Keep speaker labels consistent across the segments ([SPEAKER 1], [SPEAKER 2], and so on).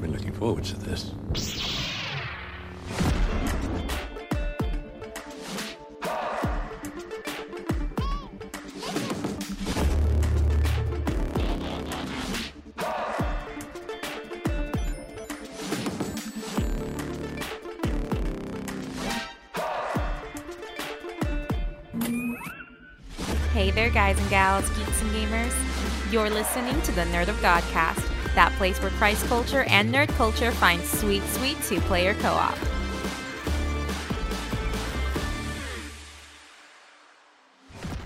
[SPEAKER 1] been looking forward to this.
[SPEAKER 2] Hey there, guys and gals, geeks and gamers. You're listening to the Nerd of Godcast, that place where Christ culture and nerd culture find sweet, sweet two player co op.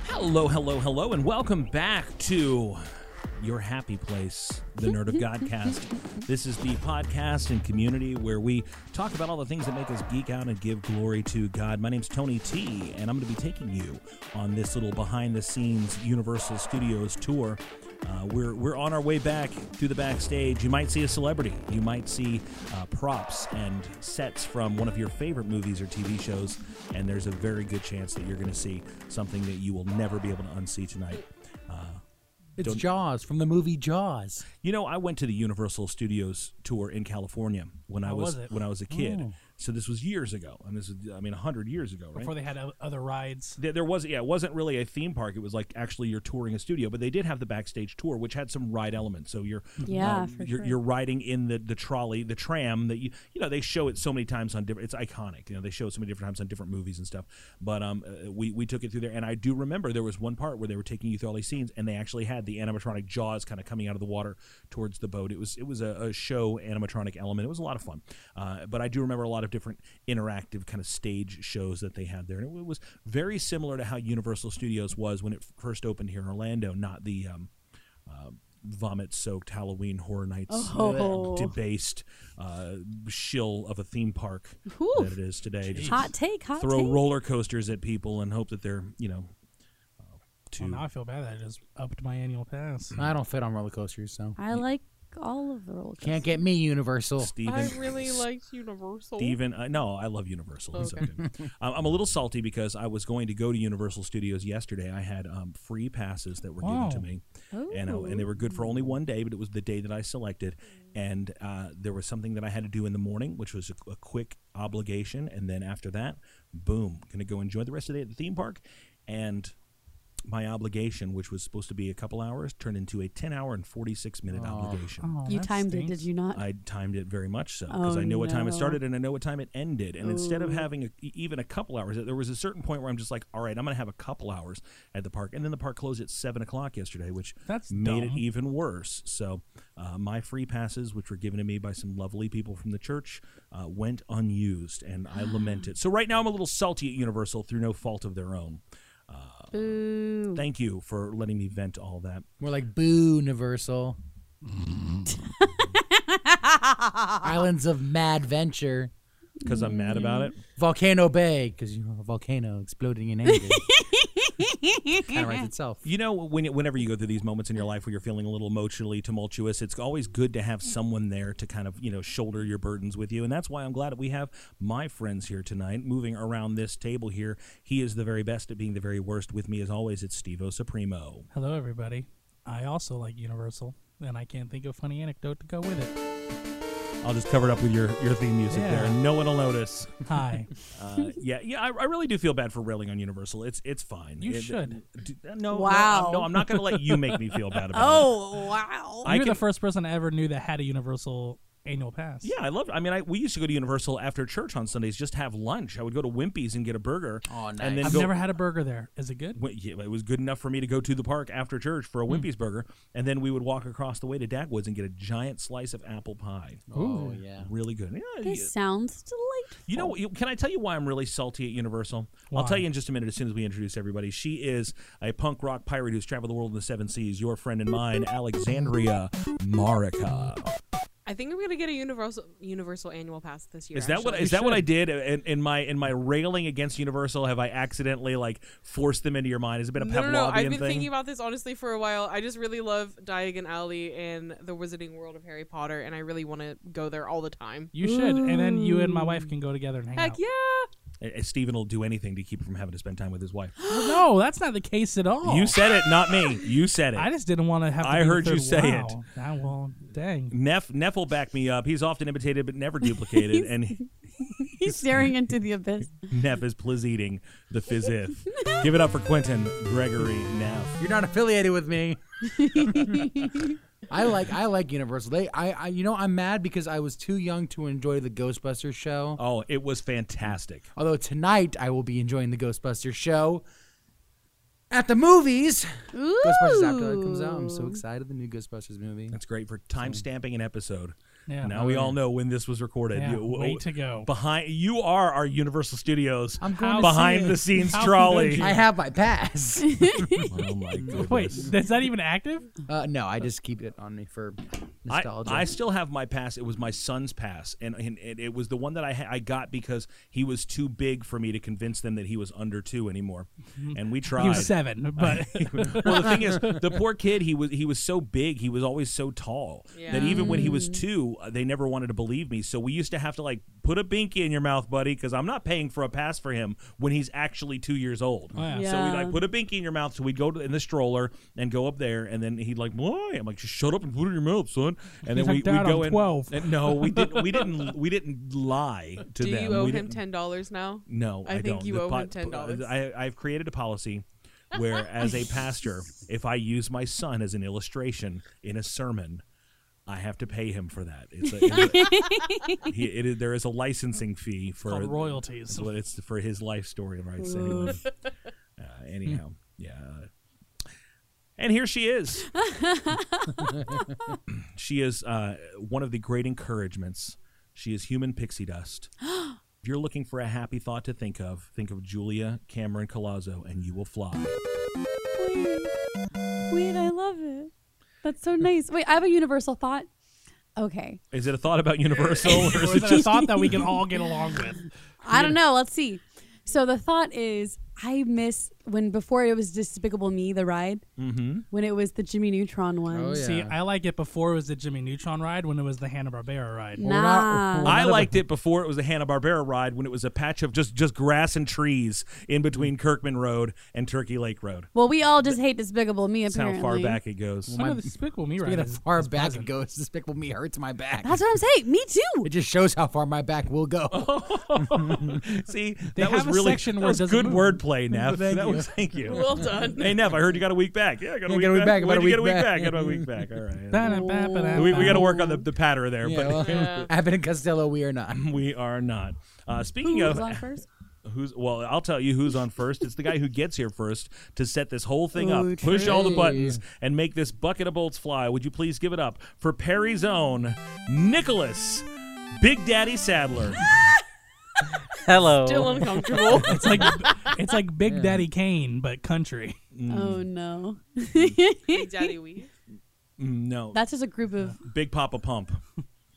[SPEAKER 3] Hello, hello, hello, and welcome back to your happy place, the Nerd of Godcast. this is the podcast and community where we talk about all the things that make us geek out and give glory to God. My name's Tony T, and I'm going to be taking you on this little behind the scenes Universal Studios tour. Uh, we're, we're on our way back through the backstage. You might see a celebrity. You might see uh, props and sets from one of your favorite movies or TV shows. And there's a very good chance that you're going to see something that you will never be able to unsee tonight.
[SPEAKER 4] It's
[SPEAKER 3] Don't-
[SPEAKER 4] Jaws from the movie Jaws.
[SPEAKER 3] You know, I went to the Universal Studios tour in California when I
[SPEAKER 4] How
[SPEAKER 3] was,
[SPEAKER 4] was it? Oh.
[SPEAKER 3] when I was a kid. So this was years ago, and this is I mean hundred years ago, right?
[SPEAKER 5] before they had o- other rides.
[SPEAKER 3] there, there was yeah, it wasn't really a theme park. It was like actually you're touring a studio, but they did have the backstage tour, which had some ride elements. So you're
[SPEAKER 6] Yeah,
[SPEAKER 3] um,
[SPEAKER 6] for
[SPEAKER 3] you're,
[SPEAKER 6] sure.
[SPEAKER 3] you're riding in the the trolley, the tram that you you know they show it so many times on different. It's iconic. You know they show it so many different times on different movies and stuff. But um, uh, we we took it through there, and I do remember there was one part where they were taking you through all these scenes, and they actually had the animatronic jaws kind of coming out of the water towards the boat. It was it was a, a show animatronic element. It was a lot of fun. Uh, but I do remember a lot of different interactive kind of stage shows that they had there, and it, was very similar to how Universal Studios was when it first opened here in Orlando, not the um, vomit soaked Halloween Horror Nights
[SPEAKER 6] Oh.
[SPEAKER 3] debased uh, shill of a theme park
[SPEAKER 6] Oof.
[SPEAKER 3] that it is today. Just
[SPEAKER 6] Hot take, hot
[SPEAKER 3] throw
[SPEAKER 6] take.
[SPEAKER 3] roller coasters at people and hope that they're, you know, uh, too.
[SPEAKER 5] Well, now I feel bad that I just upped my annual pass.
[SPEAKER 4] I don't fit on roller coasters, so
[SPEAKER 6] I like all of the roller coasters.
[SPEAKER 4] can't get me Universal.
[SPEAKER 3] Steven,
[SPEAKER 7] liked Universal.
[SPEAKER 3] Steven, uh, no, I love Universal. It's okay. I'm, I'm a little salty because I was going to go to Universal Studios yesterday. I had um, free passes that were given to
[SPEAKER 5] Wow.
[SPEAKER 3] me, and uh, and they were good for only one day, but it was the day that I selected. And uh, there was something that I had to do in the morning, which was a, a quick obligation, and then after that, boom, gonna go enjoy the rest of the day at the theme park, and. My obligation, which was supposed to be a couple hours, turned into a ten-hour and forty-six-minute obligation.
[SPEAKER 5] Oh,
[SPEAKER 6] You timed it, did you not?
[SPEAKER 3] I timed it very much so because
[SPEAKER 6] Oh,
[SPEAKER 3] I know what time it
[SPEAKER 6] no.
[SPEAKER 3] started and I know what time it ended. And instead of having a, e- even a couple hours, there was a certain point where I'm just like, all right, I'm going to have a couple hours at the park. And then the park closed at seven o'clock yesterday, which
[SPEAKER 5] That's
[SPEAKER 3] made it
[SPEAKER 5] dumb.
[SPEAKER 3] even worse. So uh, my free passes, which were given to me by some lovely people from the church, uh, went unused, and I lament it. So right now I'm a little salty at Universal through no fault of their own. Uh,
[SPEAKER 6] Boo.
[SPEAKER 3] Thank you for letting me vent all that.
[SPEAKER 4] More like Boo Universal. Islands of Mad Venture.
[SPEAKER 3] Because I'm
[SPEAKER 6] Mm.
[SPEAKER 3] mad about it.
[SPEAKER 4] Volcano Bay, because you know a volcano exploding in anger. kind of writes itself.
[SPEAKER 3] You know, when whenever you go through these moments in your life where you're feeling a little emotionally tumultuous, it's always good to
[SPEAKER 5] Mm-hmm.
[SPEAKER 3] have someone there to kind of you know shoulder your burdens with you, and that's why I'm glad that we have my friends here tonight, moving around this table here. He is the very best at being the very worst. With me, as always, it's Stevo Supremo.
[SPEAKER 5] Hello, everybody. I also like Universal, and I can't think of a funny anecdote to go with it.
[SPEAKER 3] I'll just cover it up with your your theme music
[SPEAKER 5] Yeah.
[SPEAKER 3] there, and no one will notice.
[SPEAKER 5] Hi.
[SPEAKER 3] Uh, yeah, yeah, I, I really do feel bad for railing on Universal. It's it's fine.
[SPEAKER 5] You
[SPEAKER 3] It-
[SPEAKER 5] should.
[SPEAKER 3] d- no, wow.
[SPEAKER 6] Wow.
[SPEAKER 3] no, I'm not going to let you make me feel bad about it.
[SPEAKER 6] Oh, wow.
[SPEAKER 3] I
[SPEAKER 5] You're
[SPEAKER 3] can-
[SPEAKER 5] the first person I ever knew that had a Universal annual pass.
[SPEAKER 3] Yeah, I loved. I mean, I, we used to go to Universal after church on Sundays just to have lunch. I would go to Wimpy's and get a burger.
[SPEAKER 4] Oh, nice.
[SPEAKER 3] And then
[SPEAKER 5] I've
[SPEAKER 3] go,
[SPEAKER 5] never had a burger there. Is it good?
[SPEAKER 3] Wi- yeah, it was good enough for me to go to the park after church for a
[SPEAKER 5] Hmm.
[SPEAKER 3] Wimpy's burger, and then we would walk across the way to Dagwoods and get a giant slice of apple pie.
[SPEAKER 4] Oh yeah.
[SPEAKER 3] Really good. Yeah,
[SPEAKER 6] This
[SPEAKER 3] you-
[SPEAKER 6] sounds delightful.
[SPEAKER 3] you know, you- can I tell you why I'm really salty at Universal? I'll
[SPEAKER 5] Why?
[SPEAKER 3] tell you in just a minute as soon as we introduce everybody. She is a punk rock pirate who's traveled the world in the seven seas. Your friend and mine, Alexandria Marika.
[SPEAKER 7] I think I'm gonna get a Universal Universal annual pass this year.
[SPEAKER 3] Is that what
[SPEAKER 7] actually.
[SPEAKER 3] is that what I did in, in my in my railing against Universal? Have I accidentally like forced them into your mind? Has it been a
[SPEAKER 7] No, no,
[SPEAKER 3] Pavlovian
[SPEAKER 7] no. I've been
[SPEAKER 3] thing?
[SPEAKER 7] thinking about this honestly for a while. I just really love Diagon Alley and the Wizarding World of Harry Potter, and I really want to go there all the time.
[SPEAKER 5] You should, and then you and my wife can go together and hang
[SPEAKER 7] Heck
[SPEAKER 5] out.
[SPEAKER 7] yeah!
[SPEAKER 3] Uh, Steven will do anything to keep her from having to spend time with his wife.
[SPEAKER 5] Well, no, that's not the case at all.
[SPEAKER 3] You said it, not me. You said it.
[SPEAKER 5] I just didn't want to have. To
[SPEAKER 3] I
[SPEAKER 5] be the
[SPEAKER 3] heard you
[SPEAKER 5] third
[SPEAKER 3] say
[SPEAKER 5] wow.
[SPEAKER 3] it.
[SPEAKER 5] Ah, well, dang.
[SPEAKER 3] Neff Neff will back me up. He's often imitated but never duplicated, and he-
[SPEAKER 6] He's staring into the abyss.
[SPEAKER 3] Neff is please eating the fizz if. Give it up for Quentin Gregory Neff.
[SPEAKER 4] You're not affiliated with me. I like I like Universal. They I, I you know I'm mad because I was too young to enjoy the Ghostbusters show.
[SPEAKER 3] Oh, it was fantastic.
[SPEAKER 4] Although tonight I will be enjoying the Ghostbusters show at the movies.
[SPEAKER 6] Ooh.
[SPEAKER 4] Ghostbusters Afterlife comes out. I'm so excited. The new Ghostbusters movie.
[SPEAKER 3] That's great for time stamping an episode.
[SPEAKER 5] Yeah.
[SPEAKER 3] now we all know when this was recorded.
[SPEAKER 5] Yeah,
[SPEAKER 3] You- oh,
[SPEAKER 5] way to go.
[SPEAKER 3] Behind you are our Universal Studios
[SPEAKER 4] I'm going to
[SPEAKER 3] behind
[SPEAKER 5] see it.
[SPEAKER 3] the scenes
[SPEAKER 5] How
[SPEAKER 3] trolley.
[SPEAKER 5] convenient.
[SPEAKER 4] I have my pass.
[SPEAKER 3] oh my goodness.
[SPEAKER 5] Wait, is that even active?
[SPEAKER 4] uh, no, I just keep it on me for
[SPEAKER 3] I,
[SPEAKER 4] nostalgia.
[SPEAKER 3] I still have my pass. It was my son's pass, and, and, and it was the one that I ha- I got because he was too big for me to convince them that he was under two anymore. And we tried.
[SPEAKER 5] Mm-hmm. He was seven, but
[SPEAKER 3] well, the thing is, the poor kid he was he was so big, he was always so tall that even when he
[SPEAKER 5] Mm.
[SPEAKER 3] was two, uh, they never wanted to believe me. So we used to have to like put a binky in your mouth, buddy, because I'm not paying for a pass for him when he's actually two years old.
[SPEAKER 5] yeah.
[SPEAKER 3] So we
[SPEAKER 6] Yeah.
[SPEAKER 3] like put a binky in your mouth. So we'd go to, in the stroller and go up there, and then he'd like, "Why?" I'm like, "Just shut up and put it in your mouth, son." And then
[SPEAKER 5] He's like,
[SPEAKER 3] we
[SPEAKER 5] "Dad,
[SPEAKER 3] we go
[SPEAKER 5] I'm
[SPEAKER 3] in.
[SPEAKER 5] 12.
[SPEAKER 3] and no, we didn't. We didn't. We didn't lie to
[SPEAKER 7] Do
[SPEAKER 3] them.
[SPEAKER 7] you owe
[SPEAKER 3] We
[SPEAKER 7] him
[SPEAKER 3] didn't-
[SPEAKER 7] ten dollars now?
[SPEAKER 3] no, I,
[SPEAKER 7] I think
[SPEAKER 3] don't.
[SPEAKER 7] you
[SPEAKER 3] The
[SPEAKER 7] owe him
[SPEAKER 3] pot-
[SPEAKER 7] $10.
[SPEAKER 3] I, I've created a policy where, as a pastor, if I use my son as an illustration in a sermon, I have to pay him for that. It's a, it's a- he, it is, there is a licensing fee for
[SPEAKER 5] Called royalties.
[SPEAKER 3] It's, what- it's for his life story and rights. Anyway. Uh, anyhow, yeah. And here she is. she is uh, one of the great encouragements. She is human pixie dust. if you're looking for a happy thought to think of, think of Julia Cameron Colazzo, and you will fly.
[SPEAKER 6] Wait. Wait, I love it. That's so nice. Wait, I have a universal thought. Okay.
[SPEAKER 3] Is it a thought about Universal, or is
[SPEAKER 5] or
[SPEAKER 3] it
[SPEAKER 5] is it a
[SPEAKER 3] just
[SPEAKER 5] thought that we can all get along with?
[SPEAKER 6] I don't know. Let's see. So the thought is I miss when before it was Despicable Me, the ride,
[SPEAKER 3] Mhm.
[SPEAKER 6] when it was the Jimmy Neutron one.
[SPEAKER 4] Mm. Oh, yeah.
[SPEAKER 5] See, I like it before it was the Jimmy Neutron ride when it was the Hanna Barbera ride.
[SPEAKER 6] Nah.
[SPEAKER 4] we're not-
[SPEAKER 3] I liked it before it was a Hanna Barbera ride when it was a patch of just just grass and trees in between Kirkman Road and Turkey Lake Road.
[SPEAKER 6] Well, we all just hate Despicable Me,
[SPEAKER 3] That's how
[SPEAKER 6] apparently.
[SPEAKER 3] far back it goes.
[SPEAKER 5] Some of the Despicable Me
[SPEAKER 4] Speaking
[SPEAKER 5] ride.
[SPEAKER 4] of
[SPEAKER 5] is-
[SPEAKER 4] far
[SPEAKER 5] is
[SPEAKER 4] back it
[SPEAKER 5] pleasant.
[SPEAKER 4] goes, Despicable Me hurts my back.
[SPEAKER 6] That's what I'm saying. Me
[SPEAKER 4] it
[SPEAKER 6] too.
[SPEAKER 4] just shows how far my back will go.
[SPEAKER 3] See,
[SPEAKER 5] They
[SPEAKER 3] that was
[SPEAKER 5] have a
[SPEAKER 3] really
[SPEAKER 5] section
[SPEAKER 3] that
[SPEAKER 5] where it
[SPEAKER 3] was
[SPEAKER 5] doesn't
[SPEAKER 3] good
[SPEAKER 5] move.
[SPEAKER 3] wordplay, Nev.
[SPEAKER 4] Thank
[SPEAKER 3] that
[SPEAKER 4] you.
[SPEAKER 3] was thank you.
[SPEAKER 7] Well done.
[SPEAKER 3] hey, Nev, I heard you got a week back. Yeah, I got a
[SPEAKER 4] Yeah,
[SPEAKER 3] week
[SPEAKER 4] got a week back,
[SPEAKER 3] back.
[SPEAKER 4] about a
[SPEAKER 3] When'd you get a
[SPEAKER 4] week
[SPEAKER 3] week
[SPEAKER 4] back.
[SPEAKER 3] back. Got a week back. All right.
[SPEAKER 5] Ba-da-ba-ba-da-ba.
[SPEAKER 3] We, we got to work on the, the patter there,
[SPEAKER 4] Yeah,
[SPEAKER 3] but
[SPEAKER 4] well, Abbott and Costello, we are not.
[SPEAKER 3] we are not. Uh, speaking
[SPEAKER 6] Who was
[SPEAKER 3] of
[SPEAKER 6] on first?
[SPEAKER 3] who's, well, I'll tell you who's on first. It's the guy who gets here first to set this whole thing up,
[SPEAKER 6] Ooh,
[SPEAKER 3] push all the
[SPEAKER 4] true.
[SPEAKER 3] buttons, and make this bucket of bolts fly. Would you please give it up for Perry's own Nicholas Big Daddy Sadler?
[SPEAKER 1] Hello.
[SPEAKER 7] Still uncomfortable.
[SPEAKER 5] It's like it's like Big Daddy Kane, but country.
[SPEAKER 4] Mm.
[SPEAKER 6] Oh no.
[SPEAKER 7] Big Daddy Wee.
[SPEAKER 3] Mm, no,
[SPEAKER 6] That's just a group of
[SPEAKER 3] Big Papa Pump.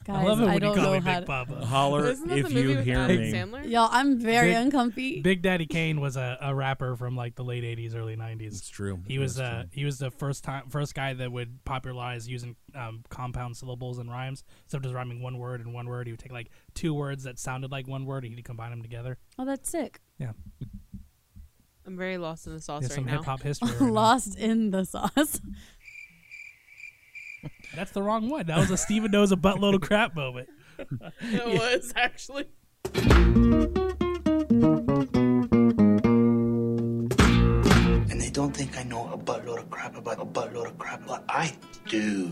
[SPEAKER 6] guys.
[SPEAKER 5] I love it when you
[SPEAKER 6] don't
[SPEAKER 5] call
[SPEAKER 6] know
[SPEAKER 5] me
[SPEAKER 6] how
[SPEAKER 5] Big
[SPEAKER 6] to.
[SPEAKER 5] Papa.
[SPEAKER 3] Holler
[SPEAKER 7] Isn't that
[SPEAKER 3] if
[SPEAKER 7] the movie
[SPEAKER 3] you
[SPEAKER 7] with
[SPEAKER 3] hear
[SPEAKER 7] Adam
[SPEAKER 3] me.
[SPEAKER 7] Sandler?
[SPEAKER 6] Y'all, I'm very
[SPEAKER 5] Big-
[SPEAKER 6] uncomfy.
[SPEAKER 5] Big Daddy Kane was a, a rapper from like the late '80s, early
[SPEAKER 3] It's
[SPEAKER 5] '90s.
[SPEAKER 3] true.
[SPEAKER 5] He was
[SPEAKER 3] That's
[SPEAKER 5] uh, he was the first time first guy that would popularize using um, compound syllables and rhymes. Instead of just rhyming one word and one word, he would take like two words that sounded like one word and he'd combine them together.
[SPEAKER 6] oh, that's sick.
[SPEAKER 5] Yeah,
[SPEAKER 7] I'm very lost in the sauce
[SPEAKER 5] There's
[SPEAKER 7] right
[SPEAKER 5] some
[SPEAKER 7] now.
[SPEAKER 5] hip hop history. right now.
[SPEAKER 6] Lost in the sauce.
[SPEAKER 5] That's the wrong one. That was a Steven knows a buttload of crap moment.
[SPEAKER 7] It was actually.
[SPEAKER 8] and they don't think I know a buttload of crap about a buttload of crap, but I do.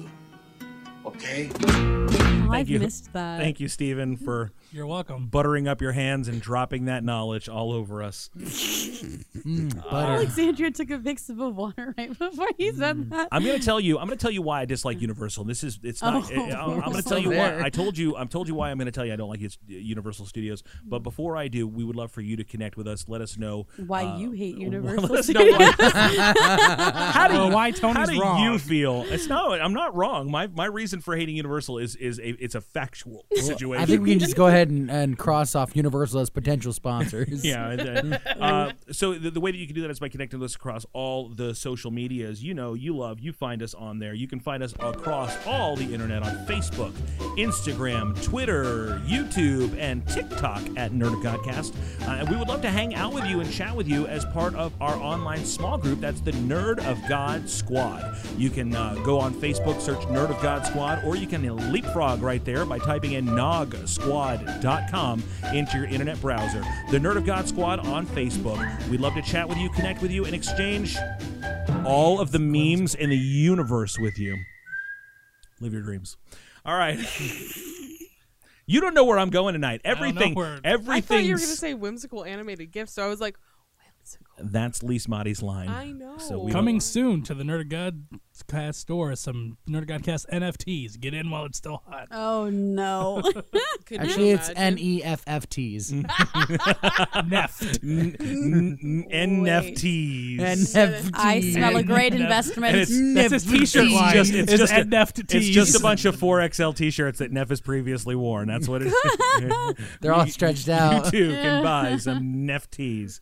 [SPEAKER 8] Okay?
[SPEAKER 6] Oh, I've
[SPEAKER 3] you.
[SPEAKER 6] missed that.
[SPEAKER 3] Thank you, Stephen, for
[SPEAKER 5] You're welcome.
[SPEAKER 3] buttering up your hands and dropping that knowledge all over us.
[SPEAKER 4] Butter.
[SPEAKER 6] Alexandria took a big sip of water right before he said that.
[SPEAKER 3] I'm gonna tell you. I'm gonna tell you why I dislike Universal. This is it's not.
[SPEAKER 6] Oh,
[SPEAKER 3] I- I'm, I'm
[SPEAKER 6] we're
[SPEAKER 3] gonna tell you
[SPEAKER 4] still
[SPEAKER 3] why.
[SPEAKER 4] there.
[SPEAKER 3] I told you. I'm told you why I'm gonna tell you I don't like Us- Universal Studios. But before I do, we would love for you to connect with us. Let us know
[SPEAKER 6] Why
[SPEAKER 3] uh,
[SPEAKER 6] you hate
[SPEAKER 3] well,
[SPEAKER 6] Universal
[SPEAKER 3] let us know
[SPEAKER 6] Studios.
[SPEAKER 3] why- how do
[SPEAKER 5] Well,
[SPEAKER 3] you,
[SPEAKER 5] why Tony's
[SPEAKER 3] how do
[SPEAKER 5] wrong.
[SPEAKER 3] you feel? It's not. I'm not wrong. My my reason for hating Universal is is a it's a factual situation.
[SPEAKER 4] I think we can just go ahead and, and cross off Universal as potential sponsors.
[SPEAKER 3] yeah. and, uh, uh, so the, the way that you can do that is by connecting us across all the social medias. You know, you love, you find us on there. You can find us across all the internet on Facebook, Instagram, Twitter, YouTube, and TikTok at Nerd of Godcast. Uh, and we would love to hang out with you and chat with you as part of our online small group. That's the Nerd of God Squad. You can uh, go on Facebook, search Nerd of God Squad, or you can leapfrog right there by typing in nogsquad.com into your internet browser. The Nerd of God Squad on Facebook. We'd love to chat with you, connect with you, and exchange all of the memes in the universe with you. Live your dreams. All right. You don't know where I'm going tonight.
[SPEAKER 5] don't know
[SPEAKER 3] Everything,
[SPEAKER 5] where-
[SPEAKER 7] I
[SPEAKER 3] everything.
[SPEAKER 7] thought you were gonna say whimsical animated gifts, so I was like, whimsical.
[SPEAKER 3] That's Lee Smotty's line.
[SPEAKER 7] I know.
[SPEAKER 3] So we
[SPEAKER 5] Coming soon to the Nerd of God Cast store, some Nerd of God Cast NFTs. Get in while it's still hot.
[SPEAKER 6] Oh no.
[SPEAKER 7] Could you
[SPEAKER 4] Actually, it's
[SPEAKER 7] imagine?
[SPEAKER 4] N E F F T's.
[SPEAKER 5] Neft.
[SPEAKER 3] N- n- n- NFTs.
[SPEAKER 4] E NFTs.
[SPEAKER 6] I smell
[SPEAKER 4] E
[SPEAKER 6] a great investment.
[SPEAKER 3] and it's-
[SPEAKER 5] That's his T-shirt
[SPEAKER 3] It's
[SPEAKER 5] line.
[SPEAKER 3] just- it's just a-
[SPEAKER 5] NFTs.
[SPEAKER 3] It's just a bunch of 4XL t-shirts that Neff has previously worn. That's what it is.
[SPEAKER 4] They're all stretched
[SPEAKER 3] You
[SPEAKER 4] out.
[SPEAKER 3] too can buy some NFTs.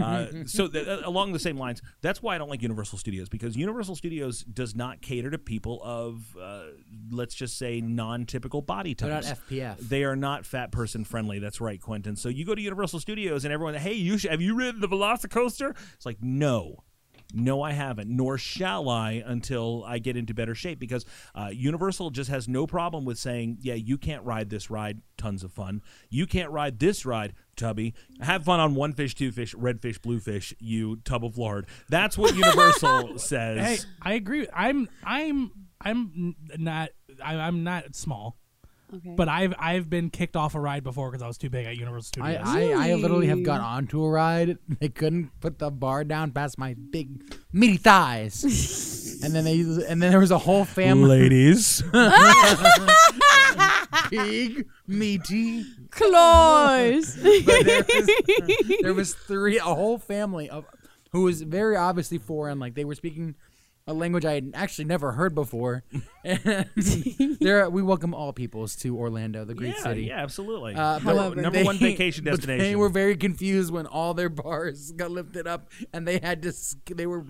[SPEAKER 3] Uh, so th- uh, along the same lines, that's why I don't like Universal Studios because Universal Studios does not cater to people of, uh, let's just say, non-typical body
[SPEAKER 4] They're not
[SPEAKER 3] types.
[SPEAKER 4] FPF.
[SPEAKER 3] They are not fat person friendly. That's right, Quentin. So you go to Universal Studios and everyone, hey, you should, have you ridden the Velocicoaster? It's like no. No, I haven't, nor shall I until I get into better shape because uh, Universal just has no problem with saying, yeah, you can't ride this ride, tons of fun. You can't ride this ride, tubby. Have fun on one fish, two fish, red fish, blue fish, you tub of lard. That's what Universal
[SPEAKER 5] Hey,
[SPEAKER 3] says.
[SPEAKER 5] I agree. I'm, I'm, I'm n- not, I, I'm not small,
[SPEAKER 6] Mm. okay.
[SPEAKER 5] but I've, I've been kicked off a ride before because I was too big at Universal
[SPEAKER 4] I,
[SPEAKER 5] Studios.
[SPEAKER 4] I, I literally have got onto a ride. They couldn't put the bar down past my big meaty thighs, and then they and then there was a whole family
[SPEAKER 3] Ladies.
[SPEAKER 4] big meaty.
[SPEAKER 6] Close.
[SPEAKER 4] But there, was, there was three, a whole family of who was very obviously foreign. Like they were speaking a language I had actually never heard before. And there, we welcome all peoples to Orlando, the great
[SPEAKER 3] yeah,
[SPEAKER 4] city.
[SPEAKER 3] yeah, absolutely.
[SPEAKER 4] Uh, but
[SPEAKER 6] However,
[SPEAKER 3] number
[SPEAKER 4] they-
[SPEAKER 3] one vacation
[SPEAKER 4] but
[SPEAKER 3] destination.
[SPEAKER 4] They were very confused when all their bars got lifted up and they had to. s- They were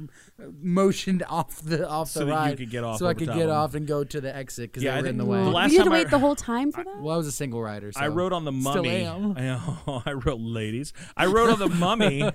[SPEAKER 4] motioned off the off
[SPEAKER 3] So
[SPEAKER 4] the
[SPEAKER 3] that you
[SPEAKER 4] ride,
[SPEAKER 3] could get off
[SPEAKER 4] so I
[SPEAKER 3] over
[SPEAKER 4] could
[SPEAKER 3] top
[SPEAKER 4] get
[SPEAKER 3] of them.
[SPEAKER 4] off and go to the exit because
[SPEAKER 3] Yeah, I
[SPEAKER 4] they were in
[SPEAKER 3] think
[SPEAKER 4] the
[SPEAKER 3] the
[SPEAKER 4] way.
[SPEAKER 3] last
[SPEAKER 6] you had to
[SPEAKER 3] time I-
[SPEAKER 6] wait the whole time for that?
[SPEAKER 4] well, I was a single rider. So
[SPEAKER 3] I rode on the
[SPEAKER 4] Still
[SPEAKER 3] mummy.
[SPEAKER 4] am.
[SPEAKER 3] I, I wrote ladies. I rode on the mummy,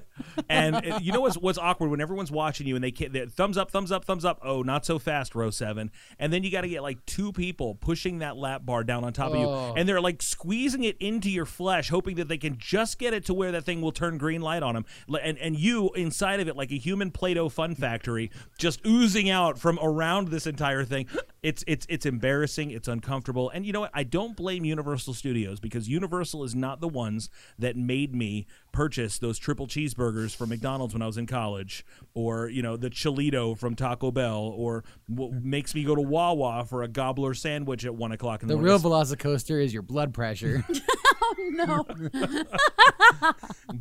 [SPEAKER 3] and it- you know what's what's awkward when everyone's watching you and they ca- they thumbs up, thumbs up, thumbs up. Oh, not so fast, row seven. And then you got to get like two people pushing that lap bar down on top
[SPEAKER 4] Oh.
[SPEAKER 3] of you, and they're like squeezing it into your flesh, hoping that they can just get it to where that thing will turn green light on them. And and you inside of it like a human Play-Doh fun factory, just oozing out from around this entire thing. It's it's it's embarrassing. It's uncomfortable. And you know what? I don't blame Universal Studios because Universal is not the ones that made me purchase those triple cheeseburgers from McDonald's when I was in college, or you know the Cholito from Taco Bell, or what makes me go to Wawa for a gobbler sandwich at one o'clock in the,
[SPEAKER 4] The
[SPEAKER 3] morning.
[SPEAKER 4] real Velocicoaster is your blood pressure.
[SPEAKER 6] no.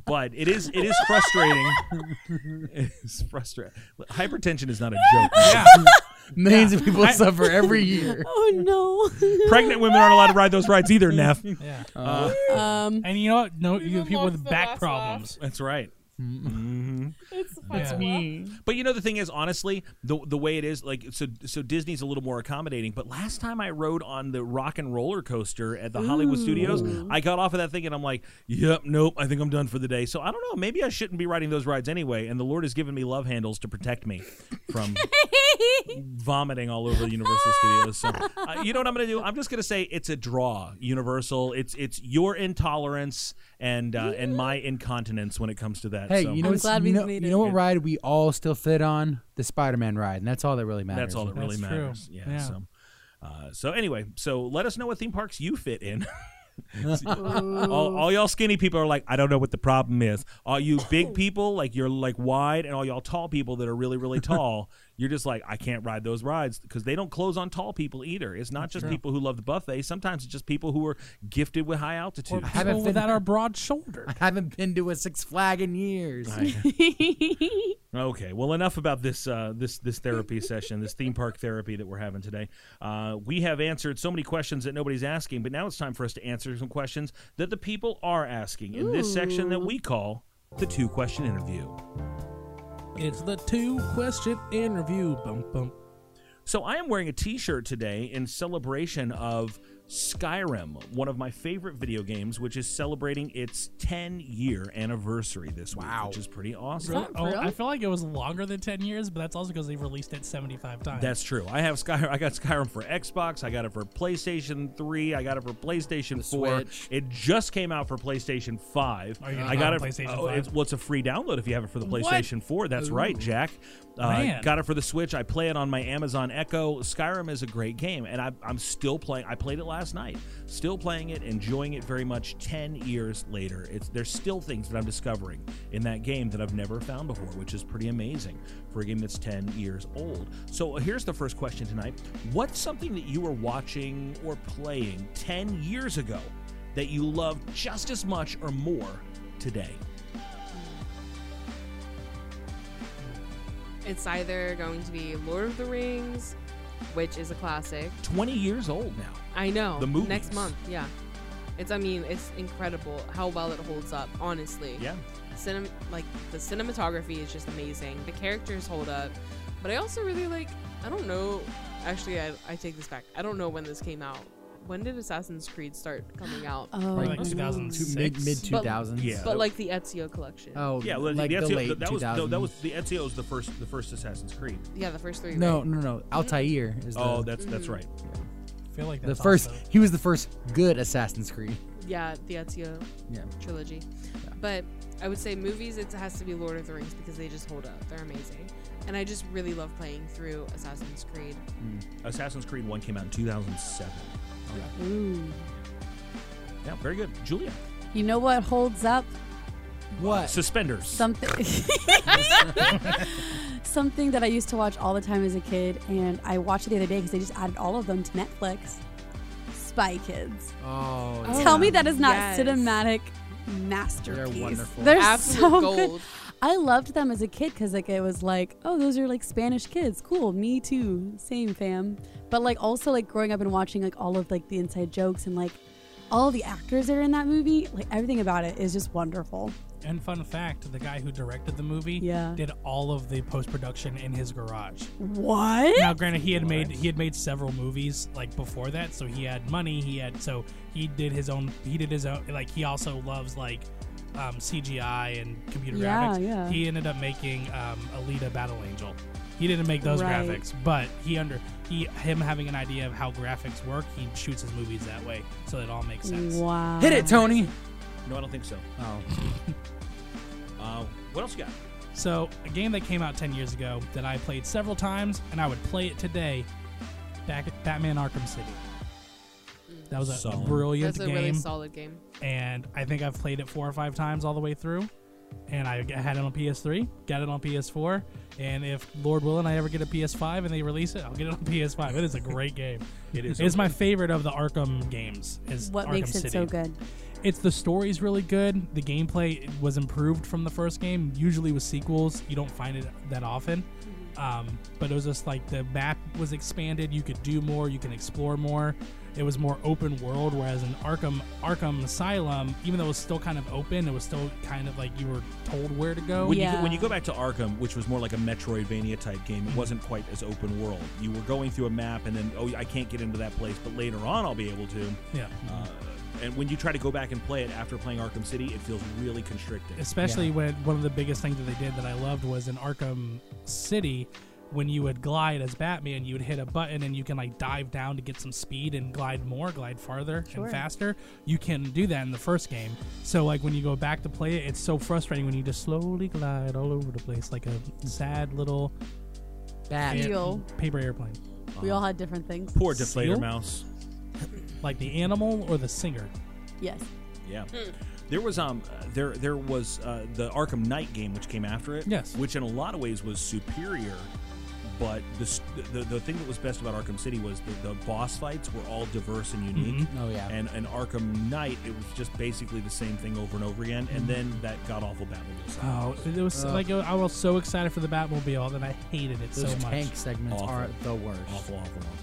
[SPEAKER 3] but it is it is frustrating. it's frustrating. Hypertension is not a joke.
[SPEAKER 5] yeah,
[SPEAKER 4] Millions of people suffer every year.
[SPEAKER 6] Oh
[SPEAKER 3] Pregnant women aren't allowed to ride those rides either, Neff.
[SPEAKER 5] yeah.
[SPEAKER 3] Uh,
[SPEAKER 6] no. Um
[SPEAKER 5] And you know what? No, you
[SPEAKER 7] Everyone
[SPEAKER 5] people
[SPEAKER 7] loves
[SPEAKER 5] with
[SPEAKER 7] the
[SPEAKER 5] back
[SPEAKER 7] last
[SPEAKER 5] problems.
[SPEAKER 3] That's right.
[SPEAKER 6] it's
[SPEAKER 5] Yeah.
[SPEAKER 3] But you know the thing is, honestly, the the way it is, like so so Disney's a little more accommodating. But last time I rode on the rock and roller coaster at the Hollywood Studios, I got off of that thing and I'm like, Yep, nope, I think I'm done for the day. So I don't know, maybe I shouldn't be riding those rides anyway, and the Lord has given me love handles to protect me from vomiting all over Universal Studios. So, uh, you know what I'm going to do? I'm just going to say it's a draw. Universal. It's it's your intolerance and uh, and my incontinence when it comes to that.
[SPEAKER 4] Hey,
[SPEAKER 3] so.
[SPEAKER 4] you know,
[SPEAKER 6] I'm
[SPEAKER 4] what's-
[SPEAKER 6] glad we
[SPEAKER 4] you know,
[SPEAKER 6] made
[SPEAKER 4] you
[SPEAKER 6] it.
[SPEAKER 4] know what ride we all still fit on? The Spider-Man ride, and that's all that really matters.
[SPEAKER 3] That's all that really
[SPEAKER 5] That's true.
[SPEAKER 3] matters. Yeah.
[SPEAKER 5] Yeah.
[SPEAKER 3] So, uh, so anyway, so let us know what theme parks you fit in. all, all y'all skinny people are like, I don't know what the problem is. All you big people, like you're like wide, and all y'all tall people that are really really tall, you're just like, I can't ride those rides because they don't close on tall people either. It's not just people who love the buffet. Sometimes it's just people who are gifted with high altitude.
[SPEAKER 4] I haven't
[SPEAKER 5] People
[SPEAKER 4] been-
[SPEAKER 5] without our broad shoulder.
[SPEAKER 4] I haven't been to a Six Flag in years.
[SPEAKER 3] Okay, well, enough about this uh, this this therapy session, this theme park therapy that we're having today. Uh, we have answered so many questions that nobody's asking, but now it's time for us to answer some questions that the people are asking in this section that we call the two question interview.
[SPEAKER 5] It's the two question interview. Bum bum.
[SPEAKER 3] So I am wearing a T-shirt today in celebration of Skyrim, one of my favorite video games, which is celebrating its 10 year anniversary this week,
[SPEAKER 4] Wow.
[SPEAKER 3] which is pretty awesome.
[SPEAKER 6] Really?
[SPEAKER 5] Oh, I feel like it was longer than ten years, but that's also because they released it seventy-five times.
[SPEAKER 3] That's true. I have Skyrim. I got Skyrim for Xbox. I got it for PlayStation 3. I got it for PlayStation 4.
[SPEAKER 4] Switch.
[SPEAKER 3] It just came out for PlayStation 5.
[SPEAKER 5] Oh, you got
[SPEAKER 3] I
[SPEAKER 5] it
[SPEAKER 3] got
[SPEAKER 5] on
[SPEAKER 3] it.
[SPEAKER 5] PlayStation
[SPEAKER 3] oh,
[SPEAKER 5] 5?
[SPEAKER 3] It's, well, it's a free download if you have it for the PlayStation 4. That's right, Jack. Uh,
[SPEAKER 5] Man.
[SPEAKER 3] got it for the Switch. I play it on my Amazon Echo. Skyrim is a great game, and I, I'm still playing. I played it last night. Still playing it, enjoying it very much. Ten years later, it's there's still things that I'm discovering in that game that I've never found before, which is pretty amazing for a game that's ten years old. So uh, here's the first question tonight: What's something that you were watching or playing ten years ago that you love just as much or more today?
[SPEAKER 7] It's either going to be Lord of the Rings, which is a classic.
[SPEAKER 3] Twenty years old now.
[SPEAKER 7] I know.
[SPEAKER 3] The
[SPEAKER 7] Next
[SPEAKER 3] movies.
[SPEAKER 7] month, yeah. It's, I mean, it's incredible how well it holds up, honestly.
[SPEAKER 3] Yeah.
[SPEAKER 7] Cinem- like, the cinematography is just amazing. The characters hold up. But I also really like, I don't know. Actually, I, I take this back. I don't know when this came out. When did Assassin's Creed start coming out?
[SPEAKER 6] Oh,
[SPEAKER 5] Probably
[SPEAKER 4] Like
[SPEAKER 5] like two thousand
[SPEAKER 4] Two- mid
[SPEAKER 5] six.
[SPEAKER 4] mid two thousands.
[SPEAKER 3] Yeah.
[SPEAKER 7] but, like, the Ezio collection.
[SPEAKER 4] Oh,
[SPEAKER 3] Yeah, well,
[SPEAKER 4] like
[SPEAKER 3] the
[SPEAKER 4] the,
[SPEAKER 3] Ezio,
[SPEAKER 4] late
[SPEAKER 3] that was no, that
[SPEAKER 4] 2000s.
[SPEAKER 3] was the Ezio was the first the first Assassin's Creed.
[SPEAKER 7] Yeah, the first three.
[SPEAKER 4] No,
[SPEAKER 7] right?
[SPEAKER 4] no, no. Altair is the,
[SPEAKER 3] Oh, that's that's right.
[SPEAKER 5] I feel like
[SPEAKER 4] the
[SPEAKER 5] that's
[SPEAKER 4] first.
[SPEAKER 5] also-
[SPEAKER 4] He was the first good Assassin's Creed.
[SPEAKER 7] Yeah, the Ezio
[SPEAKER 4] Yeah.
[SPEAKER 7] trilogy. But I would say movies, it has to be Lord of the Rings because they just hold up. They're amazing. And I just really love playing through Assassin's Creed.
[SPEAKER 3] Assassin's Creed One came out in 2007. Yeah, very good, Julia.
[SPEAKER 6] You know what holds up
[SPEAKER 4] What?
[SPEAKER 3] Suspenders.
[SPEAKER 6] something? something that I used to watch all the time as a kid, and I watched it the other day because they just added all of them to Netflix. Spy Kids.
[SPEAKER 4] oh,
[SPEAKER 6] Tell me that is not
[SPEAKER 7] yes.
[SPEAKER 6] cinematic masterpiece.
[SPEAKER 4] wonderful.
[SPEAKER 6] They're
[SPEAKER 7] Absolute
[SPEAKER 6] so
[SPEAKER 7] gold.
[SPEAKER 6] good. I loved them as a kid because like it was like, oh, those are like Spanish kids. Cool, me too. Same fam. But like also like growing up and watching like all of like the inside jokes and like all the actors that are in that movie, like everything about it is just wonderful.
[SPEAKER 5] And fun fact: the guy who directed the movie
[SPEAKER 6] Yeah.
[SPEAKER 5] did all of the post production in his garage.
[SPEAKER 6] What?
[SPEAKER 5] Now, granted, he had made he had made several movies like before that, so he had money. He had so he did his own. He did his own. Like he also loves like um, CGI and computer
[SPEAKER 6] Yeah,
[SPEAKER 5] graphics.
[SPEAKER 6] yeah.
[SPEAKER 5] He ended up making um, Alita: Battle Angel. He didn't make those
[SPEAKER 6] Right.
[SPEAKER 5] graphics, but he under he him having an idea of how graphics work, he shoots his movies that way, so it all makes sense.
[SPEAKER 6] Wow.
[SPEAKER 4] Hit it, Tony.
[SPEAKER 3] no, I don't think so.
[SPEAKER 4] Oh,
[SPEAKER 3] Uh, what else you got?
[SPEAKER 5] So a game that came out ten years ago that I played several times, and I would play it today. Back at Batman: Arkham City. That was a- a,
[SPEAKER 3] Solid.
[SPEAKER 5] brilliant
[SPEAKER 7] That's a
[SPEAKER 5] game.
[SPEAKER 7] really solid game.
[SPEAKER 5] and I think I've played it four or five times all the way through. And I g- had it on PS3, got it on PS4, and if Lord willing, I ever get a PS5 and they release it, I'll get it on PS5. It is a great game.
[SPEAKER 3] It is.
[SPEAKER 5] It's my favorite of the Arkham games. Is
[SPEAKER 6] What
[SPEAKER 5] Arkham
[SPEAKER 6] makes it
[SPEAKER 5] City.
[SPEAKER 6] so good?
[SPEAKER 5] It's the story's really good. The gameplay was improved from the first game. Usually with sequels, you don't find it that often. Um, but it was just like the map was expanded. You could do more. You can explore more. It was more open world. Whereas in Arkham Arkham Asylum, even though it was still kind of open, it was still kind of like you were told where to go.
[SPEAKER 3] When, you,
[SPEAKER 6] Yeah.
[SPEAKER 3] go- when you go back to Arkham, which was more like a Metroidvania type game, it wasn't quite as open world. You were going through a map, and then oh, I can't get into that place, but later on I'll be able to.
[SPEAKER 5] Yeah.
[SPEAKER 3] Uh, and when you try to go back and play it after playing Arkham City, it feels really constricting.
[SPEAKER 5] especially when one of the biggest things that they did that I loved was in Arkham City when you would glide as Batman, you would hit a button and you can like dive down to get some speed and glide more, glide farther
[SPEAKER 6] Sure.
[SPEAKER 5] and faster. You can do that in the first game. So like when you go back to play it, it's so frustrating when you just slowly glide all over the place like a sad little
[SPEAKER 4] bad.
[SPEAKER 5] air-
[SPEAKER 6] Seal.
[SPEAKER 5] paper airplane.
[SPEAKER 6] We all had different things.
[SPEAKER 3] Poor
[SPEAKER 5] Seal?
[SPEAKER 3] Deflator Mouse.
[SPEAKER 5] Like the animal or the singer.
[SPEAKER 6] Yes.
[SPEAKER 3] Yeah.
[SPEAKER 4] Hmm.
[SPEAKER 3] There was um uh, there there was uh, the Arkham Knight game which came after it.
[SPEAKER 5] Yes.
[SPEAKER 3] Which in a lot of ways was superior but the, s- the the thing that was best about Arkham City was the, the boss fights were all diverse and unique.
[SPEAKER 4] Oh yeah.
[SPEAKER 3] And and Arkham Knight, it was just basically the same thing over and over again.
[SPEAKER 4] Mm-hmm.
[SPEAKER 3] And then that god awful battle. was
[SPEAKER 5] Oh, it was
[SPEAKER 4] Ugh.
[SPEAKER 5] like I was so excited for the Batmobile that I hated it
[SPEAKER 4] Those
[SPEAKER 5] so much.
[SPEAKER 4] tank segments
[SPEAKER 3] Awful.
[SPEAKER 4] are the worst.
[SPEAKER 3] awful, awful, awful.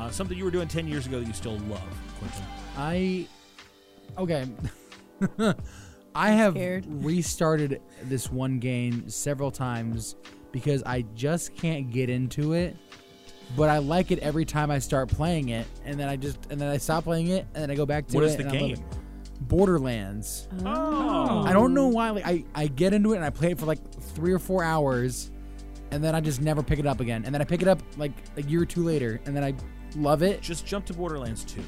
[SPEAKER 3] Uh, something you were doing ten years ago that you still love, Quentin.
[SPEAKER 4] I okay. I have
[SPEAKER 6] scared.
[SPEAKER 4] restarted this one game several times because I just can't get into it. But I like it every time I start playing it, and then I just and then I stop playing it, and then I go back to
[SPEAKER 3] What
[SPEAKER 4] it.
[SPEAKER 3] is the
[SPEAKER 4] and I love
[SPEAKER 3] game?
[SPEAKER 4] it. Borderlands.
[SPEAKER 3] Oh.
[SPEAKER 4] I don't know why. Like I, I get into it and I play it for like three or four hours, and then I just never pick it up again. And then I pick it up like a year or two later, and then I love it.
[SPEAKER 3] Just jump to Borderlands Two.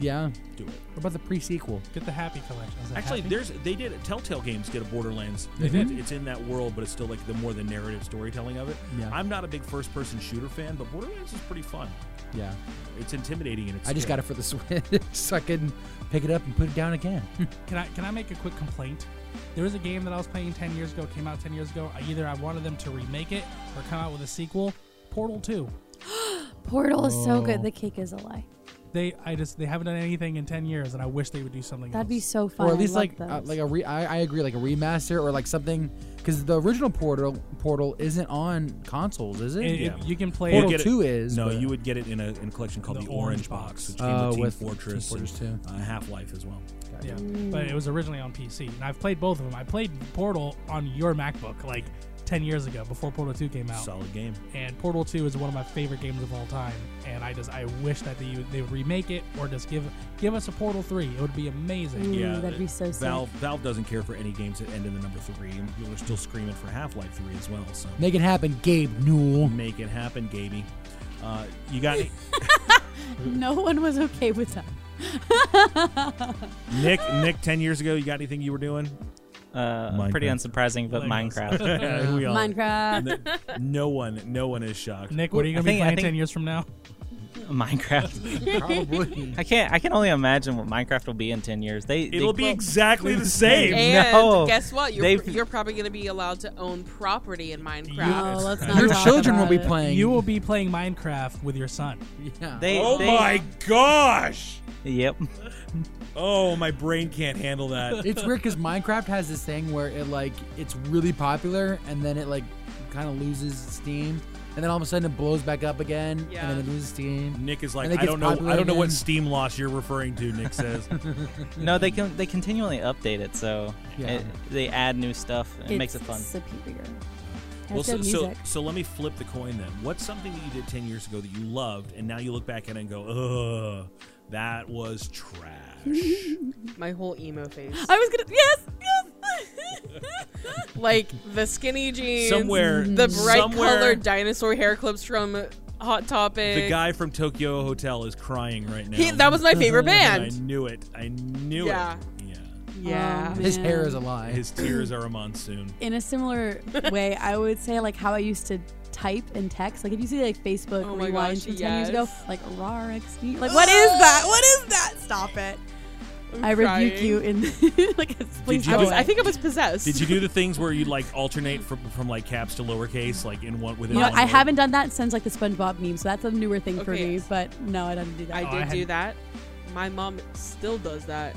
[SPEAKER 4] Yeah.
[SPEAKER 3] Do it.
[SPEAKER 4] What about the pre-sequel?
[SPEAKER 5] Get the Happy Collection. Is that
[SPEAKER 3] Actually,
[SPEAKER 5] Happy?
[SPEAKER 3] there's they did Telltale Games did a Borderlands. They
[SPEAKER 4] Mm-hmm.
[SPEAKER 3] did- it's in that world, but it's still like the more the narrative storytelling of it.
[SPEAKER 4] Yeah.
[SPEAKER 3] I'm not a big first-person shooter fan, but Borderlands is pretty fun.
[SPEAKER 4] Yeah.
[SPEAKER 3] It's intimidating and it's.
[SPEAKER 4] I just got it for the Switch, so I can pick it up and put it down again.
[SPEAKER 5] Can I can I make a quick complaint? There was a game that I was playing ten years ago, came out ten years ago. I, either I wanted them to remake it or come out with a sequel. Portal Two.
[SPEAKER 6] Portal is so good.
[SPEAKER 4] Oh.
[SPEAKER 6] The cake is a lie.
[SPEAKER 5] They I just they haven't done anything in ten years, and I wish they would do something.
[SPEAKER 6] That'd be
[SPEAKER 5] else.
[SPEAKER 6] so fun.
[SPEAKER 4] or at least
[SPEAKER 6] I love
[SPEAKER 4] like uh,
[SPEAKER 6] those.
[SPEAKER 4] like a re- I, I agree like a remaster or like something because the original Portal Portal isn't on consoles, is it?
[SPEAKER 5] It- it-
[SPEAKER 3] Yeah.
[SPEAKER 5] you can play.
[SPEAKER 4] Portal
[SPEAKER 5] it.
[SPEAKER 3] get it-
[SPEAKER 4] Two is
[SPEAKER 3] No,
[SPEAKER 4] but-
[SPEAKER 3] you would get it in a, in a collection called the,
[SPEAKER 5] The
[SPEAKER 3] Orange
[SPEAKER 5] Orange
[SPEAKER 3] Box,
[SPEAKER 5] Box.
[SPEAKER 3] which came
[SPEAKER 4] Oh,
[SPEAKER 3] with Team
[SPEAKER 4] with
[SPEAKER 3] Fortress,
[SPEAKER 4] Team Fortress
[SPEAKER 3] and,
[SPEAKER 4] 2.
[SPEAKER 3] Uh, Half Life as well.
[SPEAKER 5] Yeah, but it was originally on PC, and I've played both of them. I played Portal on your MacBook like ten years ago, before Portal Two came out.
[SPEAKER 3] Solid game.
[SPEAKER 5] and Portal 2 is one of my favorite games of all time. And I just I wish that they, they would remake it or just give give us a Portal 3. It would be amazing.
[SPEAKER 6] Ooh,
[SPEAKER 3] Yeah,
[SPEAKER 6] that'd be so sick.
[SPEAKER 3] Valve Valve doesn't care for any games that end in the number three, and people are still screaming for Half Life Three as well. So
[SPEAKER 4] make it happen, Gabe Newell.
[SPEAKER 3] make it happen, Gaby. Uh, you got
[SPEAKER 6] no one was okay with that.
[SPEAKER 3] Nick. Nick, ten years ago, you got anything you were doing?
[SPEAKER 1] Uh, pretty unsurprising, but Minecraft.
[SPEAKER 3] Yeah, we all-
[SPEAKER 6] Minecraft.
[SPEAKER 3] no one, no one is shocked.
[SPEAKER 5] Nick, what are you
[SPEAKER 1] I
[SPEAKER 5] gonna be
[SPEAKER 1] think- I
[SPEAKER 5] playing
[SPEAKER 1] think-
[SPEAKER 5] ten years from now?
[SPEAKER 1] Minecraft.
[SPEAKER 4] Probably.
[SPEAKER 1] I can't. I can only imagine what Minecraft will be in ten years. They
[SPEAKER 3] It'll
[SPEAKER 1] they,
[SPEAKER 3] be exactly the same.
[SPEAKER 7] And
[SPEAKER 1] No.
[SPEAKER 7] guess what? You're,
[SPEAKER 1] They've-
[SPEAKER 7] pr- you're probably going to be allowed to own property in Minecraft.
[SPEAKER 6] No, let's not
[SPEAKER 4] Your
[SPEAKER 6] talk
[SPEAKER 4] children will
[SPEAKER 6] about
[SPEAKER 4] be
[SPEAKER 6] it.
[SPEAKER 4] playing.
[SPEAKER 5] You will be playing Minecraft with your son.
[SPEAKER 4] Yeah.
[SPEAKER 1] They,
[SPEAKER 3] Oh
[SPEAKER 1] they-
[SPEAKER 3] my gosh!
[SPEAKER 1] Yep.
[SPEAKER 3] Oh, my brain can't handle that.
[SPEAKER 4] it's weird because Minecraft has this thing where it like it's really popular and then it like kind of loses steam and then all of a sudden it blows back up again
[SPEAKER 7] Yeah.
[SPEAKER 4] and then it loses steam.
[SPEAKER 3] Nick is like,
[SPEAKER 4] And it
[SPEAKER 3] I don't
[SPEAKER 4] gets
[SPEAKER 3] know, I
[SPEAKER 4] popular
[SPEAKER 3] don't know what
[SPEAKER 4] again.
[SPEAKER 3] Steam loss you're referring to. Nick says.
[SPEAKER 1] No, they can. They continually update it, so
[SPEAKER 4] Yeah.
[SPEAKER 1] it, they add new stuff. It makes it fun.
[SPEAKER 6] Superior.
[SPEAKER 3] well,
[SPEAKER 6] so,
[SPEAKER 3] so, so
[SPEAKER 6] music.
[SPEAKER 3] so let me flip the coin then. What's something that you did ten years ago that you loved, and now you look back at it and go, ugh, that was trash.
[SPEAKER 7] My whole emo phase.
[SPEAKER 6] I was gonna. Yes. Yes.
[SPEAKER 7] like the skinny jeans.
[SPEAKER 3] somewhere,
[SPEAKER 7] The bright
[SPEAKER 3] somewhere,
[SPEAKER 7] colored dinosaur hair clips from Hot Topic.
[SPEAKER 3] The guy from Tokyo Hotel is crying right now.
[SPEAKER 7] He- that was my favorite
[SPEAKER 3] I
[SPEAKER 7] band.
[SPEAKER 3] knew it. I knew
[SPEAKER 7] Yeah.
[SPEAKER 3] it. Yeah.
[SPEAKER 7] Yeah.
[SPEAKER 6] Um,
[SPEAKER 4] His hair
[SPEAKER 6] Man.
[SPEAKER 4] is a lie.
[SPEAKER 3] His tears are a monsoon.
[SPEAKER 6] in a similar way, I would say like how I used to type and text. Like if you see like Facebook
[SPEAKER 7] Oh my
[SPEAKER 6] rewind
[SPEAKER 7] gosh,
[SPEAKER 6] from ten years ago,
[SPEAKER 7] yes.
[SPEAKER 6] like RAR XD. Like what is that? What is that? Stop it.
[SPEAKER 7] I'm
[SPEAKER 6] I rebuke
[SPEAKER 7] crying.
[SPEAKER 6] you in like a please.
[SPEAKER 3] you
[SPEAKER 7] I
[SPEAKER 6] go
[SPEAKER 7] was.
[SPEAKER 6] away.
[SPEAKER 7] I think I was possessed.
[SPEAKER 3] Did you do the things where you like alternate from, from like caps to lowercase, like in one within?
[SPEAKER 6] You know,
[SPEAKER 3] one
[SPEAKER 6] I
[SPEAKER 3] word?
[SPEAKER 6] haven't done that since like the SpongeBob meme, so that's a newer thing for
[SPEAKER 7] Okay.
[SPEAKER 6] me. But no, I didn't do that.
[SPEAKER 5] Oh,
[SPEAKER 7] I did
[SPEAKER 5] I
[SPEAKER 7] do
[SPEAKER 5] hadn't-
[SPEAKER 7] that. My mom still does that.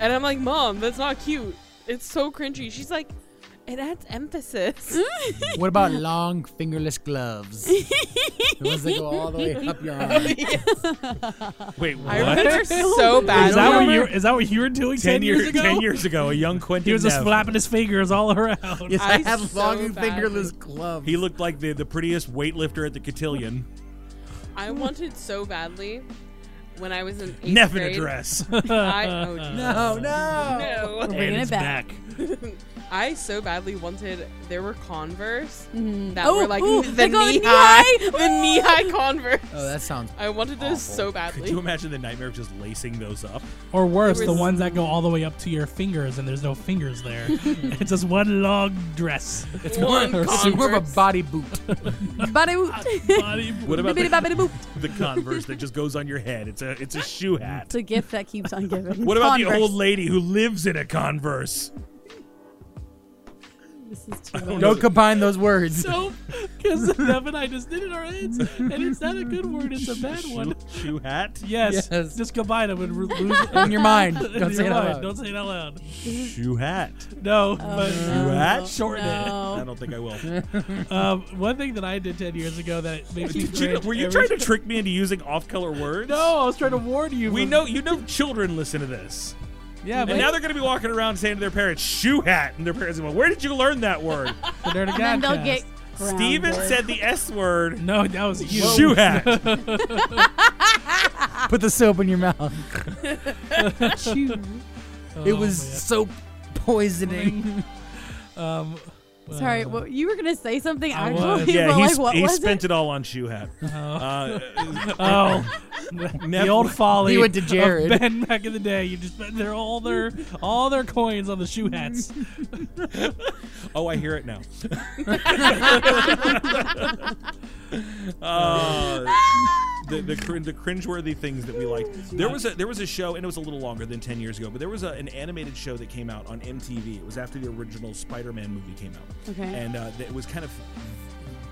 [SPEAKER 7] and I'm like, Mom, that's not cute. It's so cringy. She's like, it adds emphasis.
[SPEAKER 4] what about long fingerless gloves? the ones that go all the way up your arm.
[SPEAKER 3] Wait, what?
[SPEAKER 7] I remember so bad.
[SPEAKER 5] Is that what you
[SPEAKER 7] Remember-
[SPEAKER 5] is that what you were doing ten,
[SPEAKER 3] ten year-
[SPEAKER 5] years ago?
[SPEAKER 3] Ten years ago, a young Quentin.
[SPEAKER 5] He was just
[SPEAKER 3] Neff.
[SPEAKER 5] flapping his fingers all around.
[SPEAKER 4] Yes, I,
[SPEAKER 7] I
[SPEAKER 4] have
[SPEAKER 7] so
[SPEAKER 4] long
[SPEAKER 7] badly-
[SPEAKER 4] fingerless gloves.
[SPEAKER 3] He looked like the, the prettiest weightlifter at the cotillion.
[SPEAKER 7] I wanted so badly when I was in eighth
[SPEAKER 3] Neff in a
[SPEAKER 7] grade.
[SPEAKER 3] dress.
[SPEAKER 7] I, oh, Jesus.
[SPEAKER 4] no, no.
[SPEAKER 7] No.
[SPEAKER 6] Bringing
[SPEAKER 5] And
[SPEAKER 6] it
[SPEAKER 5] it's
[SPEAKER 6] back.
[SPEAKER 7] I so badly wanted. There were Converse that
[SPEAKER 6] Oh,
[SPEAKER 7] were like
[SPEAKER 6] ooh,
[SPEAKER 7] the
[SPEAKER 6] they go
[SPEAKER 7] knee
[SPEAKER 6] knee
[SPEAKER 7] high,
[SPEAKER 6] high.
[SPEAKER 7] the knee high Converse.
[SPEAKER 4] Oh, that sounds.
[SPEAKER 7] I wanted those
[SPEAKER 4] awful.
[SPEAKER 7] so
[SPEAKER 3] Could you
[SPEAKER 7] badly.
[SPEAKER 3] imagine the nightmare of just lacing those up?
[SPEAKER 5] Or worse,
[SPEAKER 7] There
[SPEAKER 5] the
[SPEAKER 7] was-
[SPEAKER 5] ones that go all the way up to your fingers and there's no fingers there. it's just one long dress.
[SPEAKER 7] It's one
[SPEAKER 4] It's more of a
[SPEAKER 7] Converse.
[SPEAKER 4] body boot.
[SPEAKER 6] Bada-
[SPEAKER 5] Body-
[SPEAKER 3] What about
[SPEAKER 6] Bibbidi
[SPEAKER 3] the,
[SPEAKER 6] babbidi boop.
[SPEAKER 3] the Converse that just goes on your head? It's a it's a shoe hat.
[SPEAKER 6] It's a gift that keeps on giving.
[SPEAKER 3] What about the
[SPEAKER 6] Converse.
[SPEAKER 3] old lady who lives in a Converse?
[SPEAKER 6] This is too
[SPEAKER 4] Don't combine those words.
[SPEAKER 5] so because Dev and I just did it in our heads, and it's not a good word; it's a bad one.
[SPEAKER 1] Shoe hat.
[SPEAKER 5] Yes,
[SPEAKER 4] Yes.
[SPEAKER 5] just combine them and re- lose it.
[SPEAKER 4] in your mind.
[SPEAKER 5] In
[SPEAKER 4] Don't
[SPEAKER 5] your
[SPEAKER 4] say it
[SPEAKER 5] mind.
[SPEAKER 4] out
[SPEAKER 5] Don't
[SPEAKER 4] loud.
[SPEAKER 5] say it out loud.
[SPEAKER 3] Shoe hat.
[SPEAKER 5] No,
[SPEAKER 3] You hat?
[SPEAKER 5] Shorten it.
[SPEAKER 3] I
[SPEAKER 6] no.
[SPEAKER 3] don't think I will.
[SPEAKER 5] but um, one thing that I did ten years ago that makes me
[SPEAKER 3] Did you,
[SPEAKER 5] cringe
[SPEAKER 3] were you
[SPEAKER 5] every-
[SPEAKER 3] trying to trick me into using off-color words?
[SPEAKER 5] No, I was trying to warn you.
[SPEAKER 3] We
[SPEAKER 5] from-
[SPEAKER 3] know you know children listen to this.
[SPEAKER 5] Yeah, but
[SPEAKER 3] And now they're going to be walking around saying to their parents, shoe hat. And their parents are going, where did you learn that word?
[SPEAKER 5] the Nerd
[SPEAKER 6] And then they'll
[SPEAKER 5] Godcast.
[SPEAKER 6] get
[SPEAKER 3] Steven
[SPEAKER 6] grounded.
[SPEAKER 3] said the S word,
[SPEAKER 5] No, that was you.
[SPEAKER 3] shoe hat.
[SPEAKER 4] Put the soap in your mouth.
[SPEAKER 6] Chew.
[SPEAKER 4] it
[SPEAKER 5] Oh,
[SPEAKER 4] was
[SPEAKER 5] man.
[SPEAKER 4] soap poisoning.
[SPEAKER 5] Um,
[SPEAKER 6] Sorry,
[SPEAKER 5] uh,
[SPEAKER 6] what, you were gonna say something
[SPEAKER 5] I
[SPEAKER 6] actually.
[SPEAKER 5] was.
[SPEAKER 3] Yeah,
[SPEAKER 6] but
[SPEAKER 3] he,
[SPEAKER 6] like,
[SPEAKER 3] sp-
[SPEAKER 6] what
[SPEAKER 3] he
[SPEAKER 6] was
[SPEAKER 3] spent
[SPEAKER 6] it?
[SPEAKER 3] it? all on shoe hat. Uh,
[SPEAKER 5] oh, the
[SPEAKER 3] Nev-
[SPEAKER 5] old folly.
[SPEAKER 4] He went to
[SPEAKER 5] of
[SPEAKER 4] Jared.
[SPEAKER 5] Ben back in the day. You just spent their all their all their coins on the shoe hats.
[SPEAKER 3] oh, I hear it now. uh, the the, cr- the cringeworthy things that we liked. There was a there was a show, and it was a little longer than ten years ago, but there was a, an animated show that came out on MTV. It was after the original Spider-Man movie came out,
[SPEAKER 6] Okay.
[SPEAKER 3] and uh, it was kind of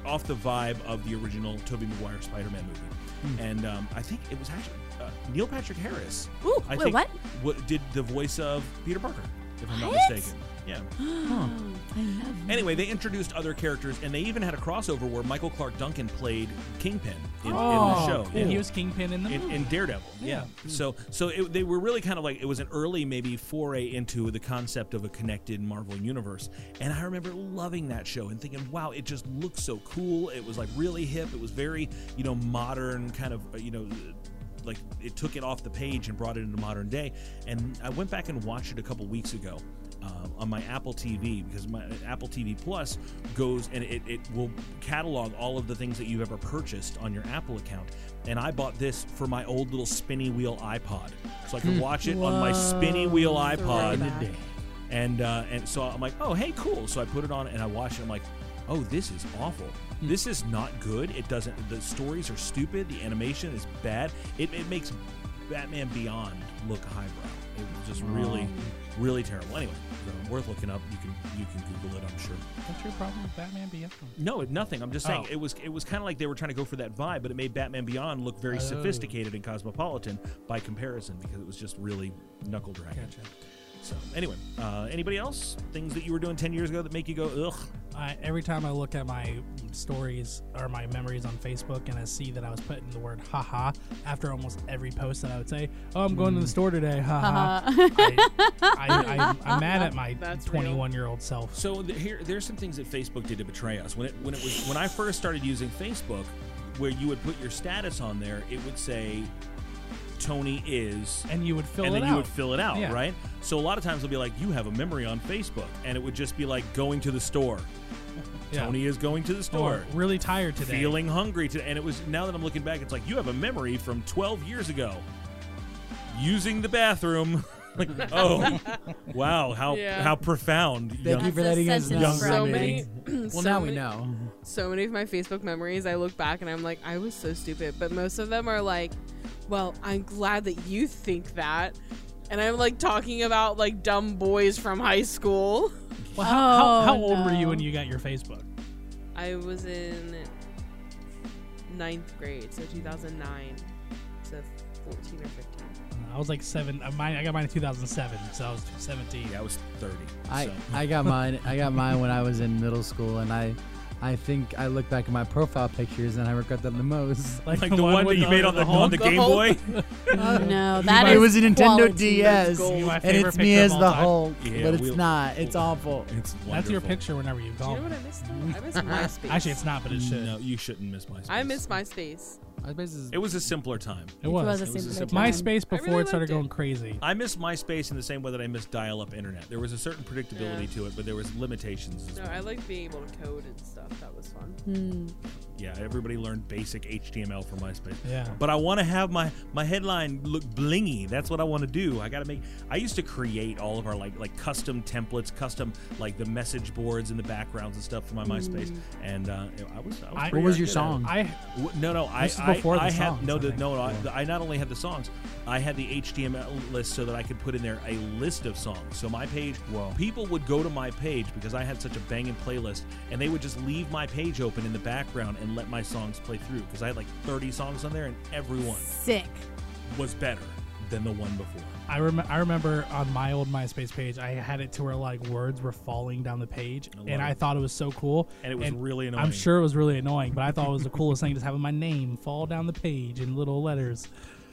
[SPEAKER 3] off the vibe of the original Tobey Maguire Spider-Man movie. And um, I think it was actually uh, Neil Patrick Harris.
[SPEAKER 6] Ooh,
[SPEAKER 3] I
[SPEAKER 6] wait,
[SPEAKER 3] think
[SPEAKER 6] what?
[SPEAKER 3] wa- did the voice of Peter Parker, if I'm not
[SPEAKER 6] What?
[SPEAKER 3] mistaken. Yeah.
[SPEAKER 6] I love
[SPEAKER 3] Anyway, they introduced other characters, and they even had a crossover where Michael Clark Duncan played Kingpin in, in the
[SPEAKER 5] Oh,
[SPEAKER 3] show.
[SPEAKER 5] cool.
[SPEAKER 3] Yeah.
[SPEAKER 5] he was kingpin in the
[SPEAKER 3] in,
[SPEAKER 5] movie.
[SPEAKER 3] in Daredevil. Yeah. So so it, they were really kind of like it was an early maybe foray into the concept of a connected Marvel universe. And I remember loving that show and thinking, wow, it just looked so cool. It was like really hip. It was very you know modern kind of uh, you know. Like it took it off the page and brought it into modern day, and I went back and watched it a couple weeks ago uh, on my Apple TV because my Apple TV Plus goes and it, it will catalog all of the things that you've ever purchased on your Apple account. And I bought this for my old little spinny wheel iPod, so I could watch it on my spinny wheel iPod.
[SPEAKER 6] Throwback.
[SPEAKER 3] And uh, and so I'm like, oh hey, cool. So I put it on and I watched it. I'm like, oh this is awful. This is not good. It doesn't. The stories are stupid. The animation is bad. It, it makes Batman Beyond look highbrow. It was just really, really terrible. Anyway, so worth looking up. You can you can Google it. I'm sure.
[SPEAKER 5] What's your problem with Batman Beyond?
[SPEAKER 3] No, it- nothing. I'm just saying
[SPEAKER 5] Oh.
[SPEAKER 3] it was it was kind of like they were trying to go for that vibe, but it made Batman Beyond look very
[SPEAKER 5] Oh.
[SPEAKER 3] sophisticated and cosmopolitan by comparison because it was just really knuckle dragging.
[SPEAKER 5] Gotcha.
[SPEAKER 3] So anyway, uh, anybody else things that you were doing ten years ago that make you go ugh?
[SPEAKER 5] I, every time I look at my stories or my memories on Facebook and I see that I was putting the word haha after almost every post that I would say, oh, I'm going to
[SPEAKER 7] Mm.
[SPEAKER 5] the store today, haha.
[SPEAKER 6] Haha.
[SPEAKER 5] I, I, I'm, I'm mad at my
[SPEAKER 7] That's real.
[SPEAKER 5] 21 year old self.
[SPEAKER 3] So th- here, there's some things that Facebook did to betray us. When it when it was when I first started using Facebook, where you would put your status on there, it would say Tony is
[SPEAKER 5] And you would fill
[SPEAKER 3] and
[SPEAKER 5] it
[SPEAKER 3] then
[SPEAKER 5] out.
[SPEAKER 3] you would fill it out,
[SPEAKER 5] Yeah.
[SPEAKER 3] right? So a lot of times they'll be like, "You have a memory on Facebook," and it would just be like going to the store.
[SPEAKER 5] Yeah.
[SPEAKER 3] Tony is going to the
[SPEAKER 5] Or
[SPEAKER 3] store,
[SPEAKER 5] really tired today.
[SPEAKER 3] feeling hungry today. And it was now that I'm looking back, it's like you have a memory from 12 years ago, using the bathroom. like, oh, wow, how
[SPEAKER 7] Yeah.
[SPEAKER 3] how profound.
[SPEAKER 4] Thank you
[SPEAKER 3] young-
[SPEAKER 4] for
[SPEAKER 6] That's a
[SPEAKER 4] letting us know.
[SPEAKER 6] sentence
[SPEAKER 3] Younger
[SPEAKER 7] so
[SPEAKER 6] from-
[SPEAKER 7] many.
[SPEAKER 4] Well,
[SPEAKER 7] so
[SPEAKER 4] now
[SPEAKER 7] many-
[SPEAKER 4] we know.
[SPEAKER 7] so many of my Facebook memories, I look back and I'm like, I was so stupid. But most of them are like, well, I'm glad that you think that. And I'm like talking about like dumb boys from high school.
[SPEAKER 5] Well, how, how, how
[SPEAKER 6] Oh,
[SPEAKER 5] old were you
[SPEAKER 6] no.
[SPEAKER 5] when you got your Facebook?
[SPEAKER 7] I was in ninth grade, so 2009 to 14 or 15.
[SPEAKER 5] Uh, I was like seven. Uh, mine, I got mine in 2007, so I was 17.
[SPEAKER 3] Yeah, I was 30.
[SPEAKER 4] I,
[SPEAKER 3] so.
[SPEAKER 4] I got mine. I got mine when I was in middle school, and I, I think I look back at my profile pictures and I regret that the most.
[SPEAKER 3] Like the one that
[SPEAKER 5] with
[SPEAKER 3] you made on the,
[SPEAKER 5] home-
[SPEAKER 3] on the Game
[SPEAKER 7] whole-
[SPEAKER 3] Boy.
[SPEAKER 6] Oh no, that is
[SPEAKER 4] it was a Nintendo
[SPEAKER 6] quality.
[SPEAKER 4] DS,
[SPEAKER 5] gold. My
[SPEAKER 4] and
[SPEAKER 5] favorite
[SPEAKER 4] it's me
[SPEAKER 5] picture of
[SPEAKER 4] as
[SPEAKER 5] all
[SPEAKER 4] the
[SPEAKER 5] time.
[SPEAKER 4] Hulk,
[SPEAKER 3] Yeah,
[SPEAKER 4] but it's
[SPEAKER 3] we'll-
[SPEAKER 4] not. It's awful.
[SPEAKER 3] It's
[SPEAKER 5] That's your
[SPEAKER 3] wonderful.
[SPEAKER 5] picture whenever you
[SPEAKER 7] Do
[SPEAKER 5] call.
[SPEAKER 7] you know what I missed though? I missed MySpace.
[SPEAKER 5] Actually, it's not, but it should.
[SPEAKER 3] No, you shouldn't miss MySpace.
[SPEAKER 7] I miss MySpace.
[SPEAKER 3] It was a simpler time.
[SPEAKER 5] It was.
[SPEAKER 6] was a
[SPEAKER 5] It
[SPEAKER 6] simpler
[SPEAKER 5] simple-
[SPEAKER 6] time.
[SPEAKER 5] MySpace
[SPEAKER 7] I
[SPEAKER 5] before
[SPEAKER 7] really
[SPEAKER 5] it started
[SPEAKER 7] liked it.
[SPEAKER 5] going crazy.
[SPEAKER 3] I miss MySpace in the same way that I miss dial-up internet. There was a certain predictability
[SPEAKER 7] Yeah.
[SPEAKER 3] to it, but there was limitations. as
[SPEAKER 7] No,
[SPEAKER 3] well.
[SPEAKER 7] I like being able to code and stuff. That was fun.
[SPEAKER 6] Hmm.
[SPEAKER 3] yeah, everybody learned basic HTML from MySpace.
[SPEAKER 5] Yeah.
[SPEAKER 3] But I want to have my my headline look blingy. That's what I want to do. I got to make. I used to create all of our like like custom templates, custom like the message boards and the backgrounds and stuff for my MySpace. And uh, I was. I was
[SPEAKER 5] Mm. I-
[SPEAKER 3] pretty
[SPEAKER 5] What was
[SPEAKER 3] good
[SPEAKER 4] your
[SPEAKER 3] at it.
[SPEAKER 4] song?
[SPEAKER 5] I
[SPEAKER 3] W- No, no. I,
[SPEAKER 5] This is before
[SPEAKER 3] I,
[SPEAKER 5] the
[SPEAKER 3] I had
[SPEAKER 5] songs,
[SPEAKER 3] no,
[SPEAKER 5] I
[SPEAKER 3] the,
[SPEAKER 5] think,
[SPEAKER 3] no. I,
[SPEAKER 5] before.
[SPEAKER 3] I not only had the songs, I had the HTML list so that I could put in there a list of songs. So my page,
[SPEAKER 4] Whoa.
[SPEAKER 3] people would go to my page because I had such a banging playlist, and they would just leave my page open in the background and let my songs play through because I had like 30 songs on there, and every one
[SPEAKER 6] Sick.
[SPEAKER 3] was better than the one before.
[SPEAKER 5] I, rem- I remember on my old MySpace page, I had it to where like words were falling down the page,
[SPEAKER 3] I love
[SPEAKER 5] and I
[SPEAKER 3] it.
[SPEAKER 5] thought it was so cool.
[SPEAKER 3] And it was really annoying.
[SPEAKER 5] I'm sure it was really annoying, but I thought it was the coolest thing, just having my name fall down the page in little letters.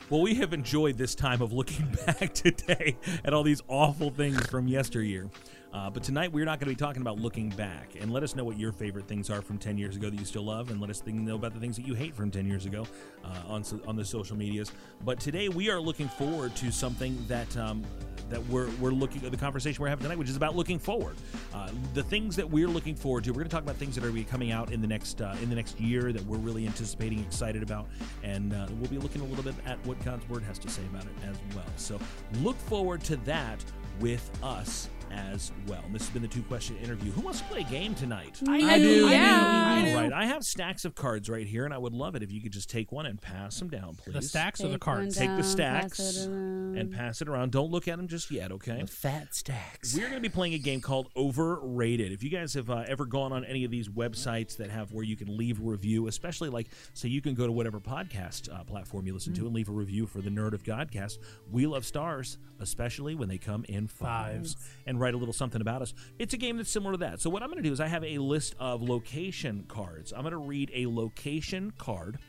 [SPEAKER 3] Well, we have enjoyed this time of looking back today at all these awful things from yesteryear. Uh, but tonight we're not going to be talking about looking back. And let us know what your favorite things are from 10 years ago that you still love. And let us think, know about the things that you hate from 10 years ago uh, on, so, on the social medias. But today we are looking forward to something that. Um, that we're, we're looking at the conversation we're having tonight, which is about looking forward. Uh, the things that we're looking forward to. We're going to talk about things that are going to be coming out in the next uh, in the next year that we're really anticipating, excited about, and uh, we'll be looking a little bit at what God's Word has to say about it as well. So look forward to that with us as well. And this has been the two question interview. Who wants to play a game tonight?
[SPEAKER 5] I
[SPEAKER 7] do.
[SPEAKER 5] I
[SPEAKER 7] Yeah.
[SPEAKER 5] do.
[SPEAKER 3] All right, I have stacks of cards right here, and I would love it if you could just take one and pass them down, please.
[SPEAKER 5] The stacks or the
[SPEAKER 6] Take one
[SPEAKER 5] cards?
[SPEAKER 3] Take
[SPEAKER 6] down,
[SPEAKER 3] the
[SPEAKER 6] pass
[SPEAKER 3] stacks
[SPEAKER 6] it around.
[SPEAKER 3] and pass it around. Don't look at them just yet, okay?
[SPEAKER 4] Fat stacks.
[SPEAKER 3] We're going to be playing a game called Overrated. If you guys have uh, ever gone on any of these websites that have where you can leave a review, especially like, so you can go to whatever podcast uh, platform you
[SPEAKER 7] Hmm.
[SPEAKER 3] listen to and leave a review for the Nerd of Godcast. We love stars, especially when they come in fives, and write a little something about us. It's a game that's similar to that. So, what I'm going to do is I have a list of location cards. I'm going to read a location card.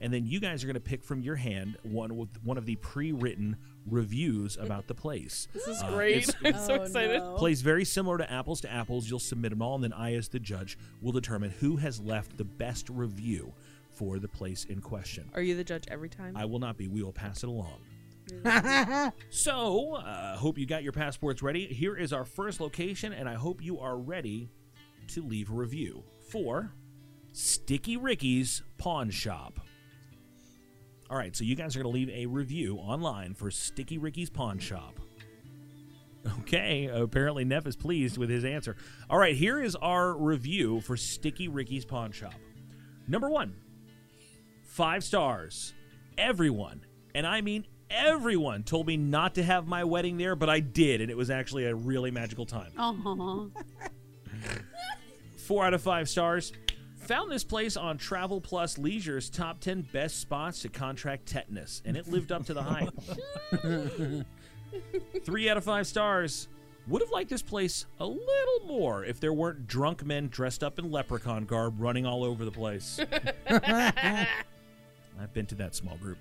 [SPEAKER 3] And then you guys are going to pick from your hand one with one of the pre-written reviews about the place.
[SPEAKER 7] This is
[SPEAKER 3] Uh,
[SPEAKER 7] great.
[SPEAKER 3] it's-
[SPEAKER 7] I'm so
[SPEAKER 6] Oh,
[SPEAKER 7] excited.
[SPEAKER 6] no.
[SPEAKER 3] plays very similar to apples to apples. You'll submit them all, and then I, as the judge, will determine who has left the best review for the place in question.
[SPEAKER 7] Are you the judge every time?
[SPEAKER 3] I will not be. We will pass it along. so, uh, hope you got your passports ready. Here is our first location, and I hope you are ready to leave a review for Sticky Ricky's Pawn Shop. All right, so you guys are going to leave a review online for Sticky Ricky's Pawn Shop. Okay, apparently Neff is pleased with his answer. All right, here is our review for Sticky Ricky's Pawn Shop. Number one, five stars. Everyone, and I mean everyone, told me not to have my wedding there, but I did, and it was actually a really magical time.
[SPEAKER 6] Aw.
[SPEAKER 3] Four out of five stars. Found this place on Travel Plus Leisure's top 10 best spots to contract tetanus, and it lived up to the hype. Three out of five stars. Would have liked this place a little more if there weren't drunk men dressed up in leprechaun garb running all over the place. I've been to that small group.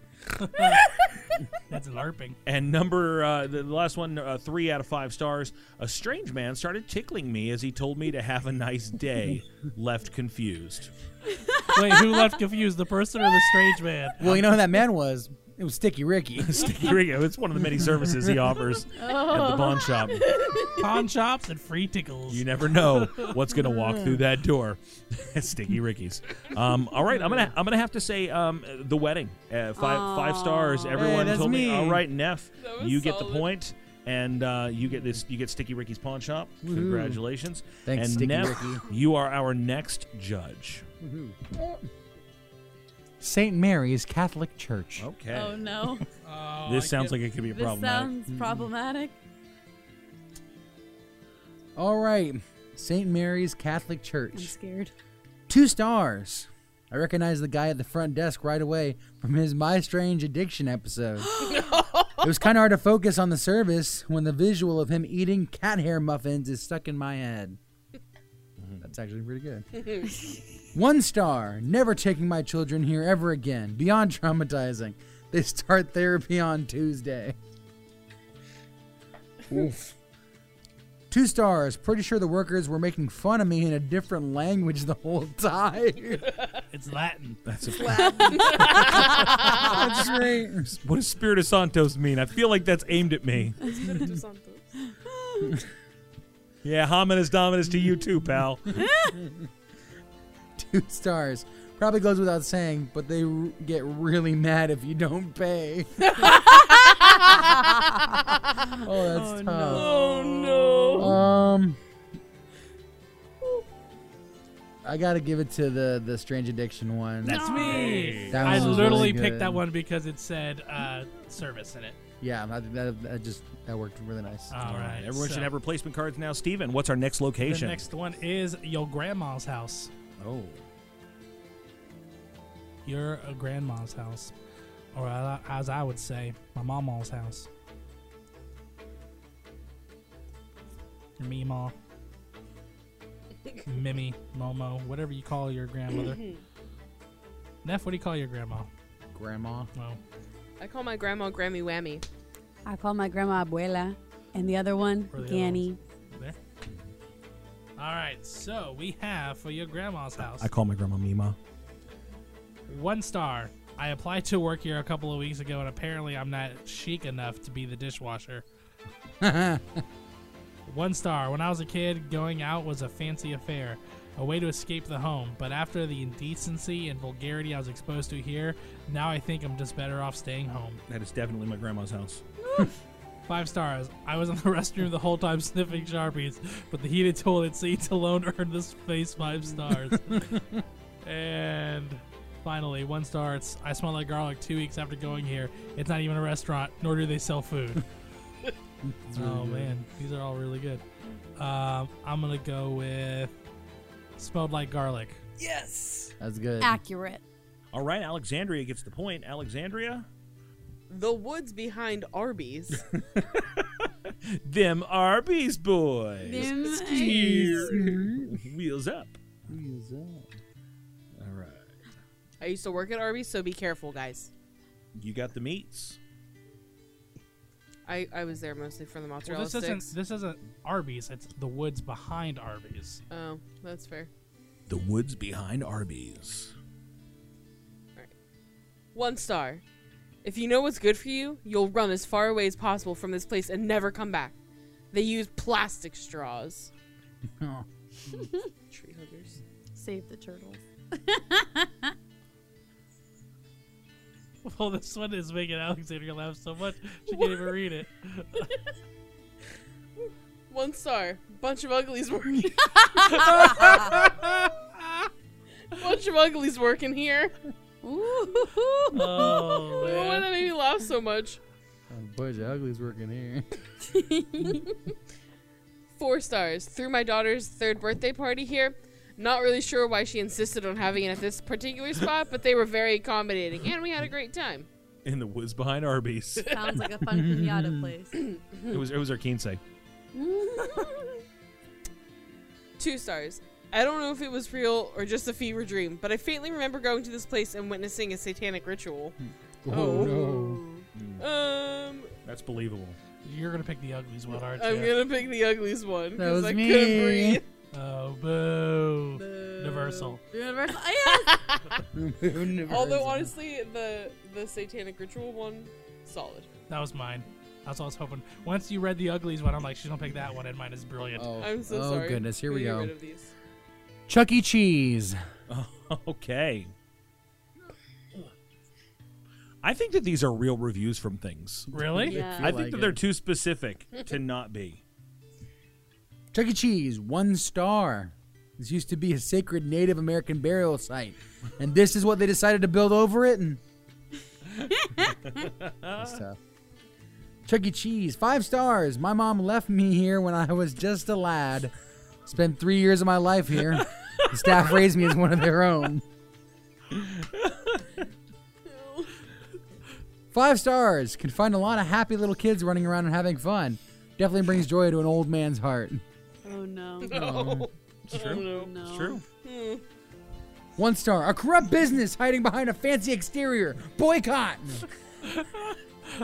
[SPEAKER 5] That's LARPing.
[SPEAKER 3] And number uh, the the last one, uh, three out of five stars. A strange man started tickling me as he told me to have a nice day. left confused.
[SPEAKER 5] Wait, who left confused? The person or the strange man?
[SPEAKER 4] Well, you know who that man was? It was Sticky Ricky.
[SPEAKER 3] Sticky Rico. It's one of the many services he offers at the pawn shop.
[SPEAKER 5] Pawn shops and free tickles.
[SPEAKER 3] You never know what's going to walk through that door. Sticky Ricky's. Um, all right, I'm gonna I'm gonna have to say um, the wedding. Uh, five five stars. Everyone
[SPEAKER 4] that's
[SPEAKER 3] told me.
[SPEAKER 4] me.
[SPEAKER 3] All right, Neff,
[SPEAKER 7] That was
[SPEAKER 3] you get the
[SPEAKER 7] solid.
[SPEAKER 3] point, and uh, you get this. You get Sticky Ricky's pawn shop. Congratulations.
[SPEAKER 4] Thanks,
[SPEAKER 3] and
[SPEAKER 4] Sticky
[SPEAKER 3] Neff,
[SPEAKER 4] Ricky.
[SPEAKER 3] you are our next judge.
[SPEAKER 4] St. Mary's Catholic Church.
[SPEAKER 3] Okay.
[SPEAKER 6] oh no.
[SPEAKER 5] Oh,
[SPEAKER 3] This
[SPEAKER 5] I
[SPEAKER 3] sounds
[SPEAKER 5] get-
[SPEAKER 3] like it could be a
[SPEAKER 6] This
[SPEAKER 3] problem.
[SPEAKER 6] sounds problematic.
[SPEAKER 4] All right. St. Mary's Catholic
[SPEAKER 6] I'm
[SPEAKER 4] Church.
[SPEAKER 6] scared.
[SPEAKER 4] Two stars. I recognize the guy at the front desk right away from his My Strange Addiction episode. it was kind of hard to focus on the service when the visual of him eating cat hair muffins is stuck in my head. That's actually pretty good. One star. Never taking my children here ever again. Beyond traumatizing. They start therapy on Tuesday. Oof. Two stars. Pretty sure the workers were making fun of me in a different language the whole time.
[SPEAKER 5] it's Latin.
[SPEAKER 3] That's a
[SPEAKER 4] That's great.
[SPEAKER 3] What does Spiritus Santos mean? I feel like that's aimed at me.
[SPEAKER 7] Espiritu Santo.
[SPEAKER 3] Yeah, hominis dominus to you too, pal.
[SPEAKER 4] Two stars. Probably goes without saying, but they r- get really mad if you don't pay. oh, that's
[SPEAKER 3] Oh,
[SPEAKER 4] Um,
[SPEAKER 5] Oh,
[SPEAKER 4] tough.
[SPEAKER 7] Oh no.
[SPEAKER 4] Um, I I gotta give it to the the Strange Addiction one.
[SPEAKER 5] That's me.
[SPEAKER 4] That
[SPEAKER 5] I
[SPEAKER 4] one was
[SPEAKER 5] literally
[SPEAKER 4] really
[SPEAKER 5] picked
[SPEAKER 4] good.
[SPEAKER 5] that one because it said uh, service in it.
[SPEAKER 4] Yeah, that, that, that just that worked really nice.
[SPEAKER 3] Ah.
[SPEAKER 5] All right.
[SPEAKER 3] Everyone
[SPEAKER 5] so
[SPEAKER 3] should have replacement cards now. Steven, what's our next
[SPEAKER 5] The
[SPEAKER 3] location?
[SPEAKER 5] next one is your grandma's house.
[SPEAKER 3] oh.
[SPEAKER 5] Your uh, grandma's house, or uh, as I would say, my mama's house. Your mima, Mimi, Momo, whatever you call your grandmother. Neff, what do you call your grandma?
[SPEAKER 4] Grandma.
[SPEAKER 5] Well,
[SPEAKER 7] I call my grandma Grammy Whammy.
[SPEAKER 6] I call my grandma abuela, and the other one,
[SPEAKER 5] Or the other
[SPEAKER 6] Ganny.
[SPEAKER 5] there. All right, so we have for your grandma's house.
[SPEAKER 3] I call my grandma Mima.
[SPEAKER 5] One star. I applied to work here a couple of weeks ago, and apparently I'm not chic enough to be the dishwasher. One star. When I was a kid, going out was a fancy affair, a way to escape the home. But after the indecency and vulgarity I was exposed to here, now I think I'm just better off staying home.
[SPEAKER 3] That is definitely my grandma's house.
[SPEAKER 5] Five stars. I was in the restroom the whole time sniffing Sharpies, but the heated toilet seats alone earned this face five stars. and finally, one star. It's, I smell like garlic two weeks after going here. It's not even a restaurant, nor do they sell food. oh, man. These are all really good. Um, I'm going to go with smelled like garlic.
[SPEAKER 4] That's good.
[SPEAKER 3] Ah.
[SPEAKER 6] Accurate.
[SPEAKER 3] All right, Alexandria gets the point. Alexandria,
[SPEAKER 7] The woods behind Arby's.
[SPEAKER 3] them Arby's boys.
[SPEAKER 6] Them
[SPEAKER 3] Wheels up. All right.
[SPEAKER 7] I used to work at Arby's, so be careful, guys.
[SPEAKER 3] You got the meats.
[SPEAKER 7] I, I was there mostly for the
[SPEAKER 5] Well,
[SPEAKER 7] mozzarella
[SPEAKER 5] this isn't
[SPEAKER 7] sticks.
[SPEAKER 5] this isn't Arby's. It's the woods behind Arby's.
[SPEAKER 7] Oh, that's fair.
[SPEAKER 3] The woods behind Arby's.
[SPEAKER 7] One star. If you know what's good for you, you'll run as far away as possible from this place and never come back. They use plastic straws.
[SPEAKER 4] Oh.
[SPEAKER 7] Tree huggers.
[SPEAKER 6] Save the turtles.
[SPEAKER 5] Well, this one is making Alexandria laugh so much she can't even read it.
[SPEAKER 7] One star. Bunch of uglies working. Bunch of uglies working here.
[SPEAKER 6] Ooh.
[SPEAKER 5] Oh,
[SPEAKER 7] I don't know Why that made me laugh so much?
[SPEAKER 4] Bunch of uglies working here.
[SPEAKER 7] Four stars. Through my daughter's third birthday party here. Not really sure why she insisted on having it at this particular spot, but they were very accommodating and we had a great time.
[SPEAKER 3] In the woods behind Arby's.
[SPEAKER 6] Sounds like a fun pinata place.
[SPEAKER 3] it was it was our quince.
[SPEAKER 7] Two stars. I don't know if it was real or just a fever dream, but I faintly remember going to this place and witnessing a satanic ritual.
[SPEAKER 3] Oh.
[SPEAKER 4] Oh,
[SPEAKER 7] no. Um,
[SPEAKER 3] That's believable.
[SPEAKER 5] you're gonna pick the uglies one, aren't
[SPEAKER 7] I'm
[SPEAKER 5] you?
[SPEAKER 7] gonna pick the ugliest
[SPEAKER 4] That
[SPEAKER 7] one because
[SPEAKER 4] was
[SPEAKER 7] I
[SPEAKER 4] me.
[SPEAKER 7] couldn't breathe.
[SPEAKER 5] Oh, boo! Universal.
[SPEAKER 6] Universal. Yes.
[SPEAKER 7] Although honestly, the the satanic ritual one, solid.
[SPEAKER 5] That was mine. That's what I was hoping. Once you read the uglies one, I'm like, she's gonna pick that one, and mine is brilliant.
[SPEAKER 4] Oh,
[SPEAKER 7] I'm so
[SPEAKER 4] oh,
[SPEAKER 7] sorry.
[SPEAKER 4] goodness, here we
[SPEAKER 7] Gotta get
[SPEAKER 4] go.
[SPEAKER 7] rid of these.
[SPEAKER 4] Chuck E. Cheese.
[SPEAKER 3] okay. I think that these are real reviews from things.
[SPEAKER 5] Really?
[SPEAKER 6] Yeah.
[SPEAKER 3] I
[SPEAKER 4] like
[SPEAKER 3] think that
[SPEAKER 4] it.
[SPEAKER 3] they're too specific to not be.
[SPEAKER 4] Chuck E. Cheese, one star. This used to be a sacred Native American burial site, and this is what they decided to build over it. And That's tough. Chuck E. Cheese, five stars. My mom left me here when I was just a lad. Spent three years of my life here. The staff raised me as one of their own. Five stars. Can find a lot of happy little kids running around and having fun. Definitely brings joy to an old man's heart.
[SPEAKER 6] Oh no. Oh,
[SPEAKER 7] No.
[SPEAKER 3] It's
[SPEAKER 5] Oh,
[SPEAKER 3] true.
[SPEAKER 6] No.
[SPEAKER 3] It's true.
[SPEAKER 4] One star. A corrupt business hiding behind a fancy exterior. Boycott.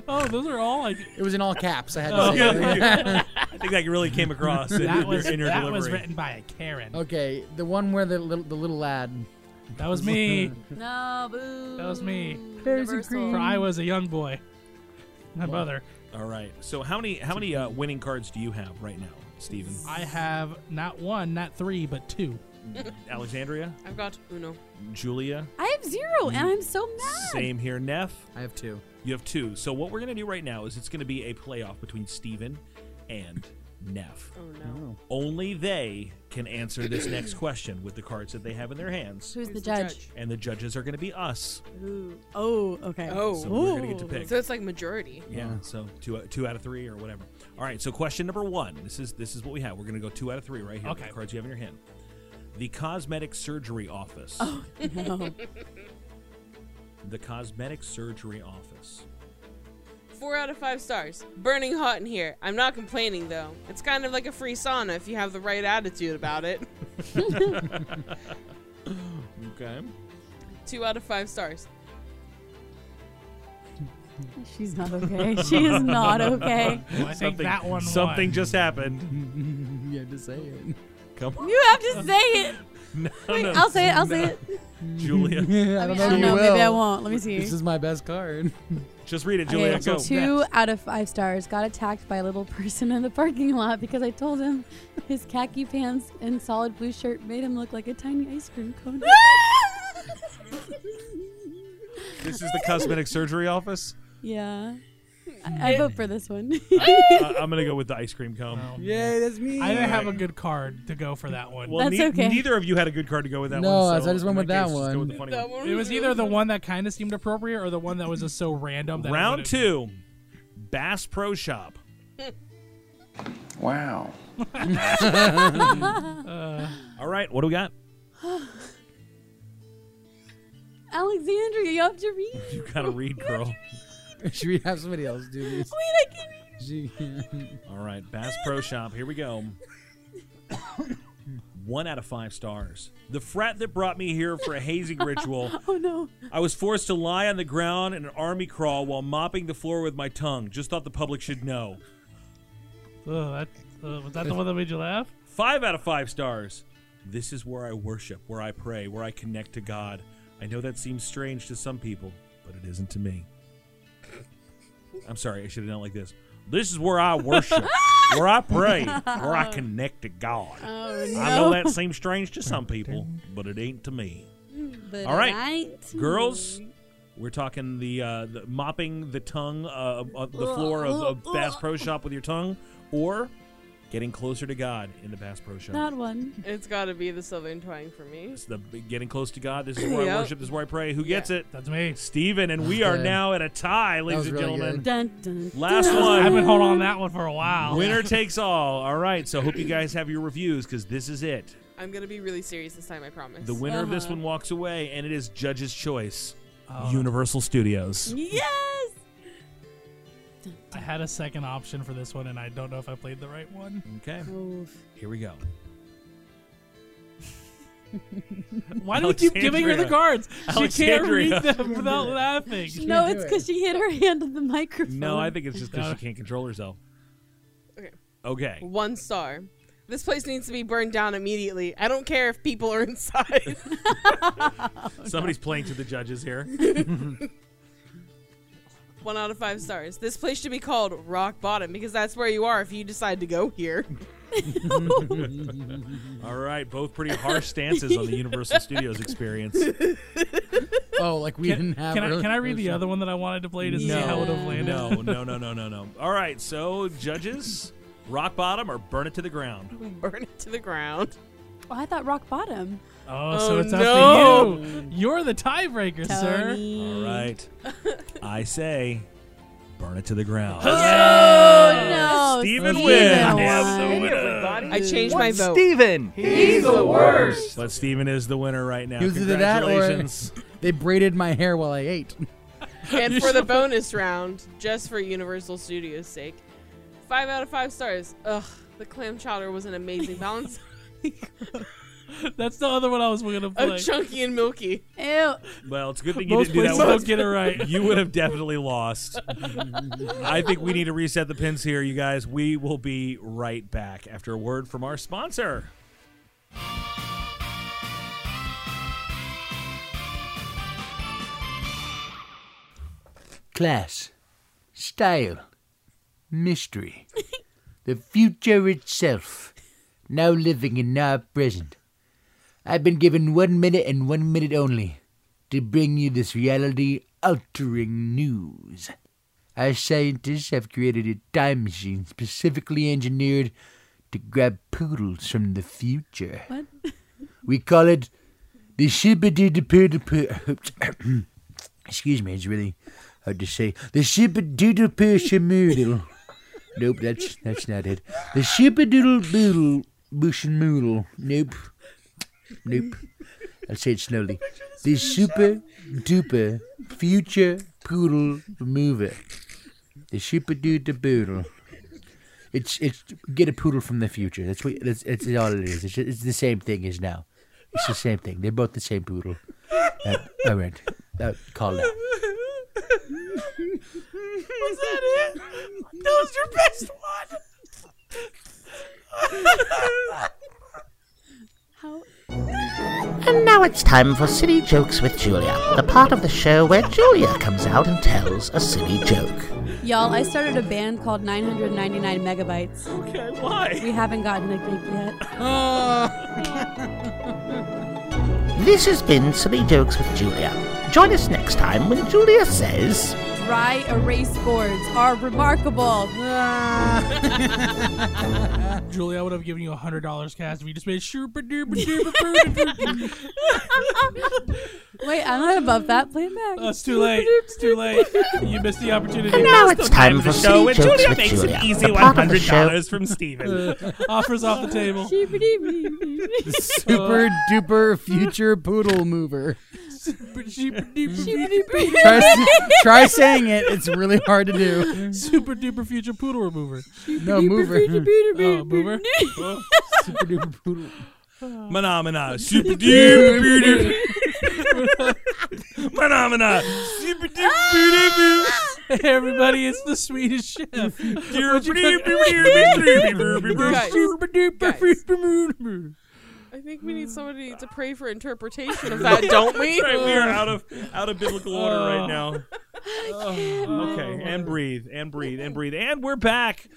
[SPEAKER 5] Oh, those are all like
[SPEAKER 4] It was in all caps. I had
[SPEAKER 5] Oh,
[SPEAKER 4] to say.
[SPEAKER 3] I think that really came across in,
[SPEAKER 5] that
[SPEAKER 3] your-
[SPEAKER 5] was
[SPEAKER 3] in your
[SPEAKER 5] that
[SPEAKER 3] delivery.
[SPEAKER 5] was written by a Karen.
[SPEAKER 4] Okay, the one where the little, the little lad.
[SPEAKER 5] That was me.
[SPEAKER 6] No, boo.
[SPEAKER 5] That was me.
[SPEAKER 4] Fairies and
[SPEAKER 6] Universal.
[SPEAKER 5] For I was a young boy. My mother.
[SPEAKER 3] All right. So how many how many uh, winning cards do you have right now, Steven?
[SPEAKER 5] I have not one, not three, but two.
[SPEAKER 3] Alexandria,
[SPEAKER 7] I've got Uno.
[SPEAKER 3] Julia,
[SPEAKER 6] I have zero, and I'm so mad.
[SPEAKER 3] same here. Neff,
[SPEAKER 4] I have two.
[SPEAKER 3] you have two. So what we're gonna do right now is it's gonna be a playoff between Steven and Neff.
[SPEAKER 7] Oh no.
[SPEAKER 3] Only they can answer this next question with the cards that they have in their hands.
[SPEAKER 6] Who's,
[SPEAKER 7] Who's
[SPEAKER 6] the judge?
[SPEAKER 3] And the judges are going to be us.
[SPEAKER 6] Ooh. Oh, okay.
[SPEAKER 7] Oh.
[SPEAKER 3] So we're going to get to
[SPEAKER 6] Ooh.
[SPEAKER 3] pick.
[SPEAKER 7] So it's like majority.
[SPEAKER 3] Yeah. So two two out of three or whatever. All right. So question number one. This is this is what we have. We're gonna go two out of three right here. with
[SPEAKER 5] Okay.
[SPEAKER 3] The cards you have in your hand. The cosmetic surgery office.
[SPEAKER 6] Oh. No.
[SPEAKER 3] The cosmetic surgery office.
[SPEAKER 7] Four out of five stars. Burning hot in here. I'm not complaining though. It's kind of like a free sauna if you have the right attitude about it.
[SPEAKER 3] Okay.
[SPEAKER 7] Two out of five stars.
[SPEAKER 6] She's not okay. She is not okay.
[SPEAKER 5] Well, I think that one.
[SPEAKER 3] Something
[SPEAKER 5] won.
[SPEAKER 3] just happened.
[SPEAKER 4] you had to say it.
[SPEAKER 3] Come on.
[SPEAKER 6] You have to say it.
[SPEAKER 3] No,
[SPEAKER 6] Wait,
[SPEAKER 3] no,
[SPEAKER 6] I'll say it. I'll say it.
[SPEAKER 3] Julia.
[SPEAKER 4] Yeah, I
[SPEAKER 6] I
[SPEAKER 4] don't
[SPEAKER 6] mean,
[SPEAKER 4] know.
[SPEAKER 6] I
[SPEAKER 4] if
[SPEAKER 6] don't
[SPEAKER 4] you
[SPEAKER 6] know. Maybe I
[SPEAKER 4] will.
[SPEAKER 6] won't. Let me see.
[SPEAKER 4] This is my best card.
[SPEAKER 3] Just read it, Julia.
[SPEAKER 6] Okay,
[SPEAKER 3] go.
[SPEAKER 6] two out of five stars got attacked by a little person in the parking lot because I told him his khaki pants and solid blue shirt made him look like a tiny ice cream cone.
[SPEAKER 3] This is the cosmetic surgery office.
[SPEAKER 6] yeah. I, I vote for this one.
[SPEAKER 3] I, Uh, I'm gonna go with the ice cream cone.
[SPEAKER 5] Well,
[SPEAKER 4] Yay, that's me.
[SPEAKER 5] I didn't have a good card to go for that one.
[SPEAKER 3] Well,
[SPEAKER 6] That's okay.
[SPEAKER 3] neither of you had a good card to go with that
[SPEAKER 4] No,
[SPEAKER 3] one.
[SPEAKER 4] so I just
[SPEAKER 3] in
[SPEAKER 4] went with that
[SPEAKER 3] case, just go
[SPEAKER 4] one.
[SPEAKER 3] with the funny one.
[SPEAKER 7] one
[SPEAKER 5] it was either the one that kind of seemed appropriate or the one that was just so random. That it
[SPEAKER 3] Round
[SPEAKER 5] would've-
[SPEAKER 3] two, Bass Pro Shop.
[SPEAKER 8] Wow.
[SPEAKER 3] All right, what do we got?
[SPEAKER 6] Alexandria, you have to read.
[SPEAKER 3] You gotta read, girl.
[SPEAKER 4] Should we have somebody else do this?
[SPEAKER 6] Wait, I can't.
[SPEAKER 4] She-
[SPEAKER 3] All right, Bass Pro Shop. Here we go. One out of five stars. The frat that brought me here for a hazing ritual.
[SPEAKER 6] Oh no.
[SPEAKER 3] I was forced to lie on the ground in an army crawl while mopping the floor with my tongue. Just thought the public should know.
[SPEAKER 5] Ugh, that, uh, was that the one that made you laugh?
[SPEAKER 3] Five out of five stars. This is where I worship, where I pray, where I connect to God. I know that seems strange to some people, but it isn't to me. I'm sorry, I should have done it like this. This is where I worship, where I pray, where I connect to God. I know that seems strange to some people, but it ain't to me.
[SPEAKER 6] But
[SPEAKER 3] All right.
[SPEAKER 6] I ain't.
[SPEAKER 3] Girls, we're talking the, uh, the mopping the tongue, uh, of the floor of the Bass Pro Shop with your tongue, or getting closer to God in the Bass Pro Shop.
[SPEAKER 6] That one.
[SPEAKER 7] It's gotta be the Southern Twang for me.
[SPEAKER 3] It's the getting close to God. This is where
[SPEAKER 7] Yep.
[SPEAKER 3] I worship. This is where I pray. Who gets it?
[SPEAKER 5] That's me.
[SPEAKER 3] Steven, and we are
[SPEAKER 4] Okay.
[SPEAKER 3] now at a tie, ladies
[SPEAKER 4] was
[SPEAKER 3] and
[SPEAKER 4] really
[SPEAKER 3] gentlemen.
[SPEAKER 6] Dun, dun,
[SPEAKER 3] Last
[SPEAKER 6] dun.
[SPEAKER 3] one.
[SPEAKER 5] I've been holding on that one for a while.
[SPEAKER 3] Winner takes all. All right. So hope you guys have your reviews because this is it.
[SPEAKER 7] I'm gonna be really serious this time, I promise.
[SPEAKER 3] The winner of this
[SPEAKER 6] Uh-huh.
[SPEAKER 3] one walks away, and it is Judge's Choice,
[SPEAKER 5] Oh,
[SPEAKER 3] Universal Studios.
[SPEAKER 6] Yes.
[SPEAKER 5] I had a second option for this one, and I don't know if I played the right one.
[SPEAKER 3] Okay.
[SPEAKER 6] Oof.
[SPEAKER 3] Here we go.
[SPEAKER 5] Why do you keep giving her the
[SPEAKER 3] Alexandria.
[SPEAKER 5] cards? She can't read
[SPEAKER 3] Alexandria.
[SPEAKER 5] them without laughing.
[SPEAKER 6] No,
[SPEAKER 4] do
[SPEAKER 6] it's
[SPEAKER 4] it.
[SPEAKER 6] because she hit her hand on the microphone.
[SPEAKER 3] No, I think it's just because
[SPEAKER 5] No.
[SPEAKER 3] she can't control herself.
[SPEAKER 7] Okay.
[SPEAKER 3] Okay.
[SPEAKER 7] One star. This place needs to be burned down immediately. I don't care if people are inside.
[SPEAKER 3] Somebody's playing to the judges here.
[SPEAKER 7] One out of five stars. This place should be called Rock Bottom because that's where you are if you decide to go here.
[SPEAKER 3] All right. Both pretty harsh stances on the Universal Studios experience.
[SPEAKER 4] oh, like we
[SPEAKER 5] Can,
[SPEAKER 4] didn't have.
[SPEAKER 5] can I,
[SPEAKER 4] earlier
[SPEAKER 5] can I read the
[SPEAKER 4] or
[SPEAKER 5] other one that I wanted to play to see
[SPEAKER 3] No.
[SPEAKER 5] how it would have landed?
[SPEAKER 3] No, no, no, no, no, no. All right, so judges, rock bottom or burn it to the ground.
[SPEAKER 7] Burn it to the ground.
[SPEAKER 6] Oh, I thought rock bottom.
[SPEAKER 5] Oh,
[SPEAKER 7] Oh,
[SPEAKER 5] so it's
[SPEAKER 7] no.
[SPEAKER 5] up to you. You're the tiebreaker, sir.
[SPEAKER 3] All
[SPEAKER 6] Tony.
[SPEAKER 3] right, I say burn it to the ground.
[SPEAKER 6] No.
[SPEAKER 3] Steven
[SPEAKER 6] Steven
[SPEAKER 3] wins.
[SPEAKER 6] won.
[SPEAKER 7] I changed my vote.
[SPEAKER 3] Steven. He's the worst. But Steven is the winner right now.
[SPEAKER 4] He was either that or-
[SPEAKER 3] Congratulations.
[SPEAKER 4] something? They braided my hair while I ate.
[SPEAKER 7] And for the bonus round, just for Universal Studios' sake, five out of five stars. Ugh, the clam chowder was an amazing balance
[SPEAKER 5] That's the other one I was going to play.
[SPEAKER 7] of chunky and milky.
[SPEAKER 6] Ew.
[SPEAKER 3] Well, it's a good thing you
[SPEAKER 5] Most
[SPEAKER 3] didn't do that
[SPEAKER 5] places
[SPEAKER 3] one.
[SPEAKER 5] don't get it right.
[SPEAKER 3] You would have definitely lost. I think we need to reset the pins here, you guys. We will be right back after a word from our sponsor.
[SPEAKER 9] class, style, mystery, the future itself, now living and now present. I've been given one minute and one minute only to bring you this reality altering news. our scientists have created a time machine specifically engineered to grab poodles from the future.
[SPEAKER 6] What?
[SPEAKER 9] We call it the Shibbity de Poodle Poo. Excuse me, it's really hard to say. The Shibbadoodle Poo Shamoodle. nope, that's that's not it. The Shibbadoodle Boodle Bushmoodle. Nope. Nope. I'll say it slowly. The Super Duper Future Poodle Mover. The Shibbadoodle Boodle. It's it's get a poodle from the future. That's what that's, that's all it is. It's, it's the same thing as now. It's the same thing. They're both the same poodle. Uh, all right, uh, call now.
[SPEAKER 7] Was that it? That was your best one.
[SPEAKER 6] How?
[SPEAKER 10] And now it's time for Silly Jokes with Julia, the part of the show where Julia comes out and tells a silly joke.
[SPEAKER 6] Y'all, I started a band called 999 Megabytes.
[SPEAKER 3] Okay, why?
[SPEAKER 6] We haven't gotten a gig yet.
[SPEAKER 10] This has been Silly Jokes with Julia. Join us next time when Julia says.
[SPEAKER 6] Dry erase boards are remarkable.
[SPEAKER 4] Ah.
[SPEAKER 5] Julie, I would have given you a hundred dollars cash if you just made sherpa derpa derpa derpa derpa.
[SPEAKER 6] Wait, I'm not above that. Play it back.
[SPEAKER 5] Uh, It's too late. It's too late. You missed the opportunity.
[SPEAKER 10] Now it's time for
[SPEAKER 1] the show
[SPEAKER 10] Silly
[SPEAKER 1] when
[SPEAKER 10] Jokes
[SPEAKER 1] Julia
[SPEAKER 10] with
[SPEAKER 1] makes
[SPEAKER 10] Julia,
[SPEAKER 1] an easy
[SPEAKER 10] the part of the show.
[SPEAKER 1] $100 from Steven.
[SPEAKER 3] Uh,
[SPEAKER 5] Offers off the table.
[SPEAKER 4] Super duper future poodle mover.
[SPEAKER 5] Super duper,
[SPEAKER 4] Try, s- try saying it. It's really hard to do.
[SPEAKER 5] super duper future poodle remover.
[SPEAKER 4] No mover.
[SPEAKER 3] Um,
[SPEAKER 5] Oh, mover.
[SPEAKER 4] Super duper poodle.
[SPEAKER 3] Phenomena. Super duper beauty. Phenomena. Super duper beauty.
[SPEAKER 5] Hey, everybody, it's the Swedish chef.
[SPEAKER 7] Guys,
[SPEAKER 5] Super duper
[SPEAKER 7] guys.
[SPEAKER 5] future remover.
[SPEAKER 7] I think we need somebody to pray for interpretation of that, don't we?
[SPEAKER 3] Right, we are out of out of biblical order
[SPEAKER 1] Oh.
[SPEAKER 3] right now. okay, and breathe, and breathe, and breathe, and we're back.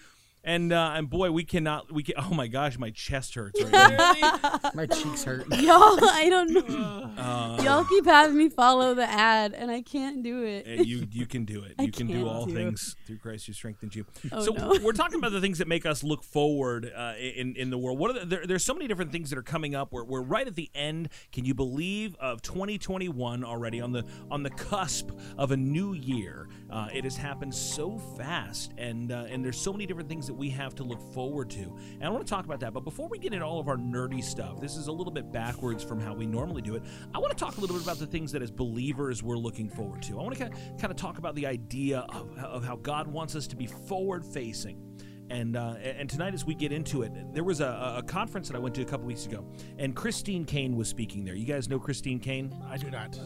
[SPEAKER 3] And uh, and boy, we cannot. We can. Oh my gosh, my chest hurts. Right now.
[SPEAKER 4] My cheeks hurt.
[SPEAKER 6] Y'all, I don't know.
[SPEAKER 3] Uh.
[SPEAKER 6] Y'all keep having me follow the ad, and I can't do it.
[SPEAKER 3] Hey, you you can do it.
[SPEAKER 6] I
[SPEAKER 3] You can do
[SPEAKER 6] can't
[SPEAKER 3] all
[SPEAKER 6] do.
[SPEAKER 3] things through Christ who strengthens you.
[SPEAKER 6] Oh,
[SPEAKER 3] so
[SPEAKER 6] no.
[SPEAKER 3] we're talking about the things that make us look forward uh, in in the world. What are the, there, there's so many different things that are coming up. We're, we're right at the end. Can you believe of 2021 already on the on the cusp of a new year? Uh, it has happened so fast, and uh, and there's so many different things that we have to look forward to. And I want to talk about that. But before we get into all of our nerdy stuff, this is a little bit backwards from how we normally do it. I want to talk a little bit about the things that as believers we're looking forward to. I want to kind of talk about the idea of, of how God wants us to be forward facing. And, uh, and tonight, as we get into it, there was a, a conference that I went to a couple weeks ago, and Christine Kane was speaking there. You guys know Christine Kane?
[SPEAKER 5] I do not.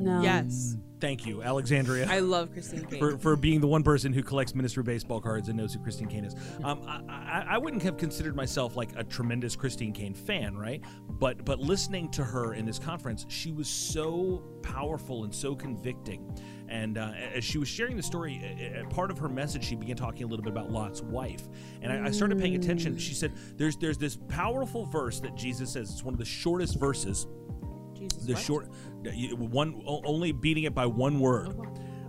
[SPEAKER 6] no.
[SPEAKER 7] Yes.
[SPEAKER 3] Thank you, Alexandria
[SPEAKER 7] I love Christine Kane.
[SPEAKER 3] for, for being the one person who collects ministry baseball cards and knows who Christine Kane is. Um, I, I, I wouldn't have considered myself like a tremendous Christine Kane fan, right? But but listening to her in this conference, she was so powerful and so convicting. And uh, as she was sharing the story, a- a- part of her message, she began talking a little bit about Lot's wife. And I, I started paying attention. She said, "There's there's this powerful verse that Jesus says. It's one of the shortest verses."
[SPEAKER 7] Jesus,
[SPEAKER 3] the
[SPEAKER 7] what?
[SPEAKER 3] short you- one o- only beating it by one word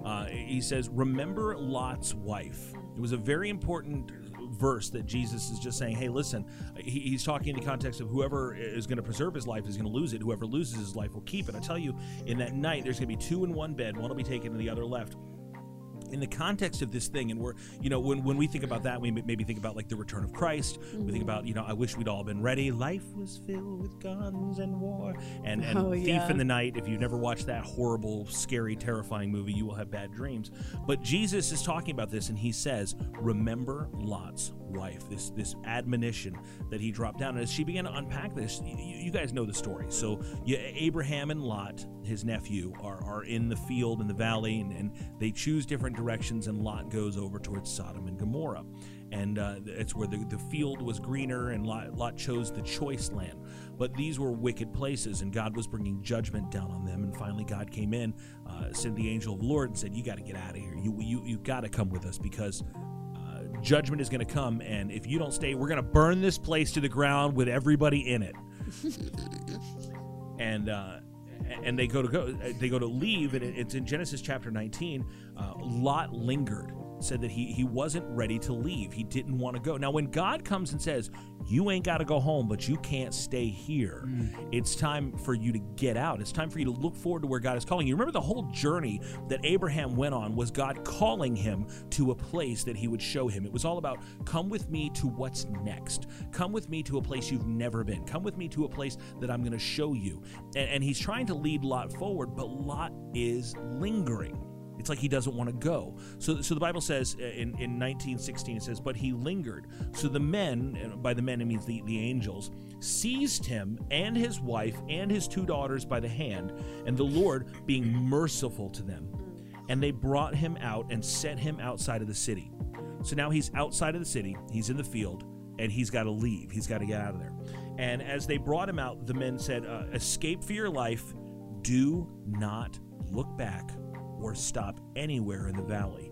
[SPEAKER 3] uh, he says remember lot's wife it was a very important verse that jesus is just saying hey listen he, he's talking in the context of whoever is going to preserve his life is going to lose it whoever loses his life will keep it i tell you in that night there's going to be two in one bed one will be taken and the other left in the context of this thing and we're you know when, when we think about that we may- maybe think about like the return of christ we
[SPEAKER 6] Mm-hmm.
[SPEAKER 3] think about you know i wish we'd all been ready life was filled with guns and war and, and
[SPEAKER 6] Oh,
[SPEAKER 3] thief
[SPEAKER 6] yeah.
[SPEAKER 3] in the night if you've never watched that horrible scary terrifying movie you will have bad dreams but jesus is talking about this and he says remember lot's wife this this admonition that he dropped down and as she began to unpack this you, you guys know the story so you, abraham and lot his nephew are, are in the field in the valley and, and they choose different directions and lot goes over towards sodom and gomorrah and uh, it's where the, the field was greener and lot, lot chose the choice land but these were wicked places and god was bringing judgment down on them and finally god came in uh, sent the angel of the lord and said you got to get out of here you, you, you got to come with us because uh, judgment is going to come and if you don't stay we're going to burn this place to the ground with everybody in it and uh, and they go to go they go to leave and it- it's in genesis chapter 19 uh, lot lingered said that he, he wasn't ready to leave. He didn't want to go. Now, when God comes and says, You ain't got to go home, but you can't stay here, it's time for you to get out. It's time for you to look forward to where God is calling you. Remember the whole journey that Abraham went on was God calling him to a place that he would show him. It was all about, Come with me to what's next. Come with me to a place you've never been. Come with me to a place that I'm going to show you. And, and he's trying to lead Lot forward, but Lot is lingering. It's like he doesn't want to go. So, so the Bible says uh, in, in 1916, it says, But he lingered. So the men, and by the men, it means the, the angels, seized him and his wife and his two daughters by the hand, and the Lord being merciful to them. And they brought him out and set him outside of the city. So now he's outside of the city, he's in the field, and he's got to leave. He's got to get out of there. And as they brought him out, the men said, uh, Escape for your life. Do not look back or stop anywhere in the valley.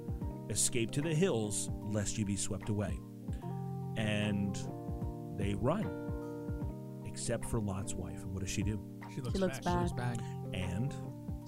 [SPEAKER 3] Escape to the hills, lest you be swept away. And they run, except for Lot's wife. And what does she do?
[SPEAKER 5] She looks,
[SPEAKER 6] She looks
[SPEAKER 5] back.
[SPEAKER 6] back.
[SPEAKER 4] Bag.
[SPEAKER 3] And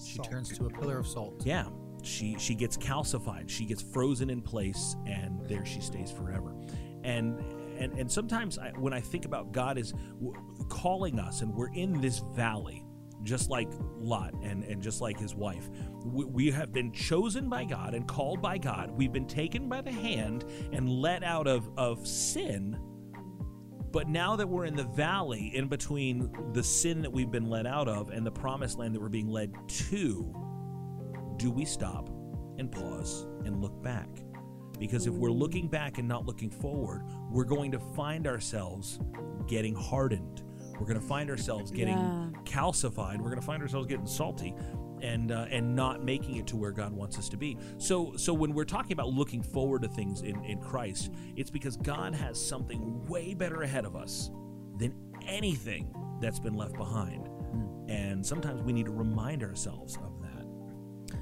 [SPEAKER 4] She turns to a pillar of salt.
[SPEAKER 3] yeah, she she gets calcified. She gets frozen in place, and there she stays forever. And and and sometimes I, when I think about God is w- calling us, and we're in this valley, just like Lot and and just like his wife, we, we have been chosen by God and called by God. We've been taken by the hand and let out of of sin. But now that we're in the valley in between the sin that we've been let out of and the promised land that we're being led to, do we stop and pause and look back? Because if we're looking back and not looking forward, we're going to find ourselves getting hardened. We're going to find ourselves getting
[SPEAKER 6] Yeah.
[SPEAKER 3] calcified. We're going to find ourselves getting salty, and uh, and not making it to where God wants us to be. So so when we're talking about looking forward to things in in Christ, it's because God has something way better ahead of us than anything that's been left behind. And sometimes we need to remind ourselves of that.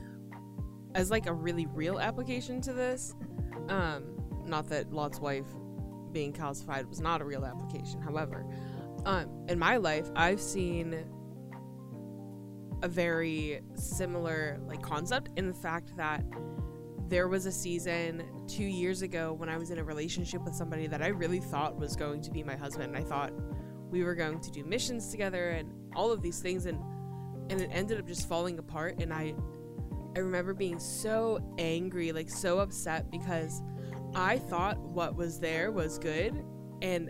[SPEAKER 7] as like a really real application to this um not that lot's wife being calcified was not a real application however um in my life i've seen a very similar like concept in the fact that there was a season two years ago when i was in a relationship with somebody that i really thought was going to be my husband i thought we were going to do missions together and all of these things and and it ended up just falling apart and i I remember being so angry, like so upset because I thought what was there was good. And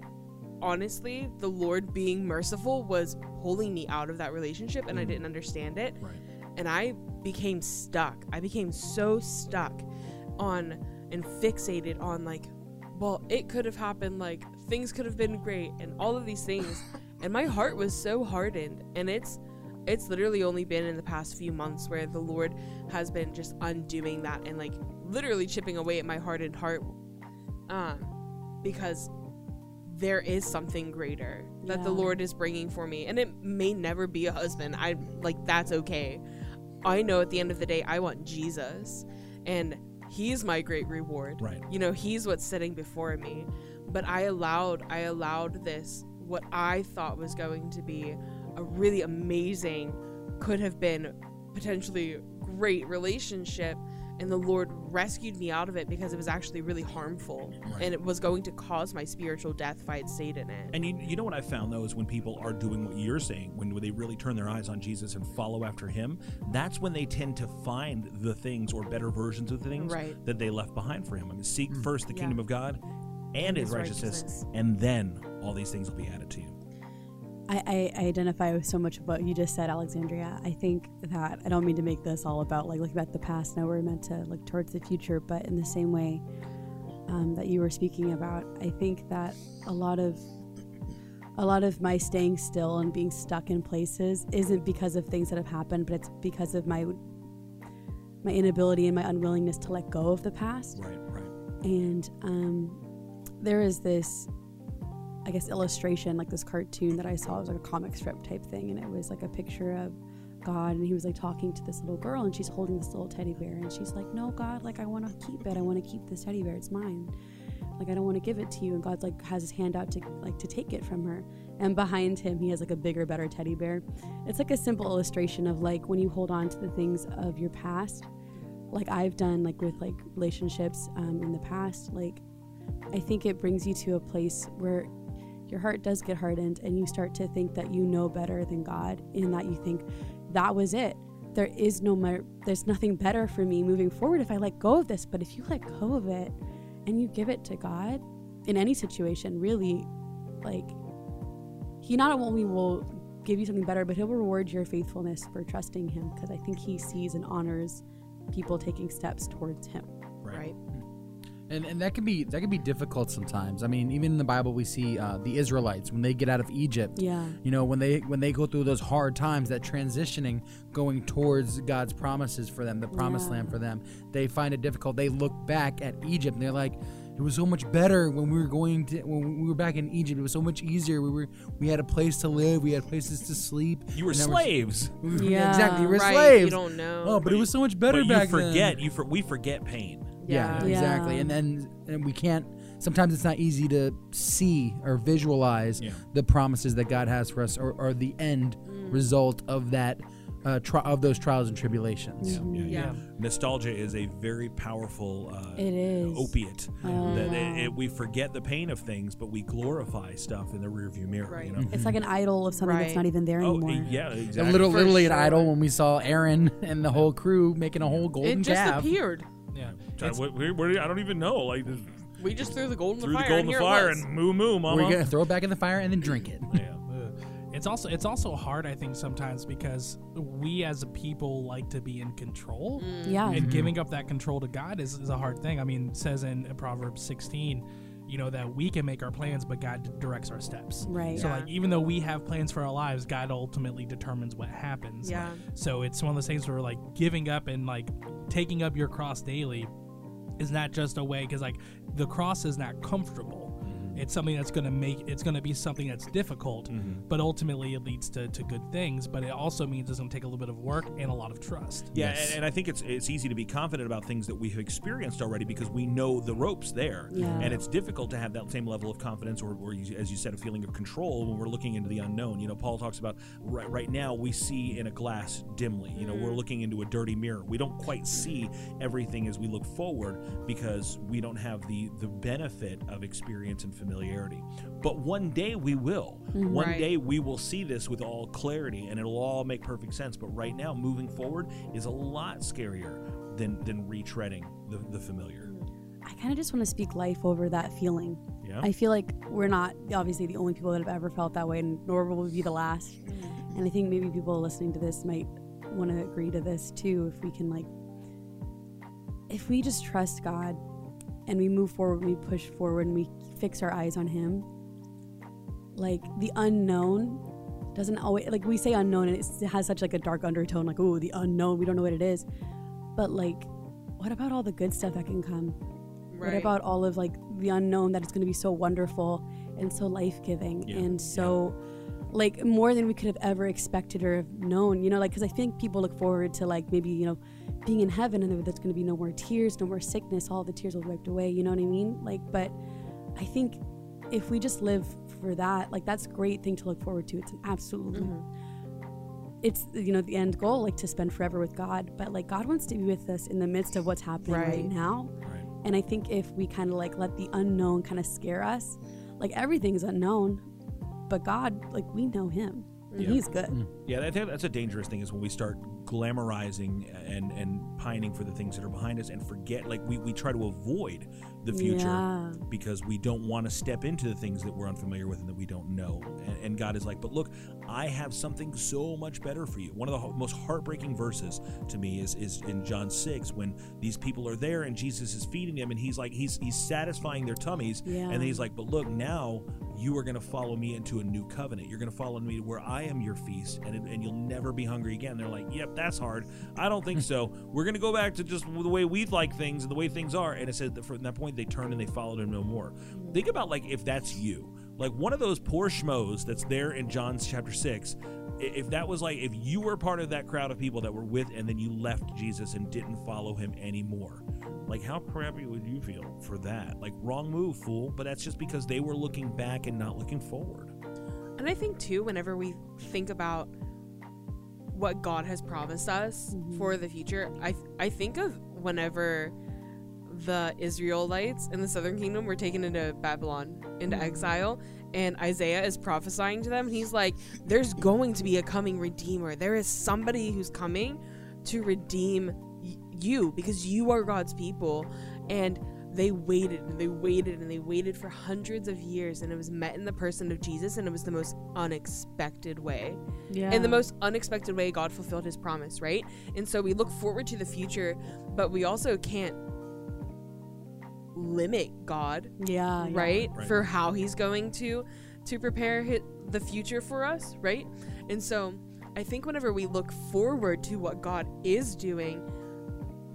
[SPEAKER 7] honestly, the Lord being merciful was pulling me out of that relationship and I didn't understand it.
[SPEAKER 3] Right.
[SPEAKER 7] And I became stuck. I became so stuck on and fixated on like, well, it could have happened, like things could have been great and all of these things. and my heart was so hardened and it's it's literally only been in the past few months where the Lord has been just undoing that and like literally chipping away at my hardened heart. Um, because there is something greater that the
[SPEAKER 6] Yeah.
[SPEAKER 7] Lord is bringing for me, and it may never be a husband. I like that's okay. I know at the end of the day, I want Jesus, and He's my great reward
[SPEAKER 3] Right.
[SPEAKER 7] you know he's what's sitting before me but i allowed i allowed this what i thought was going to be a really amazing could have been potentially great relationship and the lord rescued me out of it because it was actually really harmful and it was going to cause my spiritual death if i had stayed in it
[SPEAKER 3] And you, you know what I found though is when people are doing what you're saying, when they really turn their eyes on Jesus and follow after Him, that's when they tend to find the things or better versions of the things
[SPEAKER 7] Right.
[SPEAKER 3] that they left behind for Him. I mean, seek
[SPEAKER 4] Mm.
[SPEAKER 3] first the
[SPEAKER 7] Yeah.
[SPEAKER 3] kingdom of God and His
[SPEAKER 7] His
[SPEAKER 3] righteousness,
[SPEAKER 7] righteousness.
[SPEAKER 3] and then all these things will be added to you.
[SPEAKER 6] I, I, I identify with so much of what you just said, Alexandria. I think that I don't mean to make this all about like looking at the past. Now we're meant to look towards the future, but in the same way um, that you were speaking about, I think that a lot of a lot of my staying still and being stuck in places isn't because of things that have happened, but it's because of my my inability and my unwillingness to let go of the past
[SPEAKER 3] Right, right.
[SPEAKER 6] and um, there is this i guess illustration like this cartoon that i saw it was like a comic strip type thing and it was like a picture of god and he was like talking to this little girl and she's holding this little teddy bear and she's like no god like i want to keep it i want to keep this teddy bear it's mine like i don't want to give it to you and god like has his hand out to like to take it from her and behind him he has like a bigger better teddy bear it's like a simple illustration of like when you hold on to the things of your past like I've done like with like relationships um, in the past, like I think it brings you to a place where your heart does get hardened and you start to think that you know better than God and that you think that was it. There is no mer- there's nothing better for me moving forward if I let go of this, but if you let go of it and you give it to God in any situation, really like he not only will give you something better, but he'll reward your faithfulness for trusting him because I think he sees and honors people taking steps towards him.
[SPEAKER 7] right?
[SPEAKER 4] And, and that can be that can be difficult sometimes. I mean, even in the Bible, we see uh, the Israelites when they get out of Egypt.
[SPEAKER 6] Yeah.
[SPEAKER 4] You know, when they when they go through those hard times, that transitioning, going towards God's promises for them, the promised land for them, they find it difficult. They look back at Egypt and they're like, it was so much better when we were going to when we were back in Egypt. It was so much easier. We were we had a place to live. We had places to sleep.
[SPEAKER 3] You were
[SPEAKER 4] and that was-
[SPEAKER 3] slaves.
[SPEAKER 6] Yeah.
[SPEAKER 4] exactly. You were
[SPEAKER 7] Right, you
[SPEAKER 4] slaves.
[SPEAKER 7] don't know.
[SPEAKER 4] Oh, but it was so much better
[SPEAKER 3] but
[SPEAKER 4] back
[SPEAKER 3] you forget.
[SPEAKER 4] then.
[SPEAKER 3] You for, we forget pain.
[SPEAKER 4] Yeah,
[SPEAKER 7] Yeah.
[SPEAKER 4] exactly.
[SPEAKER 6] Yeah.
[SPEAKER 4] And then and we can't. Sometimes it's not easy to see or visualize
[SPEAKER 3] Yeah.
[SPEAKER 4] the promises that God has for us, or, or the end
[SPEAKER 7] Mm.
[SPEAKER 4] result of that uh, tri- of those trials and tribulations.
[SPEAKER 3] Yeah,
[SPEAKER 7] Yeah.
[SPEAKER 3] Nostalgia is a very powerful uh,
[SPEAKER 6] It is.
[SPEAKER 3] opiate.
[SPEAKER 6] Oh,
[SPEAKER 3] that
[SPEAKER 6] wow.
[SPEAKER 3] it, it, we forget the pain of things, but we glorify stuff in the rearview mirror.
[SPEAKER 7] Right.
[SPEAKER 3] You know?
[SPEAKER 6] It's like an idol of something that's
[SPEAKER 7] Right.
[SPEAKER 6] not even there
[SPEAKER 3] Oh,
[SPEAKER 6] anymore.
[SPEAKER 3] yeah, exactly.
[SPEAKER 4] And little,
[SPEAKER 7] For
[SPEAKER 4] literally
[SPEAKER 7] sure.
[SPEAKER 4] an idol when we saw Aaron and the whole crew making a whole golden
[SPEAKER 7] It just
[SPEAKER 4] calf.
[SPEAKER 7] appeared.
[SPEAKER 5] Yeah.
[SPEAKER 3] I, what- where- where- I don't even know. Like just
[SPEAKER 7] We just threw the gold in the
[SPEAKER 3] threw the
[SPEAKER 7] fire.
[SPEAKER 3] gold in
[SPEAKER 7] and
[SPEAKER 3] the
[SPEAKER 7] here
[SPEAKER 3] fire
[SPEAKER 7] it was.
[SPEAKER 3] and moo moo,
[SPEAKER 4] We're
[SPEAKER 3] mama.
[SPEAKER 4] gonna throw it back in the fire and then drink it.
[SPEAKER 5] Yeah. Ugh. Uh, It's also it's also hard I think sometimes because we as a people like to be in control.
[SPEAKER 6] Yeah.
[SPEAKER 7] Mm-hmm.
[SPEAKER 5] And giving up that control to God is, is a hard thing. I mean, it says in Proverbs 16, you know, that we can make our plans, but God directs our steps.
[SPEAKER 6] Right.
[SPEAKER 5] So,
[SPEAKER 7] Yeah.
[SPEAKER 5] like, even though we have plans for our lives, God ultimately determines what happens.
[SPEAKER 7] Yeah.
[SPEAKER 5] So, it's one of those things where, like, giving up and, like, taking up your cross daily is not just a way, because, like, the cross is not comfortable. It's something that's going to make it's going to be something that's difficult, but ultimately it leads to, to good things. But it also means it's going to take a little bit of work and a lot of trust.
[SPEAKER 3] Yeah, and, and I think it's it's easy to be confident about things that we have experienced already because we know the ropes there.
[SPEAKER 6] Yeah.
[SPEAKER 3] And it's difficult to have that same level of confidence or, or you, as you said, a feeling of control when we're looking into the unknown. You know, Paul talks about right, right now we see in a glass dimly. You know, we're looking into a dirty mirror. We don't quite see everything as we look forward because we don't have the, the benefit of experience and familiarity. But one day we will. One
[SPEAKER 7] Right.
[SPEAKER 3] day day, we will see this with all clarity and it'll all make perfect sense. But right now, moving forward is a lot scarier than than retreading the, the familiar.
[SPEAKER 6] I kind of just want to speak life over that feeling.
[SPEAKER 3] Yeah.
[SPEAKER 6] I feel like we're not obviously the only people that have ever felt that way, and nor will we be the last. And I think maybe people listening to this might want to agree to this too. If we can, like, if we just trust God and we move forward, we push forward, and we fix our eyes on Him, like the unknown doesn't always like we say unknown and it's- it has such like a dark undertone like oh the unknown we don't know what it is but like what about all the good stuff that can come
[SPEAKER 7] Right.
[SPEAKER 6] what about all of like the unknown that it's going to be so wonderful and so life-giving
[SPEAKER 3] Yeah,
[SPEAKER 6] and so like more than we could have ever expected or have known you know like because i think people look forward to like maybe you know being in heaven and there's going to be no more tears no more sickness all the tears will be wiped away you know what i mean like but i think if we just live for that like that's a great thing to look forward to it's an absolutely
[SPEAKER 3] Mm-hmm.
[SPEAKER 6] it's you know the end goal like to spend forever with god but like god wants to be with us in the midst of what's happening right,
[SPEAKER 7] Right.
[SPEAKER 6] now
[SPEAKER 3] Right.
[SPEAKER 6] and i think if we kind of like let the unknown kind of scare us like everything's unknown but god like we know him and he's good
[SPEAKER 3] Yeah, Mm. that, that- that's a dangerous thing is when we start glamorizing and and pining for the things that are behind us and forget like we, we try to avoid the future
[SPEAKER 6] Yeah.
[SPEAKER 3] because we don't want to step into the things that we're unfamiliar with and that we don't know. And, and God is like, but look, I have something so much better for you. One of the ho- most heartbreaking verses to me is is in John six when these people are there and Jesus is feeding them and he's like he's he's satisfying their tummies
[SPEAKER 6] Yeah.
[SPEAKER 3] and then he's like, but look now you are going to follow me into a new covenant. You're going to follow me to where I am your feast and it- and you'll never be hungry again. They're like, yep, that's hard. I don't think so. We're going to go back to just the way we like things and the way things are. And it said that from that point they turned and they followed him no more. Think about like if that's you, like one of those poor schmoes that's there in John chapter six. i- If that was like if you were part of that crowd of people that were with and then you left Jesus and didn't follow him anymore. Like, how crappy would you feel for that? Like, wrong move, fool. But that's just because they were looking back and not looking forward.
[SPEAKER 7] And I think too, whenever we think about what God has promised us for the future, I I think of whenever the Israelites in the southern kingdom were taken into Babylon, into exile. And Isaiah is prophesying to them. He's like, There's going to be a coming redeemer. There is somebody who's coming to redeem y- you because you are God's people. And they waited and they waited and they waited for hundreds of years. And it was met in the person of Jesus. And it was the most unexpected way.
[SPEAKER 6] Yeah.
[SPEAKER 7] In the most unexpected way, God fulfilled his promise, right? And so we look forward to the future, but we also can't limit God,
[SPEAKER 6] Yeah. yeah.
[SPEAKER 7] right?
[SPEAKER 3] Right.
[SPEAKER 7] For how he's going to to prepare hi- the future for us, right? And so I think whenever we look forward to what God is doing,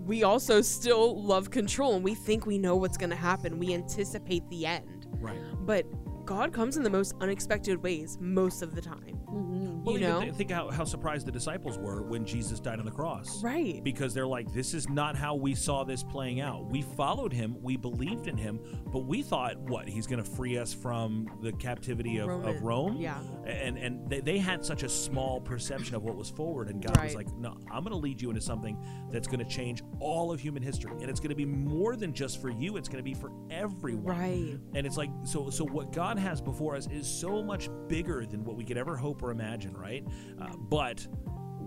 [SPEAKER 7] we also still love control and we think we know what's going to happen. We anticipate the end.
[SPEAKER 3] Right.
[SPEAKER 7] But God comes in the most unexpected ways most of the time.
[SPEAKER 6] Mhm.
[SPEAKER 7] You know?
[SPEAKER 3] th- think how, how surprised the disciples were when Jesus died on the cross.
[SPEAKER 7] Right.
[SPEAKER 3] Because they're like, this is not how we saw this playing out. We followed him, we believed in him, but we thought, what, he's going to free us from the captivity of, of
[SPEAKER 7] Roman-
[SPEAKER 3] Rome?
[SPEAKER 7] yeah.
[SPEAKER 3] And and they, they had such a small perception of what was forward, and God was
[SPEAKER 7] Right.
[SPEAKER 3] like, no, I'm going to lead you into something that's going to change all of human history. And it's going to be more than just for you, it's going to be for everyone
[SPEAKER 7] Right.
[SPEAKER 3] and it's like so so what god has before us is so much bigger than what we could ever hope or imagine right uh, but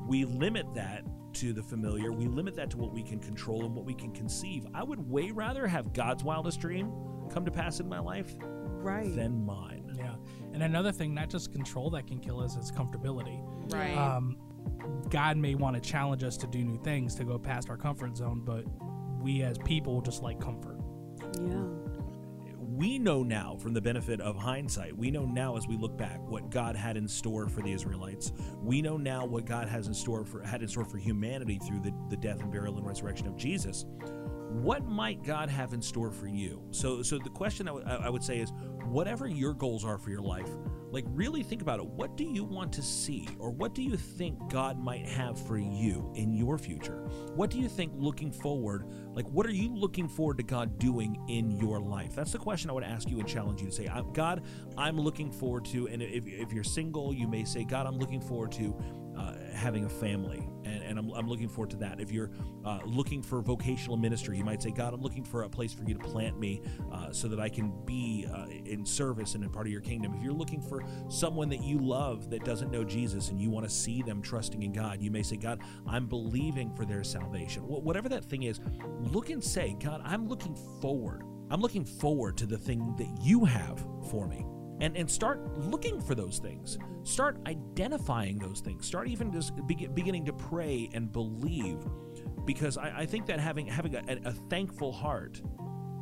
[SPEAKER 3] we limit that to the familiar we limit that to what we can control and what we can conceive i would way rather have god's wildest dream come to pass in my life
[SPEAKER 7] Right.
[SPEAKER 3] than mine
[SPEAKER 5] Yeah. And another thing, not just control that can kill us, is comfortability.
[SPEAKER 7] Right.
[SPEAKER 5] Um, God may want to challenge us to do new things to go past our comfort zone, but we as people just like comfort.
[SPEAKER 6] Yeah.
[SPEAKER 3] we know now from the benefit of hindsight we know now as we look back what god had in store for the israelites we know now what god has in store for had in store for humanity through the, the death and burial and resurrection of jesus what might god have in store for you so so the question I would- I I would say is whatever your goals are for your life like really think about it what do you want to see or what do you think god might have for you in your future what do you think looking forward like what are you looking forward to god doing in your life that's the question i would ask you and challenge you to say I, god i'm looking forward to and if, if you're single you may say god i'm looking forward to uh, having a family and, and I'm, I'm looking forward to that if you're uh, looking for vocational ministry you might say god i'm looking for a place for you to plant me uh, so that i can be uh, in service and in part of your kingdom if you're looking for someone that you love that doesn't know jesus and you want to see them trusting in god you may say god i'm believing for their salvation Wh- whatever that thing is look and say god i'm looking forward i'm looking forward to the thing that you have for me and and start looking for those things start identifying those things start even just be, beginning to pray and believe because i, I think that having having a, a thankful heart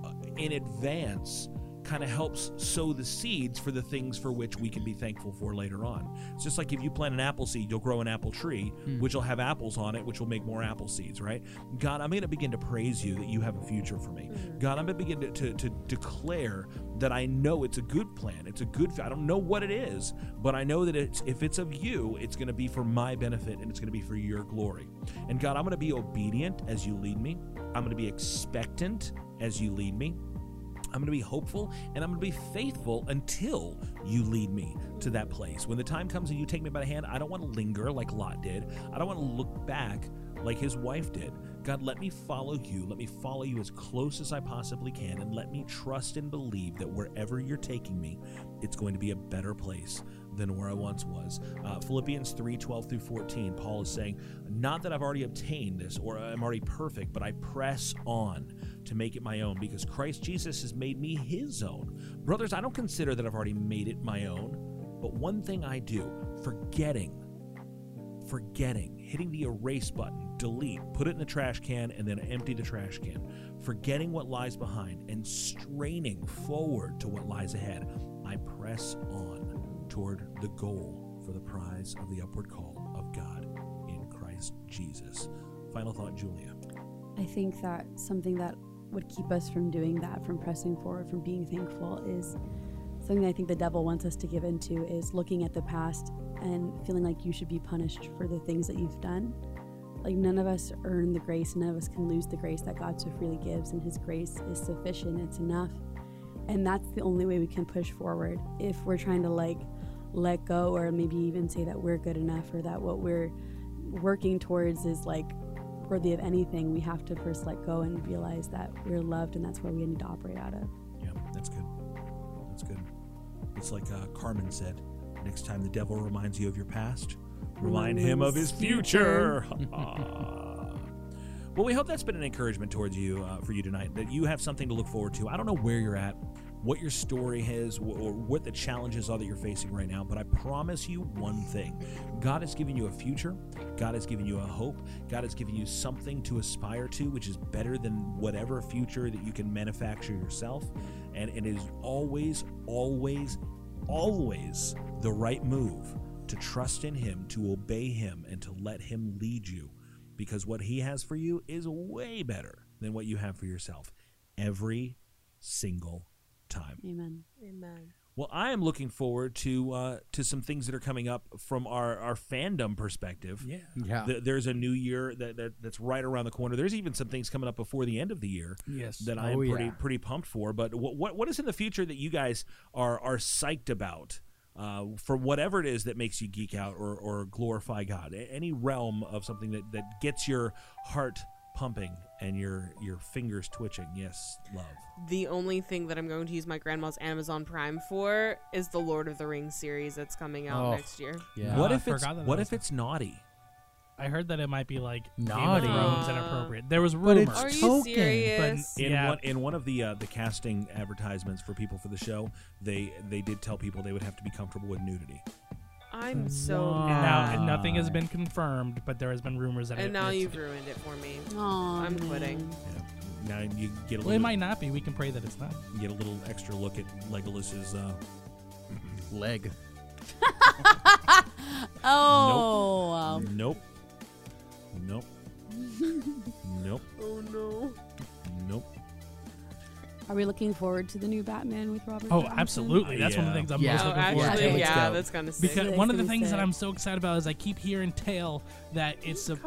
[SPEAKER 3] uh, in advance kind of helps sow the seeds for the things for which we can be thankful for later on it's just like if you plant an apple seed you'll grow an apple tree which will have apples on it which will make more apple seeds right god i'm going to begin to praise you that you have a future for me god i'm going to begin to, to, to declare that i know it's a good plan it's a good i don't know what it is but i know that it's if it's of you it's going to be for my benefit and it's going to be for your glory and god i'm going to be obedient as you lead me i'm going to be expectant as you lead me I'm going to be hopeful and I'm going to be faithful until you lead me to that place. When the time comes and you take me by the hand, I don't want to linger like Lot did. I don't want to look back like his wife did. God, let me follow you. Let me follow you as close as I possibly can and let me trust and believe that wherever you're taking me, it's going to be a better place than where I once was. Uh, Philippians 3 12 through 14, Paul is saying, Not that I've already obtained this or I'm already perfect, but I press on to make it my own because Christ Jesus has made me his own. Brothers, I don't consider that I've already made it my own, but one thing I do, forgetting forgetting, hitting the erase button, delete, put it in the trash can, and then empty the trash can, forgetting what lies behind and straining forward to what lies ahead. I press on toward the goal for the prize of the upward call of God in Christ Jesus. Final thought, Julia.
[SPEAKER 6] I think that something that would keep us from doing that, from pressing forward, from being thankful, is something that I think the devil wants us to give into is looking at the past and feeling like you should be punished for the things that you've done. Like none of us earn the grace, none of us can lose the grace that God so freely gives, and His grace is sufficient, it's enough. And that's the only way we can push forward if we're trying to like let go or maybe even say that we're good enough or that what we're working towards is like worthy of anything, we have to first let go and realize that we're loved and that's where we need to operate out of.
[SPEAKER 3] Yeah, that's good. That's good. It's like uh, Carmen said next time the devil reminds you of your past, remind him of his future. well, we hope that's been an encouragement towards you uh, for you tonight, that you have something to look forward to. I don't know where you're at, what your story is, wh- or what the challenges are that you're facing right now, but I promise you one thing God has given you a future, God has given you a hope, God has given you something to aspire to, which is better than whatever future that you can manufacture yourself. And it is always, always, always the right move to trust in Him, to obey Him, and to let Him lead you because what He has for you is way better than what you have for yourself every single time.
[SPEAKER 6] Amen.
[SPEAKER 7] Amen.
[SPEAKER 3] Well, I am looking forward to uh, to some things that are coming up from our, our fandom perspective.
[SPEAKER 5] Yeah.
[SPEAKER 4] Yeah.
[SPEAKER 3] Th- there's a new year that, that that's right around the corner. There's even some things coming up before the end of the year
[SPEAKER 5] Yes.
[SPEAKER 3] that I am
[SPEAKER 4] Oh,
[SPEAKER 3] pretty
[SPEAKER 4] yeah.
[SPEAKER 3] pretty pumped for. But what what what is in the future that you guys are are psyched about uh, for whatever it is that makes you geek out or, or glorify God? A- Any realm of something that, that gets your heart pumping and your your fingers twitching. Yes, love.
[SPEAKER 7] The only thing that I'm going to use my grandma's Amazon Prime for is the Lord of the Rings series that's coming out
[SPEAKER 4] Oh.
[SPEAKER 7] next year.
[SPEAKER 4] Yeah.
[SPEAKER 3] what
[SPEAKER 5] Uh, I
[SPEAKER 3] if it's
[SPEAKER 5] forgot that
[SPEAKER 3] what
[SPEAKER 5] that was
[SPEAKER 3] if it's naughty?
[SPEAKER 5] I heard that it might be like
[SPEAKER 4] Naughty.
[SPEAKER 5] Game of Thrones
[SPEAKER 7] Aw.
[SPEAKER 5] inappropriate. There was
[SPEAKER 4] But
[SPEAKER 5] rumor.
[SPEAKER 4] it's
[SPEAKER 7] Are you
[SPEAKER 4] token,
[SPEAKER 7] serious?
[SPEAKER 5] but-
[SPEAKER 3] In
[SPEAKER 5] Yeah.
[SPEAKER 3] one in one of the uh, the casting advertisements for people for the show, they they did tell people they would have to be comfortable with nudity.
[SPEAKER 7] I'm so
[SPEAKER 4] Wow.
[SPEAKER 7] mad.
[SPEAKER 5] now and nothing has been confirmed, but there has been rumors that it,
[SPEAKER 7] And now
[SPEAKER 5] it's-
[SPEAKER 7] you've ruined it for me.
[SPEAKER 6] Aw,
[SPEAKER 7] I'm
[SPEAKER 6] man.
[SPEAKER 7] quitting.
[SPEAKER 3] Yeah. Now you get a
[SPEAKER 5] Well, it
[SPEAKER 3] little
[SPEAKER 5] might not be. We can pray that it's not.
[SPEAKER 7] Mm-hmm.
[SPEAKER 3] you get a little extra look at Legolas's. Uh,
[SPEAKER 4] Leg.
[SPEAKER 6] Oh,
[SPEAKER 3] nope. Nope. nope.
[SPEAKER 7] Oh no.
[SPEAKER 3] Nope.
[SPEAKER 6] are we looking forward to the new Batman with Robert?
[SPEAKER 5] Oh,
[SPEAKER 6] Pattinson?
[SPEAKER 5] absolutely. That's one of
[SPEAKER 3] Yeah.
[SPEAKER 5] the things I'm
[SPEAKER 4] Yeah.
[SPEAKER 5] most
[SPEAKER 7] Oh,
[SPEAKER 5] looking forward to.
[SPEAKER 7] actually,
[SPEAKER 4] let's
[SPEAKER 7] yeah,
[SPEAKER 4] go.
[SPEAKER 7] that's kind of sick.
[SPEAKER 5] Because
[SPEAKER 6] Yeah,
[SPEAKER 5] one of
[SPEAKER 6] it's gonna
[SPEAKER 5] the
[SPEAKER 6] be
[SPEAKER 5] things that
[SPEAKER 6] sick.
[SPEAKER 5] I'm so excited about is I keep hearing tale that it's a.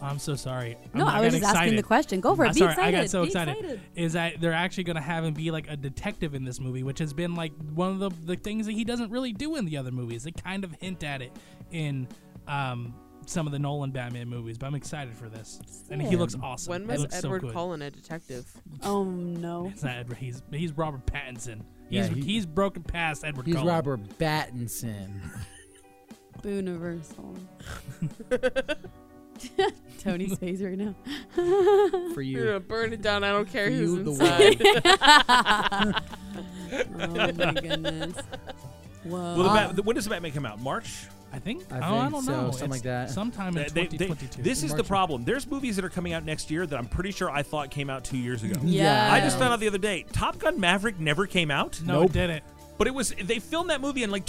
[SPEAKER 5] I'm so sorry.
[SPEAKER 6] No,
[SPEAKER 5] I'm,
[SPEAKER 6] I was
[SPEAKER 5] got
[SPEAKER 6] just
[SPEAKER 5] excited.
[SPEAKER 6] asking the question. Go for it.
[SPEAKER 5] I'm
[SPEAKER 6] Be
[SPEAKER 5] sorry,
[SPEAKER 6] Oh, excited.
[SPEAKER 5] I got so
[SPEAKER 6] Be
[SPEAKER 5] excited. Is that they're actually going to have him be like a detective in this movie, which has been like one of the, the things that he doesn't really do in the other movies. They kind of hint at it in um, some of the Nolan Batman movies, but I'm excited for this. And he
[SPEAKER 6] Sick.
[SPEAKER 5] looks awesome.
[SPEAKER 7] When
[SPEAKER 5] He
[SPEAKER 7] was
[SPEAKER 5] looks
[SPEAKER 7] Edward
[SPEAKER 5] so good.
[SPEAKER 7] Cullen a detective?
[SPEAKER 6] Oh no.
[SPEAKER 5] It's not Edward. He's he's Robert Pattinson.
[SPEAKER 4] Yeah,
[SPEAKER 5] He's
[SPEAKER 4] he-
[SPEAKER 5] he's broken past Edward.
[SPEAKER 4] He's
[SPEAKER 5] Cullen.
[SPEAKER 4] Robert Battinson.
[SPEAKER 6] Booniversal. Tony's face right now.
[SPEAKER 4] For
[SPEAKER 7] You're
[SPEAKER 4] you.
[SPEAKER 7] gonna burn it down. I don't care
[SPEAKER 4] For
[SPEAKER 7] who's
[SPEAKER 4] you, the
[SPEAKER 7] inside.
[SPEAKER 6] oh my goodness. Whoa.
[SPEAKER 5] Uh,
[SPEAKER 3] Well, the Bat, the- when does the Batman come out? March. Uh,
[SPEAKER 5] I think.
[SPEAKER 4] I
[SPEAKER 5] oh, I
[SPEAKER 4] think
[SPEAKER 5] don't
[SPEAKER 4] so,
[SPEAKER 5] know.
[SPEAKER 4] something
[SPEAKER 5] It's
[SPEAKER 4] like that.
[SPEAKER 5] Sometime in
[SPEAKER 3] They- they-
[SPEAKER 5] 2022.
[SPEAKER 3] this is the
[SPEAKER 4] March.
[SPEAKER 3] problem. There's movies that are coming out next year that I'm pretty sure I thought came out two years ago.
[SPEAKER 6] yeah.
[SPEAKER 3] I just found out the other day. Top Gun Maverick never came out,
[SPEAKER 5] no,
[SPEAKER 4] Nope.
[SPEAKER 5] it didn't.
[SPEAKER 3] but it was they filmed that movie in like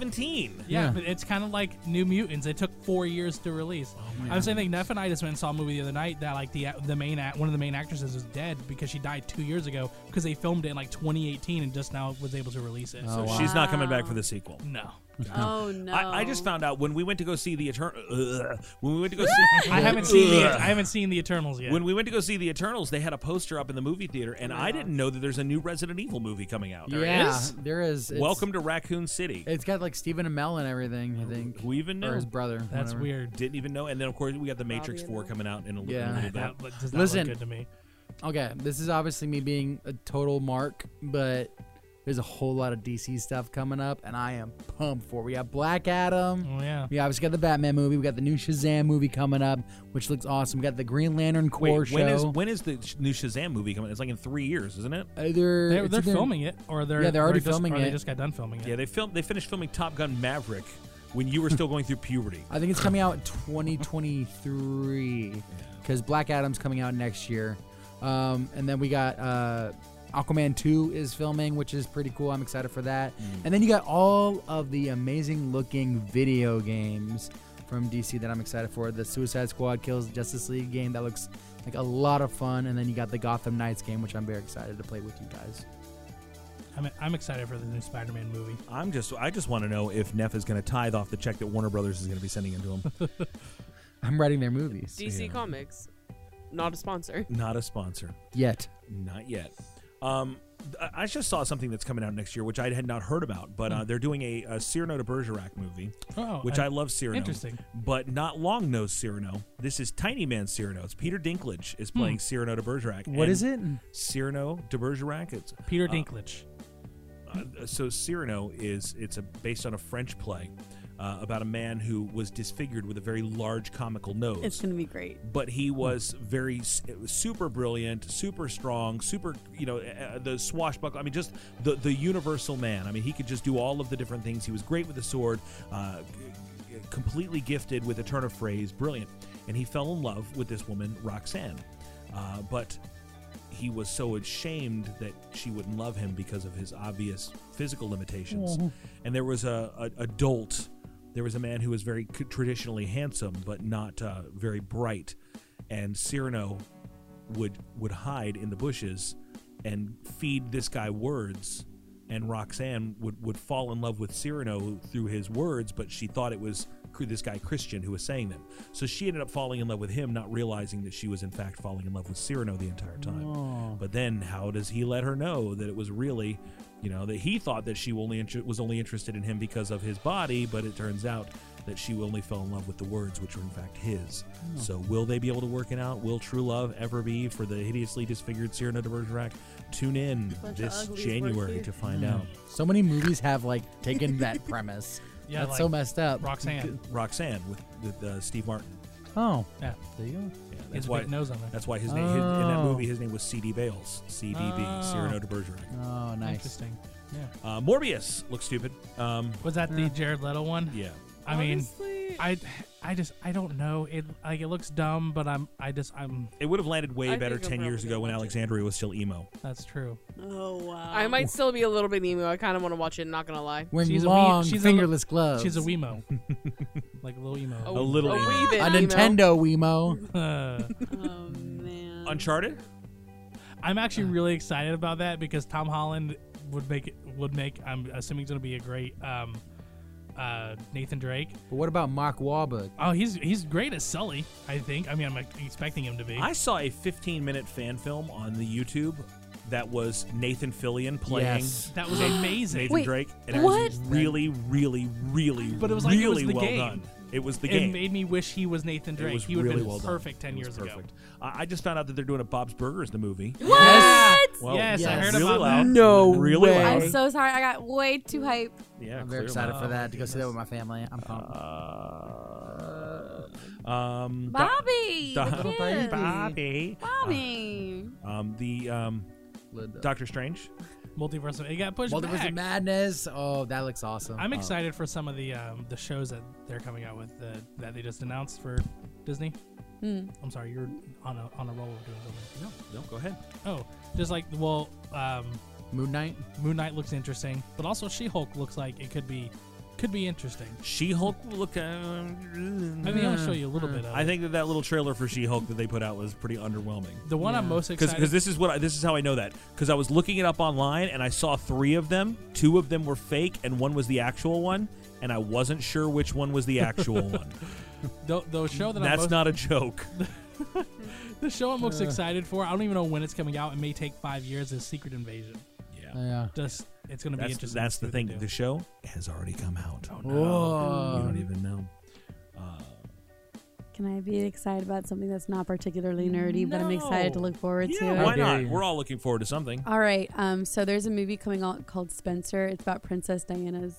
[SPEAKER 3] 2017.
[SPEAKER 5] Yeah,
[SPEAKER 4] Yeah.
[SPEAKER 5] but it's kind of like New Mutants. It took four years to release.
[SPEAKER 4] Oh,
[SPEAKER 5] I was saying, like, Neff and I just went and saw a movie the other night that like the the main act, one of the main actresses was dead because she died two years ago because they filmed it in like 2018 and just now was able to release it. so
[SPEAKER 4] Oh,
[SPEAKER 5] she-
[SPEAKER 4] wow.
[SPEAKER 3] She's not coming back for the sequel.
[SPEAKER 5] no,
[SPEAKER 6] Oh no.
[SPEAKER 3] I, I just found out when we went to go see the Eternal. when we went to go see,
[SPEAKER 5] I haven't seen the
[SPEAKER 3] Ugh.
[SPEAKER 5] I haven't seen the Eternals yet.
[SPEAKER 3] When we went to go see the Eternals, they had a poster up in the movie theater, and I didn't know that there's a new Resident Evil movie coming out.
[SPEAKER 4] yeah, there is. It's-
[SPEAKER 3] Welcome to Raccoon City.
[SPEAKER 4] It's got like Stephen Amell and everything. I think.
[SPEAKER 3] Who even
[SPEAKER 4] Or
[SPEAKER 3] knew?
[SPEAKER 4] his brother.
[SPEAKER 5] That's
[SPEAKER 4] whatever.
[SPEAKER 5] weird.
[SPEAKER 3] Didn't even know. And then of course we got the Matrix
[SPEAKER 7] Probably
[SPEAKER 3] Four
[SPEAKER 7] not.
[SPEAKER 3] coming out in a little,
[SPEAKER 4] Yeah.
[SPEAKER 3] little bit.
[SPEAKER 5] That lo- does not
[SPEAKER 4] Listen.
[SPEAKER 5] look good to me.
[SPEAKER 4] Okay, this is obviously me being a total mark, but there's a whole lot of DC stuff coming up, and I am pumped for. it. We got Black Adam.
[SPEAKER 5] Oh yeah.
[SPEAKER 4] We obviously got the Batman movie. We got the new Shazam movie coming up, which looks awesome. We got the Green Lantern
[SPEAKER 3] Wait,
[SPEAKER 4] core show.
[SPEAKER 3] when is when is the sh- new Shazam movie coming? It's like in three years, isn't it?
[SPEAKER 4] Either-
[SPEAKER 5] They're,
[SPEAKER 4] it's
[SPEAKER 5] they're
[SPEAKER 4] either-
[SPEAKER 5] filming it, or they're
[SPEAKER 4] Yeah, they're already
[SPEAKER 5] just-
[SPEAKER 4] filming
[SPEAKER 5] or They
[SPEAKER 4] it.
[SPEAKER 5] just got done filming it.
[SPEAKER 3] Yeah, they filmed. They finished filming Top Gun Maverick when you were still going through puberty.
[SPEAKER 4] I think it's coming out in 2023 because Black Adam's coming out next year. Um, and then we got uh, Aquaman 2 is filming, which is pretty cool. I'm excited for that. And then you got all of the amazing looking video games from DC that I'm excited for. The Suicide Squad Kills Justice League game that looks like a lot of fun. And then you got the Gotham Knights game, which I'm very excited to play with you guys.
[SPEAKER 5] I'm, I'm excited for the new Spider-Man movie.
[SPEAKER 3] I'm just. I just want to know if Neff is going to tithe off the check that Warner Brothers is going to be sending into him.
[SPEAKER 4] I'm writing their movies
[SPEAKER 7] DC Comics, not a sponsor.
[SPEAKER 3] Not a sponsor.
[SPEAKER 4] yet.
[SPEAKER 3] Not yet. Um, I- I just saw something that's coming out next year, which I had not heard about, but uh, they're doing a, a Cyrano de Bergerac movie,
[SPEAKER 5] Oh,
[SPEAKER 3] which
[SPEAKER 5] uh,
[SPEAKER 3] I love Cyrano.
[SPEAKER 5] interesting.
[SPEAKER 3] But not long nose Cyrano. This is Tiny Man Cyrano. It's Peter Dinklage is playing Cyrano de Bergerac.
[SPEAKER 4] What
[SPEAKER 3] What is
[SPEAKER 4] is it?
[SPEAKER 3] Cyrano de Bergerac. It's
[SPEAKER 5] Peter
[SPEAKER 3] uh,
[SPEAKER 5] Dinklage.
[SPEAKER 3] uh, so Cyrano is it's a based on a French play uh, about a man who was disfigured with a very large comical nose.
[SPEAKER 6] It's gonna be great.
[SPEAKER 3] but he was very s- super brilliant, super strong, super you know uh, the swashbuckler. I mean, just the the universal man. I mean, he could just do all of the different things. He was great with the sword, uh, g- g- completely gifted with a turn of phrase, brilliant. And he fell in love with this woman, Roxanne. Uh, but he was so ashamed that she wouldn't love him because of his obvious physical limitations. And there was a, a adult, there was a man who was very c- traditionally handsome but not uh, very bright, and Cyrano would would hide in the bushes and feed this guy words. And Roxanne would, would fall in love with Cyrano through his words, but she thought it was cr- this guy Christian who was saying them. So she ended up falling in love with him, not realizing that she was in fact falling in love with Cyrano the entire time. But then, how does he let her know that it was really, you know, that he thought that she only inter- was only interested in him because of his body, but it turns out that she only fell in love with the words, which were in fact his.
[SPEAKER 5] Oh.
[SPEAKER 3] So, will they be able to work it out? Will true love ever be for the hideously disfigured Cyrano de Bergerac? Tune in
[SPEAKER 6] Bunch of
[SPEAKER 3] this
[SPEAKER 6] uglies work
[SPEAKER 3] January
[SPEAKER 6] here.
[SPEAKER 3] to
[SPEAKER 5] Hmm.
[SPEAKER 3] find out.
[SPEAKER 4] So many movies have like taken that premise.
[SPEAKER 5] Yeah,
[SPEAKER 4] that's
[SPEAKER 5] like
[SPEAKER 4] so messed up.
[SPEAKER 5] Roxanne.
[SPEAKER 3] Roxanne with, with uh, Steve Martin.
[SPEAKER 4] Oh,
[SPEAKER 5] Yeah.
[SPEAKER 4] there you go.
[SPEAKER 3] Yeah,
[SPEAKER 5] He has
[SPEAKER 3] that's
[SPEAKER 5] a
[SPEAKER 3] why.
[SPEAKER 5] big nose on there.
[SPEAKER 3] That's why his name his- in that
[SPEAKER 4] Oh.
[SPEAKER 3] movie. His name was C.D. Bales, C.D.B.
[SPEAKER 5] Oh.
[SPEAKER 3] Cyrano de Bergerac.
[SPEAKER 4] Oh, nice.
[SPEAKER 5] Interesting. Yeah.
[SPEAKER 3] Uh, Morbius looks stupid. Um,
[SPEAKER 5] Was that the Jared Leto one?
[SPEAKER 3] yeah,
[SPEAKER 5] I mean,
[SPEAKER 7] Honestly,
[SPEAKER 5] I, I just, I don't know. It like it looks dumb, but I'm, I just, I'm.
[SPEAKER 3] it would have landed way
[SPEAKER 7] I
[SPEAKER 3] better
[SPEAKER 7] think I'm
[SPEAKER 3] ten years
[SPEAKER 7] probably
[SPEAKER 3] ago when
[SPEAKER 7] gonna watch it.
[SPEAKER 3] Alexandria was still emo.
[SPEAKER 5] That's true.
[SPEAKER 6] Oh wow.
[SPEAKER 7] I might still be a little bit emo. I kind of want to watch it. Not gonna lie.
[SPEAKER 4] Wearing
[SPEAKER 5] She's a wee-
[SPEAKER 4] long
[SPEAKER 5] she's a li-
[SPEAKER 4] fingerless gloves.
[SPEAKER 5] She's a Wemo, like a little emo.
[SPEAKER 3] A little
[SPEAKER 7] a
[SPEAKER 3] emo.
[SPEAKER 7] wee
[SPEAKER 4] a
[SPEAKER 7] bit emo.
[SPEAKER 4] Nintendo Wemo.
[SPEAKER 5] Uh,
[SPEAKER 6] Oh man.
[SPEAKER 3] Uncharted.
[SPEAKER 5] I'm actually really excited about that because Tom Holland would make it, would make. I'm assuming it's gonna be a great um, uh, Nathan Drake.
[SPEAKER 4] But what about Mark Wahlberg?
[SPEAKER 5] Oh, he's he's great as Sully. I think. I mean, I'm like, expecting him to be.
[SPEAKER 3] I saw a 15-minute fan film on the YouTube that was Nathan Fillion playing
[SPEAKER 4] Yes.
[SPEAKER 5] that was amazing.
[SPEAKER 3] Nathan
[SPEAKER 6] Wait,
[SPEAKER 3] Drake, and it was
[SPEAKER 6] what?
[SPEAKER 3] really, really, really,
[SPEAKER 5] But it was like it was
[SPEAKER 3] really
[SPEAKER 5] the
[SPEAKER 3] well
[SPEAKER 5] game.
[SPEAKER 3] done. It was the
[SPEAKER 5] it
[SPEAKER 3] game.
[SPEAKER 5] made me wish he was Nathan Drake.
[SPEAKER 3] It was
[SPEAKER 5] he would
[SPEAKER 3] really
[SPEAKER 5] have been
[SPEAKER 3] well done.
[SPEAKER 5] perfect ten
[SPEAKER 3] It was
[SPEAKER 5] years ago.
[SPEAKER 3] perfect. I, I just found out that they're doing a Bob's Burgers the movie.
[SPEAKER 4] Yes.
[SPEAKER 3] Well,
[SPEAKER 5] Yes,
[SPEAKER 4] I heard
[SPEAKER 3] really
[SPEAKER 5] about
[SPEAKER 3] loud.
[SPEAKER 5] that.
[SPEAKER 4] No
[SPEAKER 3] really
[SPEAKER 4] way.
[SPEAKER 3] loud.
[SPEAKER 4] I'm
[SPEAKER 6] I'm so sorry. I got way too hyped.
[SPEAKER 3] yeah,
[SPEAKER 4] I'm very
[SPEAKER 3] clear
[SPEAKER 4] excited
[SPEAKER 3] mouth.
[SPEAKER 4] for that to go see that with my family. I'm pumped.
[SPEAKER 3] Uh, um, Doc-
[SPEAKER 6] Bobby,
[SPEAKER 3] Doc-
[SPEAKER 6] the
[SPEAKER 3] Little
[SPEAKER 6] kid.
[SPEAKER 3] Bobby.
[SPEAKER 6] Bobby.
[SPEAKER 3] Um, the um, Doctor Strange.
[SPEAKER 5] Multiverse. of- It got pushed
[SPEAKER 4] well, there
[SPEAKER 5] back.
[SPEAKER 4] was a madness. Oh, that looks awesome.
[SPEAKER 3] Um,
[SPEAKER 5] I'm excited for some of the um, the shows that they're coming out with uh, that they just announced for Disney.
[SPEAKER 6] Hmm.
[SPEAKER 5] I'm sorry, you're on a on a roll of doing something.
[SPEAKER 3] No, no, go ahead.
[SPEAKER 5] Oh, just like well, um,
[SPEAKER 4] Moon Knight.
[SPEAKER 5] Moon Knight looks interesting, but also She Hulk looks like it could be could be interesting.
[SPEAKER 3] She-Hulk look. uh,
[SPEAKER 5] I mean, I'll show you a little bit of.
[SPEAKER 3] I
[SPEAKER 5] it.
[SPEAKER 3] think that that little trailer for She-Hulk that they put out was pretty underwhelming.
[SPEAKER 5] the one I'm most excited.
[SPEAKER 3] Because this is what I, this is how I know that because I was looking it up online and I saw three of them. Two of them were fake and one was the actual one, and I wasn't sure which one was the actual one.
[SPEAKER 5] the, the show that I'm
[SPEAKER 3] That's
[SPEAKER 5] most,
[SPEAKER 3] not a joke.
[SPEAKER 5] the show I'm most excited for. I don't even know when it's coming out. It may take five years. Is Secret Invasion?
[SPEAKER 3] Yeah,
[SPEAKER 4] Oh, Yeah.
[SPEAKER 5] Just it's going to be
[SPEAKER 3] that's,
[SPEAKER 5] interesting.
[SPEAKER 3] that's
[SPEAKER 5] to see
[SPEAKER 3] the
[SPEAKER 5] what they
[SPEAKER 3] thing.
[SPEAKER 5] do.
[SPEAKER 3] The show has already come out. Oh you
[SPEAKER 4] Whoa.
[SPEAKER 3] don't even know. Uh,
[SPEAKER 6] Can I be excited about something that's not particularly nerdy, but I'm excited to
[SPEAKER 3] No.
[SPEAKER 6] look forward to?
[SPEAKER 3] yeah,
[SPEAKER 6] it?
[SPEAKER 3] why not?
[SPEAKER 4] you.
[SPEAKER 3] We're all looking forward to something.
[SPEAKER 6] All right. Um. So there's a movie coming out called Spencer. It's about Princess Diana's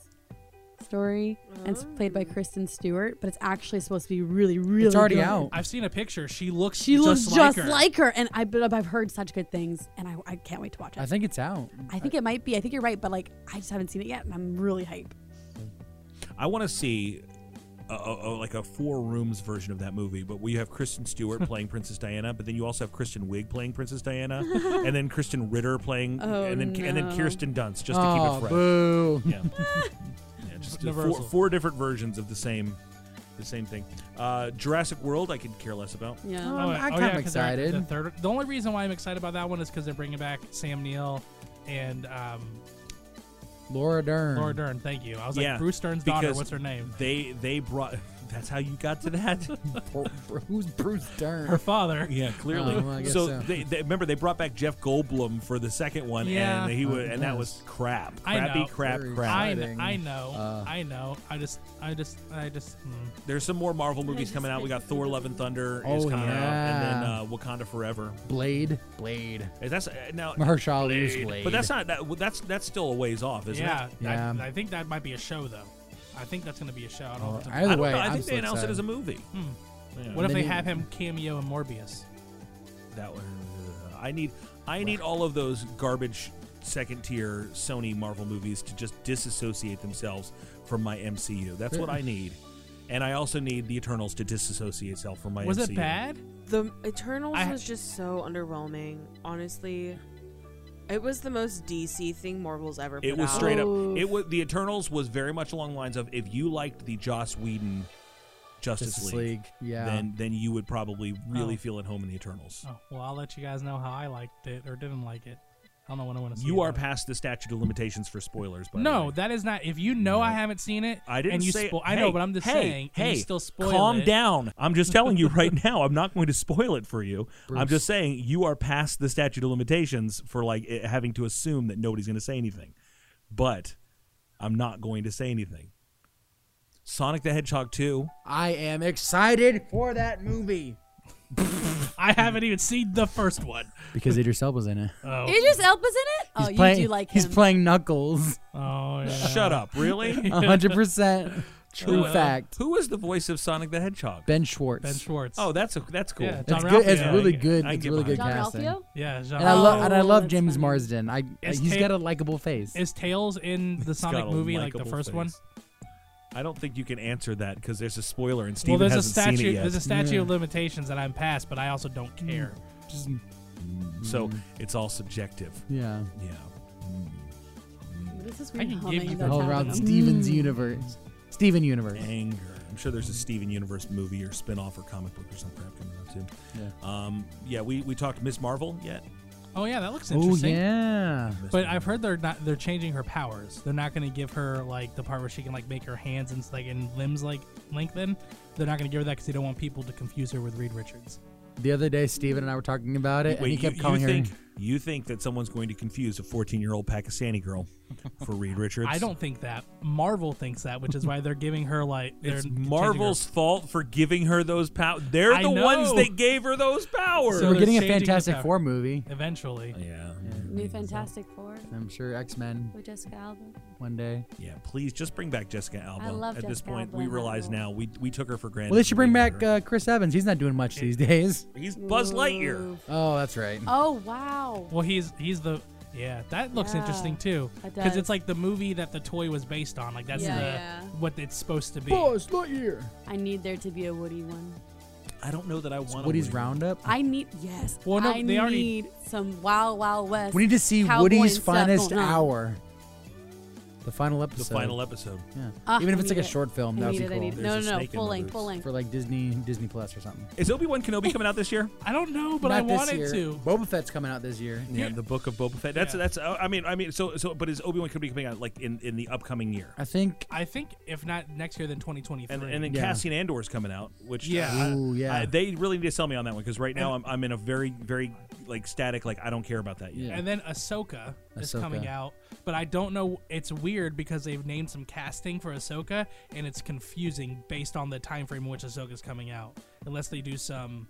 [SPEAKER 6] story, and it's played by Kristen Stewart. But it's actually supposed to be really, really.
[SPEAKER 4] It's already
[SPEAKER 6] good.
[SPEAKER 4] out.
[SPEAKER 5] I've seen a picture. She looks.
[SPEAKER 6] She
[SPEAKER 5] just
[SPEAKER 6] looks
[SPEAKER 5] like
[SPEAKER 6] just
[SPEAKER 5] her.
[SPEAKER 6] like her, and I but I've heard such good things, and I, I can't wait to watch it.
[SPEAKER 4] I think it's out.
[SPEAKER 6] I think it might be. I think you're right, but like I just haven't seen it yet, and I'm really hyped.
[SPEAKER 3] I want to see a, a, a- like a four rooms version of that movie, but where you have Kristen Stewart playing Princess Diana, but then you also have Kristen Wiig playing Princess Diana, and then Kristen Ritter playing,
[SPEAKER 6] Oh,
[SPEAKER 3] and then and then
[SPEAKER 6] no.
[SPEAKER 3] Kirsten Dunst just to keep
[SPEAKER 4] oh,
[SPEAKER 3] it fresh.
[SPEAKER 5] Um,
[SPEAKER 4] boo.
[SPEAKER 3] Yeah, yeah just do four,
[SPEAKER 5] Universal.
[SPEAKER 3] four different versions of the same the same thing. Uh, Jurassic World, I could care less about.
[SPEAKER 6] Yeah.
[SPEAKER 5] Oh,
[SPEAKER 4] I'm
[SPEAKER 5] yeah.
[SPEAKER 4] Um, kind
[SPEAKER 5] Oh,
[SPEAKER 4] of
[SPEAKER 5] yeah, 'cause they're-
[SPEAKER 4] excited.
[SPEAKER 5] The, third, the only reason why I'm excited about that one is because they're bringing back Sam Neill and um,
[SPEAKER 4] Laura Dern.
[SPEAKER 5] Laura Dern. Thank you. I was like,
[SPEAKER 3] Yeah,
[SPEAKER 5] Bruce Dern's daughter.
[SPEAKER 3] because
[SPEAKER 5] What's her name?
[SPEAKER 3] They they brought That's how you got to that.
[SPEAKER 4] Bru- Bru- Who's Bruce
[SPEAKER 5] her
[SPEAKER 4] Dern?
[SPEAKER 5] father.
[SPEAKER 3] yeah, clearly.
[SPEAKER 4] Oh, well, I guess
[SPEAKER 3] so
[SPEAKER 4] so.
[SPEAKER 3] They, they remember they brought back Jeff Goldblum for the second one,
[SPEAKER 5] Yeah.
[SPEAKER 3] and he was,
[SPEAKER 4] Oh,
[SPEAKER 3] and that
[SPEAKER 4] yes.
[SPEAKER 3] was crap,
[SPEAKER 5] I
[SPEAKER 3] crappy
[SPEAKER 5] know.
[SPEAKER 3] crap,
[SPEAKER 4] Very
[SPEAKER 3] crap.
[SPEAKER 5] I, kn-
[SPEAKER 4] Exciting.
[SPEAKER 5] I know,
[SPEAKER 4] Uh.
[SPEAKER 5] I know. I just, I just, I just. mm.
[SPEAKER 3] There's some more Marvel movies
[SPEAKER 6] just
[SPEAKER 3] coming out. We got
[SPEAKER 6] think-
[SPEAKER 3] Thor: Love and Thunder is
[SPEAKER 4] Oh,
[SPEAKER 3] coming
[SPEAKER 4] yeah.
[SPEAKER 3] out, and then uh, Wakanda Forever.
[SPEAKER 4] Blade. Blade.
[SPEAKER 3] Is That's uh, now,
[SPEAKER 4] Mahershala Ali's Blade.
[SPEAKER 3] but that's not that, that's that's still a ways off, isn't
[SPEAKER 5] Yeah,
[SPEAKER 3] it?
[SPEAKER 5] I,
[SPEAKER 4] Yeah.
[SPEAKER 5] I think that might be a show though. I think that's going to be a show. I don't know.
[SPEAKER 4] Oh,
[SPEAKER 5] if it's a-
[SPEAKER 3] I
[SPEAKER 4] Either
[SPEAKER 3] don't
[SPEAKER 4] way,
[SPEAKER 3] know. I
[SPEAKER 4] I'm
[SPEAKER 3] think
[SPEAKER 4] so
[SPEAKER 3] they announced
[SPEAKER 4] excited.
[SPEAKER 3] it as a movie. Yeah.
[SPEAKER 5] Hmm. what
[SPEAKER 4] And
[SPEAKER 5] if they
[SPEAKER 4] then you-
[SPEAKER 5] have him cameo in Morbius?
[SPEAKER 3] That one. uh, I need I need all of those garbage second tier Sony Marvel movies to just disassociate themselves from my MCU. That's what I need. And I also need the Eternals to disassociate itself from my
[SPEAKER 5] Was
[SPEAKER 3] MCU.
[SPEAKER 5] it bad?
[SPEAKER 7] The Eternals
[SPEAKER 5] I-
[SPEAKER 7] was just so underwhelming. Honestly, it was the most DC thing Marvel's ever.
[SPEAKER 3] It
[SPEAKER 7] put
[SPEAKER 3] was
[SPEAKER 7] out.
[SPEAKER 3] straight up. It was the Eternals was very much along the lines of if you liked the Joss Whedon Justice,
[SPEAKER 4] Justice
[SPEAKER 3] League,
[SPEAKER 4] League, yeah.
[SPEAKER 3] then then you would probably really
[SPEAKER 5] Oh.
[SPEAKER 3] feel at home in the Eternals.
[SPEAKER 5] Oh, well, I'll let you guys know how I liked it or didn't like it. I don't know when I want to see.
[SPEAKER 3] You
[SPEAKER 5] it,
[SPEAKER 3] are
[SPEAKER 5] though.
[SPEAKER 3] past the statute of limitations for spoilers. By the
[SPEAKER 5] No,
[SPEAKER 3] way.
[SPEAKER 5] that is not. If you know I haven't seen it,
[SPEAKER 3] I didn't
[SPEAKER 5] And you
[SPEAKER 3] say.
[SPEAKER 5] spo-
[SPEAKER 3] hey,
[SPEAKER 5] I know, but I'm just
[SPEAKER 3] hey,
[SPEAKER 5] saying. and
[SPEAKER 3] Hey,
[SPEAKER 5] you still spoil
[SPEAKER 3] calm
[SPEAKER 5] it.
[SPEAKER 3] down. I'm just telling you right now. I'm not going to spoil it for you. I'm
[SPEAKER 4] Bruce.
[SPEAKER 3] just saying you are past the statute of limitations for like it, having to assume that nobody's going to say anything. But I'm not going to say anything. Sonic the Hedgehog 2.
[SPEAKER 4] I am excited for that movie
[SPEAKER 5] I haven't even seen the first one.
[SPEAKER 4] because Idris Elba's in it.
[SPEAKER 5] Oh,
[SPEAKER 6] Idris Elba's in it? Oh,
[SPEAKER 4] he's
[SPEAKER 6] you
[SPEAKER 4] playing,
[SPEAKER 6] do like him.
[SPEAKER 4] He's playing Knuckles.
[SPEAKER 5] oh yeah.
[SPEAKER 3] Shut up, really?
[SPEAKER 4] A hundred percent true
[SPEAKER 3] Uh,
[SPEAKER 4] fact.
[SPEAKER 3] Who is the voice of Sonic the Hedgehog?
[SPEAKER 4] Ben Schwartz.
[SPEAKER 5] Ben Schwartz.
[SPEAKER 3] Oh, that's a, that's cool.
[SPEAKER 5] Yeah,
[SPEAKER 4] it's
[SPEAKER 5] John
[SPEAKER 4] good. It's
[SPEAKER 5] Ralphio.
[SPEAKER 4] really
[SPEAKER 5] Yeah,
[SPEAKER 4] good.
[SPEAKER 3] I can
[SPEAKER 4] It's
[SPEAKER 3] get
[SPEAKER 4] really
[SPEAKER 3] behind
[SPEAKER 4] good
[SPEAKER 6] John
[SPEAKER 4] casting.
[SPEAKER 6] Ralphio?
[SPEAKER 5] yeah. Jean-
[SPEAKER 4] And I love and I
[SPEAKER 6] Oh,
[SPEAKER 4] love
[SPEAKER 6] that's
[SPEAKER 4] James
[SPEAKER 6] funny.
[SPEAKER 4] Marsden. I
[SPEAKER 5] Is
[SPEAKER 4] he's
[SPEAKER 5] Ta-
[SPEAKER 4] got a likable face.
[SPEAKER 5] Is Tails in the Sonic
[SPEAKER 3] got a
[SPEAKER 5] movie like the
[SPEAKER 3] likable
[SPEAKER 5] first one?
[SPEAKER 3] face. I don't think you can answer that because there's a spoiler and
[SPEAKER 5] well,
[SPEAKER 3] Steven
[SPEAKER 5] there's a
[SPEAKER 3] hasn't seen it
[SPEAKER 5] statute.
[SPEAKER 3] yet.
[SPEAKER 5] There's a statute
[SPEAKER 4] Yeah. Hmm.
[SPEAKER 5] of limitations that I'm past, but I also don't care.
[SPEAKER 4] Just-
[SPEAKER 3] so
[SPEAKER 5] Mm.
[SPEAKER 3] it's all subjective.
[SPEAKER 4] yeah.
[SPEAKER 3] Yeah.
[SPEAKER 6] This is
[SPEAKER 5] I
[SPEAKER 6] weird
[SPEAKER 5] can
[SPEAKER 6] humming
[SPEAKER 5] give you
[SPEAKER 6] that
[SPEAKER 4] The whole
[SPEAKER 5] That's
[SPEAKER 4] around
[SPEAKER 5] awesome.
[SPEAKER 4] Steven's
[SPEAKER 3] Mm.
[SPEAKER 4] universe. Steven universe.
[SPEAKER 3] anger. I'm sure there's a Steven Universe movie or spin-off or comic book or some crap coming out too.
[SPEAKER 4] Yeah.
[SPEAKER 3] Um, yeah, we, we talked Miss Marvel yet.
[SPEAKER 5] Oh yeah, that looks
[SPEAKER 4] Oh
[SPEAKER 5] interesting.
[SPEAKER 4] yeah.
[SPEAKER 3] Miss
[SPEAKER 5] But
[SPEAKER 3] Marvel.
[SPEAKER 5] I've heard they're not they're changing her powers. They're not going to give her like the part where she can like make her hands and like and limbs like lengthen. They're not going to give her that because they don't want people to confuse her with Reed Richards.
[SPEAKER 4] The other day, Steven and I were talking about it, and
[SPEAKER 3] Wait,
[SPEAKER 4] he kept
[SPEAKER 3] you,
[SPEAKER 4] calling
[SPEAKER 3] you
[SPEAKER 4] her.
[SPEAKER 3] think you think that someone's going to confuse a 14-year-old Pakistani girl for Reed Richards?
[SPEAKER 5] I don't think that Marvel thinks that, which is why they're giving her like they're
[SPEAKER 3] It's
[SPEAKER 5] changing her-
[SPEAKER 3] Marvel's fault for giving her those powers. They're
[SPEAKER 5] I
[SPEAKER 3] the ones
[SPEAKER 5] know.
[SPEAKER 3] that gave her those powers.
[SPEAKER 5] So
[SPEAKER 4] we're
[SPEAKER 5] they're
[SPEAKER 4] getting a
[SPEAKER 5] changing the
[SPEAKER 4] Fantastic
[SPEAKER 5] power.
[SPEAKER 4] Four movie.
[SPEAKER 5] eventually.
[SPEAKER 3] yeah,
[SPEAKER 6] New Fantastic Four
[SPEAKER 4] I'm sure X Men
[SPEAKER 6] with Jessica Alba.
[SPEAKER 4] one day.
[SPEAKER 3] yeah. Please just bring back Jessica Alba.
[SPEAKER 6] I love
[SPEAKER 3] At this
[SPEAKER 6] Jessica
[SPEAKER 3] point,
[SPEAKER 6] Alba
[SPEAKER 3] we
[SPEAKER 6] in that
[SPEAKER 3] realize
[SPEAKER 6] role.
[SPEAKER 3] now we we took her for granted.
[SPEAKER 4] Well, they should
[SPEAKER 3] when
[SPEAKER 4] bring
[SPEAKER 3] we
[SPEAKER 4] back
[SPEAKER 3] got her.
[SPEAKER 4] uh, Chris Evans. He's not doing much these days.
[SPEAKER 3] He's Buzz Lightyear.
[SPEAKER 4] Oh, that's right.
[SPEAKER 6] Oh wow.
[SPEAKER 5] Well, he's he's the yeah. That looks
[SPEAKER 6] Yeah,
[SPEAKER 5] interesting too
[SPEAKER 6] it
[SPEAKER 5] because it's
[SPEAKER 6] does.
[SPEAKER 5] like the movie that the toy was based on. Like that's
[SPEAKER 6] Yeah.
[SPEAKER 5] the
[SPEAKER 6] Yeah.
[SPEAKER 5] what it's supposed to be.
[SPEAKER 4] Buzz Lightyear.
[SPEAKER 6] I need there to be a Woody one.
[SPEAKER 3] I don't know that I want
[SPEAKER 4] Woody's Roundup.
[SPEAKER 6] I need yes.
[SPEAKER 5] Well, no,
[SPEAKER 6] I
[SPEAKER 5] they
[SPEAKER 6] need
[SPEAKER 5] already-
[SPEAKER 6] some Wild Wild West.
[SPEAKER 4] We need to see
[SPEAKER 6] cowboy
[SPEAKER 4] Woody's
[SPEAKER 6] and stuff
[SPEAKER 4] finest
[SPEAKER 6] going on.
[SPEAKER 4] hour. The final
[SPEAKER 3] The
[SPEAKER 4] episode.
[SPEAKER 3] final episode.
[SPEAKER 4] Yeah.
[SPEAKER 6] Ah,
[SPEAKER 4] Even if
[SPEAKER 6] I
[SPEAKER 4] it's like
[SPEAKER 6] need
[SPEAKER 4] a
[SPEAKER 6] it.
[SPEAKER 4] short film,
[SPEAKER 6] I
[SPEAKER 4] that would
[SPEAKER 6] need
[SPEAKER 4] be
[SPEAKER 6] it, I
[SPEAKER 4] cool.
[SPEAKER 6] need it.
[SPEAKER 3] There's
[SPEAKER 6] No,
[SPEAKER 3] a
[SPEAKER 6] no, no,
[SPEAKER 3] snake in
[SPEAKER 6] full
[SPEAKER 3] the
[SPEAKER 6] length,
[SPEAKER 3] loose.
[SPEAKER 6] full length.
[SPEAKER 4] for like Disney Disney Plus or something.
[SPEAKER 3] Is Obi Wan Kenobi coming out this year?
[SPEAKER 5] I don't know, but
[SPEAKER 4] Not
[SPEAKER 5] I
[SPEAKER 4] this
[SPEAKER 5] wanted
[SPEAKER 4] year.
[SPEAKER 5] to.
[SPEAKER 4] Boba Fett's coming out this year.
[SPEAKER 3] Yeah, the Book of Boba Fett. That's
[SPEAKER 5] Yeah.
[SPEAKER 3] that's. uh, I mean, I mean, so so. But is Obi Wan Kenobi coming out like in in the upcoming year?
[SPEAKER 4] I think.
[SPEAKER 5] I think if not next year, then 2023.
[SPEAKER 3] And, and then
[SPEAKER 4] Yeah.
[SPEAKER 3] Cassian Andor's coming out, which
[SPEAKER 5] Yeah.
[SPEAKER 3] I-
[SPEAKER 4] Ooh, yeah.
[SPEAKER 3] I- they really need to sell me on that one because right now I'm, I'm in a very very like static like I don't care about that yet.
[SPEAKER 4] Yeah.
[SPEAKER 5] And then Ahsoka, is
[SPEAKER 4] Ahsoka.
[SPEAKER 5] coming out, but I don't know. It's weird because they've named some casting for Ahsoka, and it's confusing based on the time frame in which Ahsoka's coming out. Unless they do some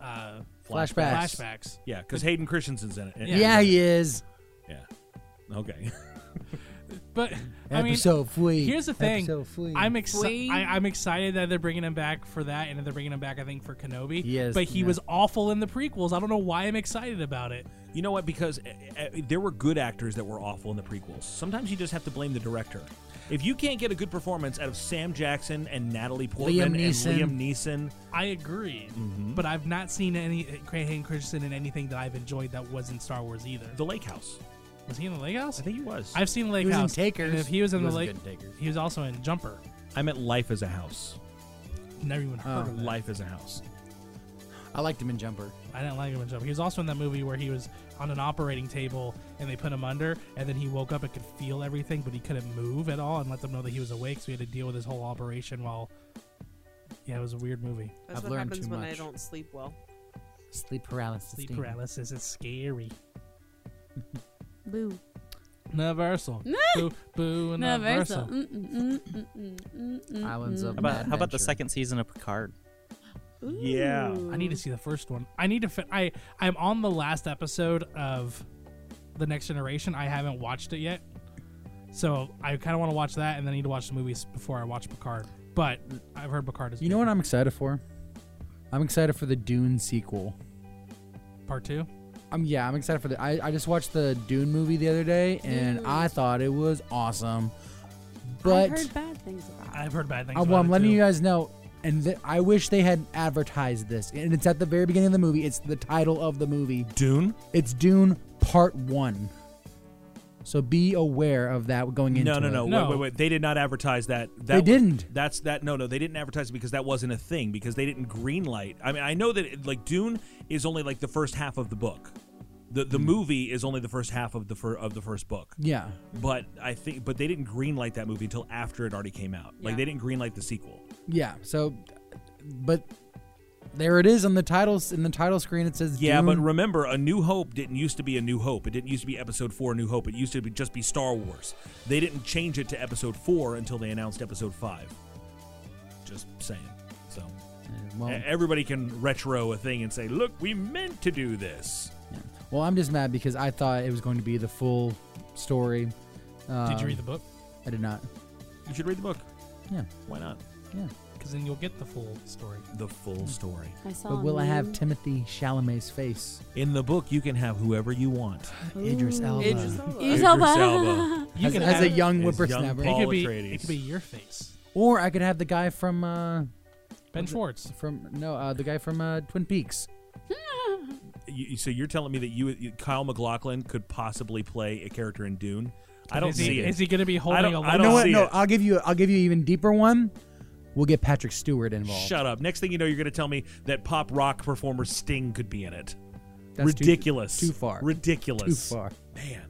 [SPEAKER 5] uh,
[SPEAKER 4] Flashbacks.
[SPEAKER 5] flashbacks.
[SPEAKER 3] Yeah, because Hayden Christensen's in it.
[SPEAKER 5] Yeah.
[SPEAKER 4] Yeah, he is.
[SPEAKER 3] Yeah. Okay.
[SPEAKER 5] But I mean,
[SPEAKER 4] Episode three.
[SPEAKER 5] here's the thing.
[SPEAKER 4] Episode three.
[SPEAKER 5] I'm excited.
[SPEAKER 7] Wait.
[SPEAKER 5] I'm excited that they're bringing him back for that, and they're bringing him back. I think for Kenobi.
[SPEAKER 4] He is,
[SPEAKER 5] But he
[SPEAKER 4] yeah.
[SPEAKER 5] was awful in the prequels. I don't know why I'm excited about it.
[SPEAKER 3] you know what? Because uh, uh, there were good actors that were awful in the prequels. Sometimes you just have to blame the director. If you can't get a good performance out of Sam Jackson and Natalie Portman
[SPEAKER 4] Neeson.
[SPEAKER 3] and Liam Neeson,
[SPEAKER 5] I agree,
[SPEAKER 4] Mm-hmm.
[SPEAKER 5] but I've not seen any Hayden Christensen in anything that I've enjoyed that wasn't Star Wars either.
[SPEAKER 3] The Lake House.
[SPEAKER 5] Was he in the Lake House?
[SPEAKER 3] I think he was.
[SPEAKER 5] I've seen Lake
[SPEAKER 4] He was in
[SPEAKER 5] House.
[SPEAKER 4] Takers.
[SPEAKER 5] and if he was in
[SPEAKER 4] He
[SPEAKER 5] the
[SPEAKER 4] was
[SPEAKER 5] Lake,
[SPEAKER 4] good in Takers.
[SPEAKER 5] he was also in Jumper.
[SPEAKER 3] I meant Life as a House. Uh,
[SPEAKER 5] Never even heard
[SPEAKER 4] Oh.
[SPEAKER 5] of that.
[SPEAKER 3] Life as a House.
[SPEAKER 4] I liked him in Jumper.
[SPEAKER 5] I didn't like him in Jumper. He was also in that movie where he was on an operating table and they put him under, and then he woke up and could feel everything, but he couldn't move at all, and let them know that he was awake. So he had to deal with his whole operation while Yeah, it was a weird movie.
[SPEAKER 7] That's
[SPEAKER 4] I've
[SPEAKER 7] what
[SPEAKER 4] learned
[SPEAKER 7] happens
[SPEAKER 4] too
[SPEAKER 7] when I
[SPEAKER 4] much.
[SPEAKER 7] don't sleep well.
[SPEAKER 4] Sleep paralysis.
[SPEAKER 5] Sleep
[SPEAKER 4] Dean.
[SPEAKER 5] paralysis is scary.
[SPEAKER 6] Boo.
[SPEAKER 5] Universal. boo, boo,
[SPEAKER 6] Universal.
[SPEAKER 5] Universal.
[SPEAKER 6] mm,
[SPEAKER 4] Islands of
[SPEAKER 1] How about
[SPEAKER 4] Mad
[SPEAKER 1] how about the
[SPEAKER 4] Venture.
[SPEAKER 1] second season of Picard?
[SPEAKER 3] Yeah.
[SPEAKER 5] I need to see the first one. I need to. Fin- I I'm on the last episode of the Next Generation. I haven't watched it yet, so I kind of want to watch that, and then I need to watch the movies before I watch Picard. But I've heard Picard is.
[SPEAKER 4] You know what I'm excited for? I'm excited for the Dune sequel.
[SPEAKER 5] I'm part two.
[SPEAKER 4] Um, yeah, I'm excited for the. I, I just watched the Dune movie the other day, and I thought it was awesome.
[SPEAKER 6] I've
[SPEAKER 4] But
[SPEAKER 6] heard bad things about.
[SPEAKER 5] I've heard bad things.
[SPEAKER 4] I,
[SPEAKER 5] about
[SPEAKER 4] Oh, well, I'm
[SPEAKER 5] it,
[SPEAKER 4] letting
[SPEAKER 5] too.
[SPEAKER 4] you guys know, and th- I wish they had advertised this. And it's at the very beginning of the movie. It's the title of the movie.
[SPEAKER 3] Dune?
[SPEAKER 4] It's Dune Part One. So be aware of that going into
[SPEAKER 3] No, no, no,
[SPEAKER 4] it.
[SPEAKER 5] No.
[SPEAKER 3] Wait, wait, wait. They did not advertise that. that
[SPEAKER 4] They
[SPEAKER 3] was-
[SPEAKER 4] didn't.
[SPEAKER 3] That's that. No, no, they didn't advertise it because that wasn't a thing because they didn't green light. I mean, I know that it, like Dune is only like the first half of the book. The the movie is only the first half of the fir- of the first book.
[SPEAKER 4] Yeah,
[SPEAKER 3] But I think, but they didn't green light that movie until after it already came out. Like
[SPEAKER 7] Yeah.
[SPEAKER 3] they didn't green light the sequel.
[SPEAKER 4] yeah. So, but there it is on the titles in the title screen. It says
[SPEAKER 3] Yeah, but
[SPEAKER 4] Dune.
[SPEAKER 3] remember, A New Hope didn't used to be A New Hope. It didn't used to be Episode Four, A New Hope. It used to be, just be Star Wars. They didn't change it to Episode Four until they announced Episode Five. Just saying. So
[SPEAKER 4] well,
[SPEAKER 3] e- everybody can retro a thing and say, "Look, we meant to do this."
[SPEAKER 4] Well, I'm just mad because I thought it was going to be the full story. Um,
[SPEAKER 5] Did you read the book?
[SPEAKER 4] I did not.
[SPEAKER 3] You should read the book.
[SPEAKER 4] Yeah.
[SPEAKER 3] Why not?
[SPEAKER 5] Because then you'll get the full story.
[SPEAKER 3] The full story.
[SPEAKER 6] it. I saw.
[SPEAKER 4] But will I have
[SPEAKER 6] meme.
[SPEAKER 4] Timothy Chalamet's face?
[SPEAKER 3] In the book, you can have whoever you want.
[SPEAKER 4] Idris Elba.
[SPEAKER 7] Idris Elba.
[SPEAKER 6] Idris
[SPEAKER 3] Idris
[SPEAKER 6] Elba.
[SPEAKER 3] Elba.
[SPEAKER 5] You
[SPEAKER 4] as,
[SPEAKER 5] can
[SPEAKER 4] as
[SPEAKER 5] have
[SPEAKER 4] a
[SPEAKER 5] it.
[SPEAKER 4] young
[SPEAKER 3] As
[SPEAKER 4] whippersnapper.
[SPEAKER 3] young
[SPEAKER 5] It
[SPEAKER 3] Paul
[SPEAKER 5] could be.
[SPEAKER 3] Atreides.
[SPEAKER 5] It could be your face.
[SPEAKER 4] or I could have the guy from uh, Was
[SPEAKER 5] Ben
[SPEAKER 4] it-
[SPEAKER 5] Schwartz.
[SPEAKER 4] from no uh, the guy from uh, Twin Peaks.
[SPEAKER 3] You, you- so you're telling me that you, you- Kyle McLaughlin, could possibly play a character in Dune? I don't
[SPEAKER 5] is
[SPEAKER 3] see
[SPEAKER 5] he,
[SPEAKER 3] it.
[SPEAKER 5] Is he going to be holding
[SPEAKER 3] don't-
[SPEAKER 5] a?
[SPEAKER 3] I
[SPEAKER 5] lamp?
[SPEAKER 3] don't
[SPEAKER 4] no,
[SPEAKER 3] see
[SPEAKER 4] no,
[SPEAKER 3] it.
[SPEAKER 4] I'll give you I'll give you an even deeper one. We'll get Patrick Stewart involved.
[SPEAKER 3] Shut up. Next thing you know, you're going to tell me that pop rock performer Sting could be in it.
[SPEAKER 4] That's too-
[SPEAKER 3] Ridiculous.
[SPEAKER 4] Too, far. Too
[SPEAKER 3] Ridiculous.
[SPEAKER 4] far.
[SPEAKER 3] Man.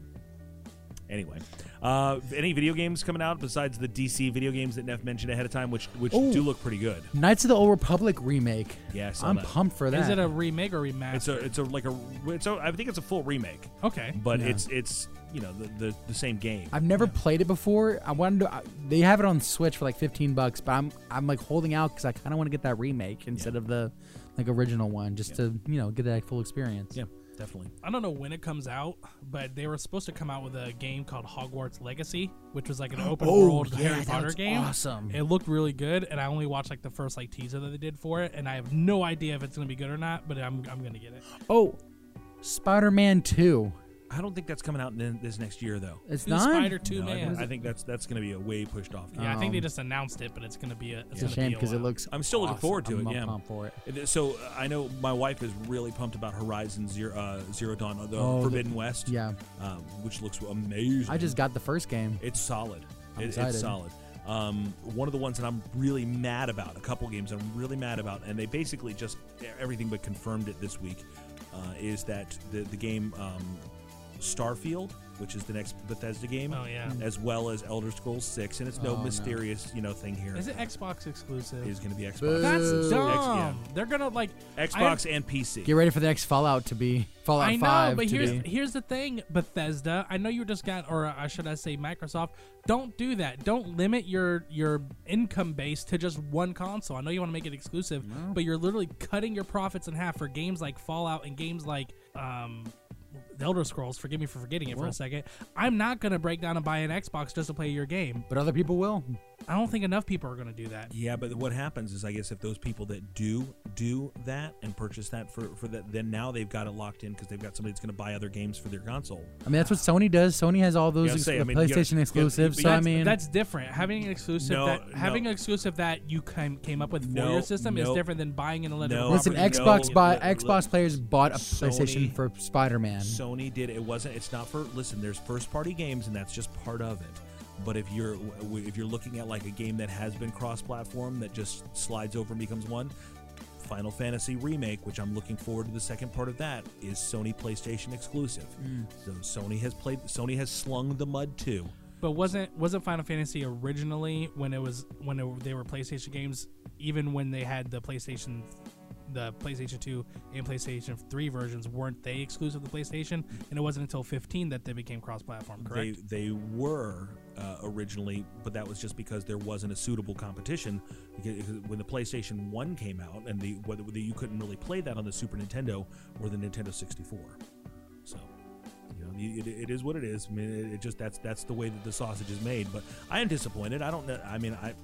[SPEAKER 3] Anyway, uh, any video games coming out besides the DC video games that Neff mentioned ahead of time, which which
[SPEAKER 4] Oh.
[SPEAKER 3] do look pretty good.
[SPEAKER 4] Knights of the Old Republic remake.
[SPEAKER 3] Yeah, I saw
[SPEAKER 4] I'm
[SPEAKER 3] that.
[SPEAKER 4] pumped for that.
[SPEAKER 5] Is it a remake or remaster?
[SPEAKER 3] It's a it's a like a it's a, I think it's a full remake,
[SPEAKER 5] okay.
[SPEAKER 3] but
[SPEAKER 4] Yeah.
[SPEAKER 3] it's it's you know the the, the same game.
[SPEAKER 4] I've never played it before. I wanted to. I, they have it on Switch for like 15 bucks, but I'm I'm like holding out because I kind of want to get that remake instead of the like original one, just to you know get that full experience.
[SPEAKER 3] yeah, definitely.
[SPEAKER 5] I don't know when it comes out, but they were supposed to come out with a game called Hogwarts Legacy, which was like an open
[SPEAKER 4] Oh,
[SPEAKER 5] world Harry Potter game.
[SPEAKER 4] awesome.
[SPEAKER 5] It looked really good, and I only watched like the first like teaser that they did for it, and I have no idea if it's gonna be good or not. But I'm, I'm gonna get it.
[SPEAKER 4] Oh, Spider-Man 2.
[SPEAKER 3] I don't think that's coming out in this next year though.
[SPEAKER 4] It's
[SPEAKER 5] Two
[SPEAKER 4] not.
[SPEAKER 5] Spider Two
[SPEAKER 3] No, I think-
[SPEAKER 5] Oh, Man.
[SPEAKER 3] I, think that's that's going to be a way pushed off. game.
[SPEAKER 5] yeah, I think they
[SPEAKER 4] Um,
[SPEAKER 5] just announced it, but it's gonna be a. It's,
[SPEAKER 4] it's a shame because it looks.
[SPEAKER 3] I'm still looking
[SPEAKER 4] awesome.
[SPEAKER 3] forward to
[SPEAKER 4] I'm
[SPEAKER 3] it. Yeah,
[SPEAKER 4] pumped for it.
[SPEAKER 3] Th- So uh, I know my wife is really pumped about Horizon Zero, uh, Zero Dawn, uh, the
[SPEAKER 4] Oh, the-
[SPEAKER 3] Forbidden West,
[SPEAKER 4] Yeah,
[SPEAKER 3] um, which looks amazing.
[SPEAKER 4] I just got the first game.
[SPEAKER 3] it's solid.
[SPEAKER 4] I'm
[SPEAKER 3] It-
[SPEAKER 4] excited.
[SPEAKER 3] it's solid. Um, one of the ones that I'm really mad about, a couple games I'm really mad about, and they basically just e, everything but confirmed it this week, uh, is that the the game um, Starfield, which is the next Bethesda game,
[SPEAKER 5] Oh, yeah.
[SPEAKER 3] as well as Elder Scrolls Six, and it's
[SPEAKER 4] Hmm. Oh,
[SPEAKER 3] no
[SPEAKER 4] no.
[SPEAKER 3] mysterious you know thing here.
[SPEAKER 5] Is it Xbox exclusive?
[SPEAKER 3] Is going to be Xbox.
[SPEAKER 5] That's
[SPEAKER 4] Boo.
[SPEAKER 5] dumb.
[SPEAKER 3] X-
[SPEAKER 5] They're gonna like
[SPEAKER 3] yeah. Xbox and PC.
[SPEAKER 4] Get ready for the next Fallout to be Fallout
[SPEAKER 5] I know,
[SPEAKER 4] 5
[SPEAKER 5] but
[SPEAKER 4] to
[SPEAKER 5] here's
[SPEAKER 4] be.
[SPEAKER 5] here's the thing, Bethesda. I know you just got, or uh, should I say, Microsoft. Don't do that. Don't limit your your income base to just one console. I know you want to make it exclusive, but you're literally cutting your profits in half for games like Fallout and games like um, The Elder Scrolls. Forgive me for forgetting it for a second. I'm not gonna break down and buy an Xbox just to play your game.
[SPEAKER 4] But other people will.
[SPEAKER 5] I don't think enough people are gonna do that.
[SPEAKER 3] Yeah, but what happens is, I guess, if those people that do do that and purchase that for for that, then now they've got it locked in because they've got somebody that's going to buy other games for their console.
[SPEAKER 4] I mean, that's what Sony does. Sony has all those
[SPEAKER 3] Yeah, I
[SPEAKER 4] ex-
[SPEAKER 3] say, I mean, you gotta-
[SPEAKER 4] PlayStation
[SPEAKER 3] you gotta-
[SPEAKER 4] exclusives.
[SPEAKER 3] but
[SPEAKER 4] so I
[SPEAKER 5] that's,
[SPEAKER 4] mean,
[SPEAKER 5] that's different. Having an exclusive
[SPEAKER 3] No,
[SPEAKER 5] that
[SPEAKER 3] no.
[SPEAKER 5] having an exclusive that you came, came up with for
[SPEAKER 3] No,
[SPEAKER 5] your system is
[SPEAKER 3] no.
[SPEAKER 5] different than buying an illegible
[SPEAKER 3] No.
[SPEAKER 4] Listen,
[SPEAKER 3] property.
[SPEAKER 4] Xbox
[SPEAKER 3] No,
[SPEAKER 4] bought
[SPEAKER 3] li- li-
[SPEAKER 4] Xbox players bought a
[SPEAKER 3] Sony-
[SPEAKER 4] PlayStation for Spider-Man.
[SPEAKER 3] Sony did it wasn't. It's not for. Listen, there's first party games, and that's just part of it. But if you're w- if you're looking at like a game that has been cross platform that just slides over and becomes one. Final Fantasy Remake, which I'm looking forward to the second part of that, is Sony PlayStation exclusive. So Sony has played Sony has slung the mud too.
[SPEAKER 5] But wasn't wasn't Final Fantasy originally when it was when it, they were PlayStation games, even when they had the PlayStation, the PlayStation Two and PlayStation Three versions, weren't they exclusive to PlayStation? And it wasn't until 15 that they became cross-platform, correct?
[SPEAKER 3] They, they were uh, originally, but that was just because there wasn't a suitable competition. Because because when the PlayStation One came out, and the whether whether you couldn't really play that on the Super Nintendo or the Nintendo 64. So, you know, it, it- it is what it is. I mean, it, it just that's that's the way that the sausage is made. But I am disappointed. I don't know. I mean, I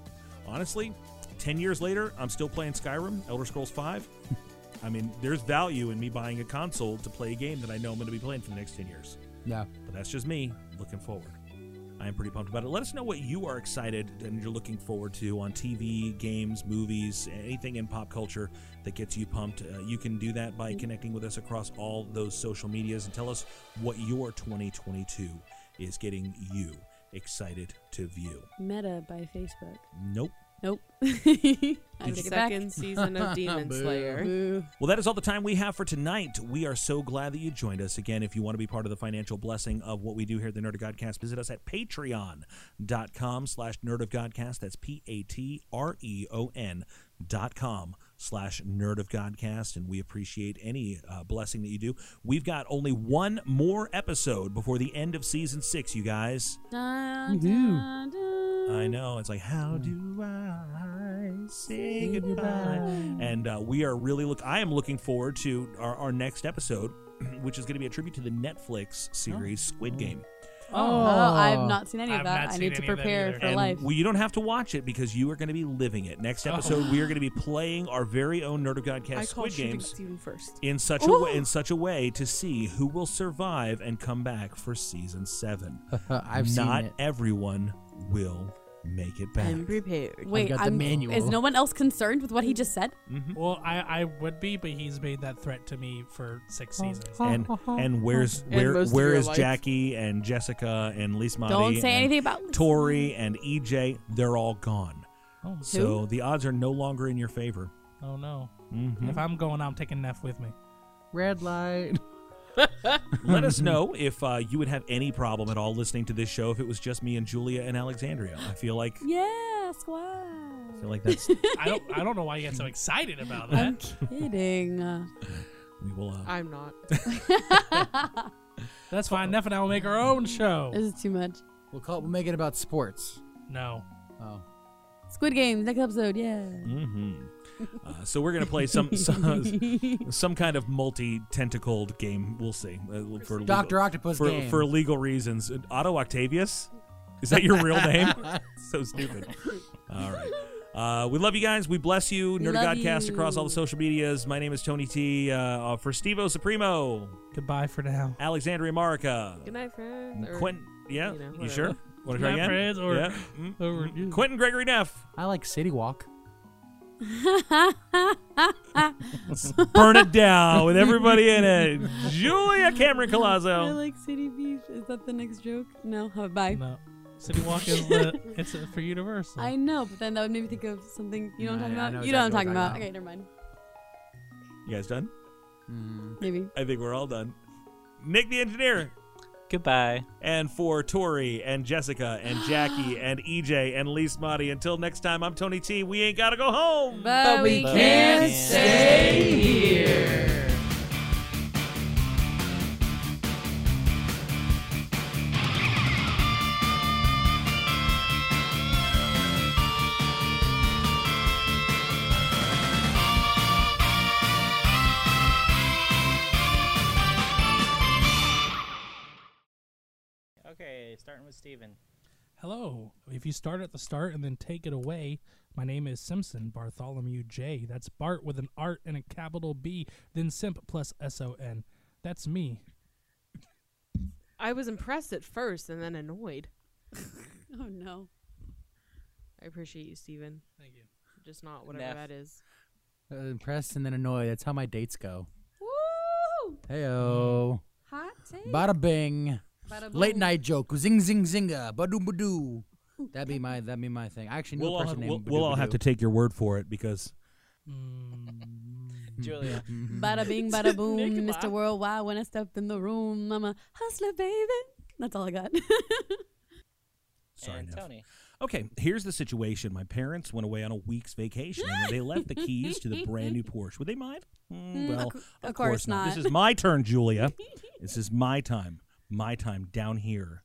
[SPEAKER 3] honestly, ten years later, I'm still playing Skyrim, Elder Scrolls Five. I mean, there's value in me buying a console to play a game that I know I'm going to be playing for the next ten years
[SPEAKER 4] Yeah.
[SPEAKER 3] but that's just me looking forward. I am pretty pumped about it. Let us know what you are excited and you're looking forward to on TV, games, movies, anything in pop culture that gets you pumped. Uh, you can do that by connecting with us across all those social medias and tell us what your 2022 is getting you excited to view.
[SPEAKER 6] Meta by Facebook.
[SPEAKER 3] Nope.
[SPEAKER 6] Nope. I take it back.
[SPEAKER 7] Second season of Demon Slayer.
[SPEAKER 6] Boo.
[SPEAKER 3] Well, that is all the time we have for tonight. We are so glad that you joined us. Again, if you want to be part of the financial blessing of what we do here at the Nerd of Godcast, visit us at patreon.com slash nerd of Godcast. That's P-A-T-R-E-O-N E dot com slash nerd of Godcast. And we appreciate any uh, blessing that you do. We've got only one more episode before the end of season six, you guys.
[SPEAKER 6] Dun,
[SPEAKER 5] You do.
[SPEAKER 6] dun, dun.
[SPEAKER 3] I know. It's like, how do I say goodbye? And uh, we are really look. I am looking forward to our, our next episode, which is going to be a tribute to the Netflix series Squid Game.
[SPEAKER 6] Oh, I've not seen any
[SPEAKER 5] I've
[SPEAKER 6] of that.
[SPEAKER 5] not
[SPEAKER 6] I
[SPEAKER 5] seen
[SPEAKER 6] need to
[SPEAKER 5] any of that
[SPEAKER 6] prepare
[SPEAKER 5] either.
[SPEAKER 6] for
[SPEAKER 3] and
[SPEAKER 6] life.
[SPEAKER 3] we- you don't have to watch it because you are going to be living it. Next episode, we are going to be playing our very own Nerd of
[SPEAKER 7] I
[SPEAKER 3] Godcast
[SPEAKER 7] call
[SPEAKER 3] Squid
[SPEAKER 7] shooting
[SPEAKER 3] Games
[SPEAKER 7] Steven first.
[SPEAKER 3] in such a way, in such a way to see who will survive and come back for season seven.
[SPEAKER 4] uh, I've
[SPEAKER 3] Not
[SPEAKER 4] seen it.
[SPEAKER 3] everyone will make it back.
[SPEAKER 7] prepared.
[SPEAKER 6] Wait,
[SPEAKER 4] got the
[SPEAKER 6] I'm,
[SPEAKER 4] manual.
[SPEAKER 6] is no one else concerned with what he just said?
[SPEAKER 5] Well, I, I would be, but he's made that threat to me for six seasons.
[SPEAKER 3] and
[SPEAKER 6] Uh-huh.
[SPEAKER 3] and where's
[SPEAKER 7] And
[SPEAKER 3] where
[SPEAKER 7] most of
[SPEAKER 3] where
[SPEAKER 7] your
[SPEAKER 3] is
[SPEAKER 7] life.
[SPEAKER 3] Jackie and Jessica and Lismati?
[SPEAKER 6] Don't say
[SPEAKER 3] and
[SPEAKER 6] anything about Lis-
[SPEAKER 3] Tori and EJ. They're all gone.
[SPEAKER 5] Oh.
[SPEAKER 3] So the odds are no longer in your favor.
[SPEAKER 5] Oh no!
[SPEAKER 3] Mhm.
[SPEAKER 5] If I'm going, I'm taking Neff with me.
[SPEAKER 4] Red light.
[SPEAKER 3] Let us know if uh, you would have any problem at all listening to this show if it was just me and Julia and Alexandria. I feel like
[SPEAKER 6] Yeah, squad.
[SPEAKER 3] I feel like that's
[SPEAKER 5] I don't I don't know why you get so excited about
[SPEAKER 6] I'm
[SPEAKER 5] that.
[SPEAKER 6] kidding. Uh,
[SPEAKER 3] we will. Uh,
[SPEAKER 7] I'm not.
[SPEAKER 5] That's fine. Neff and I will make our own show.
[SPEAKER 6] This is too much.
[SPEAKER 4] We'll call it. We'll make it about sports.
[SPEAKER 5] No.
[SPEAKER 4] Oh.
[SPEAKER 6] Squid Games next episode. Yeah.
[SPEAKER 3] mhm. Uh, so we're gonna play some some, some kind of multi tentacled game. We'll see uh, for
[SPEAKER 4] Doctor Octopus
[SPEAKER 3] for,
[SPEAKER 4] game.
[SPEAKER 3] for legal reasons. Otto Octavius? Is that your real name? so stupid. All right. Uh, we love you guys. We bless you. Nerd
[SPEAKER 6] Love
[SPEAKER 3] Godcast across all the
[SPEAKER 6] you.
[SPEAKER 3] social medias. My name is Tony T. Uh, uh, for Stevo Supremo,
[SPEAKER 5] Goodbye for now.
[SPEAKER 3] Alexandria Marica,
[SPEAKER 7] Good night, friend. Or-
[SPEAKER 3] Quentin. Yeah,
[SPEAKER 7] you
[SPEAKER 3] you,
[SPEAKER 7] know,
[SPEAKER 3] sure?
[SPEAKER 7] whatever.
[SPEAKER 3] Want to try
[SPEAKER 5] My
[SPEAKER 3] again?
[SPEAKER 5] friends or-
[SPEAKER 3] yeah. Mm.
[SPEAKER 5] Over.
[SPEAKER 3] Quentin Gregory Neff.
[SPEAKER 4] I like City Walk.
[SPEAKER 3] Burn it down with everybody in it. Julia Cameron
[SPEAKER 6] I
[SPEAKER 3] Colazzo.
[SPEAKER 6] like City Beach. Is that the next joke? No. Huh, Bye.
[SPEAKER 5] No. City Walk is the, it's uh, for Universal.
[SPEAKER 6] I know, but then that would make me think of something. You know what I'm
[SPEAKER 4] Nah,
[SPEAKER 6] talking
[SPEAKER 4] I know
[SPEAKER 6] about? You know what I'm talking
[SPEAKER 4] exactly
[SPEAKER 6] about.
[SPEAKER 4] what
[SPEAKER 6] Okay,
[SPEAKER 4] you're
[SPEAKER 6] never mind.
[SPEAKER 3] You guys done?
[SPEAKER 6] Maybe.
[SPEAKER 3] I think we're all done. Nick the engineer.
[SPEAKER 1] Goodbye.
[SPEAKER 3] and for Tori and Jessica and Jackie and EJ and Lise Motti. Until next time, I'm Tony T. We ain't gotta go home.
[SPEAKER 6] But we
[SPEAKER 1] can't
[SPEAKER 6] stay
[SPEAKER 1] Okay, starting with Steven.
[SPEAKER 5] Hello. If you start at the start and then take it away, my name is Simpson Bartholomew J. That's Bart with an art and a capital B, then Simp plus S O N. That's me.
[SPEAKER 7] I was impressed at first and then annoyed.
[SPEAKER 6] Oh no.
[SPEAKER 7] I appreciate you, Steven.
[SPEAKER 5] Thank you.
[SPEAKER 7] Just not whatever
[SPEAKER 1] Neff.
[SPEAKER 7] that is.
[SPEAKER 4] Uh, impressed and then annoyed. That's how my dates go.
[SPEAKER 6] Woo!
[SPEAKER 4] Heyo.
[SPEAKER 6] Hot
[SPEAKER 3] Mm.
[SPEAKER 6] take.
[SPEAKER 4] Bada bing.
[SPEAKER 6] Bada
[SPEAKER 4] Late
[SPEAKER 6] boom.
[SPEAKER 4] night joke. Zing zing zinga. Badoo badoo. That'd be my that'd be my thing. I actually know
[SPEAKER 3] We'll
[SPEAKER 4] a
[SPEAKER 3] all, have,
[SPEAKER 4] person
[SPEAKER 3] we'll,
[SPEAKER 4] named
[SPEAKER 3] we'll all
[SPEAKER 4] Badoo
[SPEAKER 3] have to
[SPEAKER 4] Badoo.
[SPEAKER 3] take your word for it because
[SPEAKER 4] Mm.
[SPEAKER 1] Julia.
[SPEAKER 6] Bada bing, bada boom,
[SPEAKER 7] Nicola.
[SPEAKER 6] Mr. Worldwide. When I stepped in the room, I'm a hustler, baby. That's all I got.
[SPEAKER 3] Sorry,
[SPEAKER 1] and
[SPEAKER 3] Nev.
[SPEAKER 1] Tony.
[SPEAKER 3] Okay, here's the situation. My parents went away on a week's vacation and they left the keys to the brand new Porsche. Would they mind? Mm,
[SPEAKER 6] Mm,
[SPEAKER 3] well,
[SPEAKER 6] of cou- of course not.
[SPEAKER 3] This is my turn, Julia. this is my time. My time down here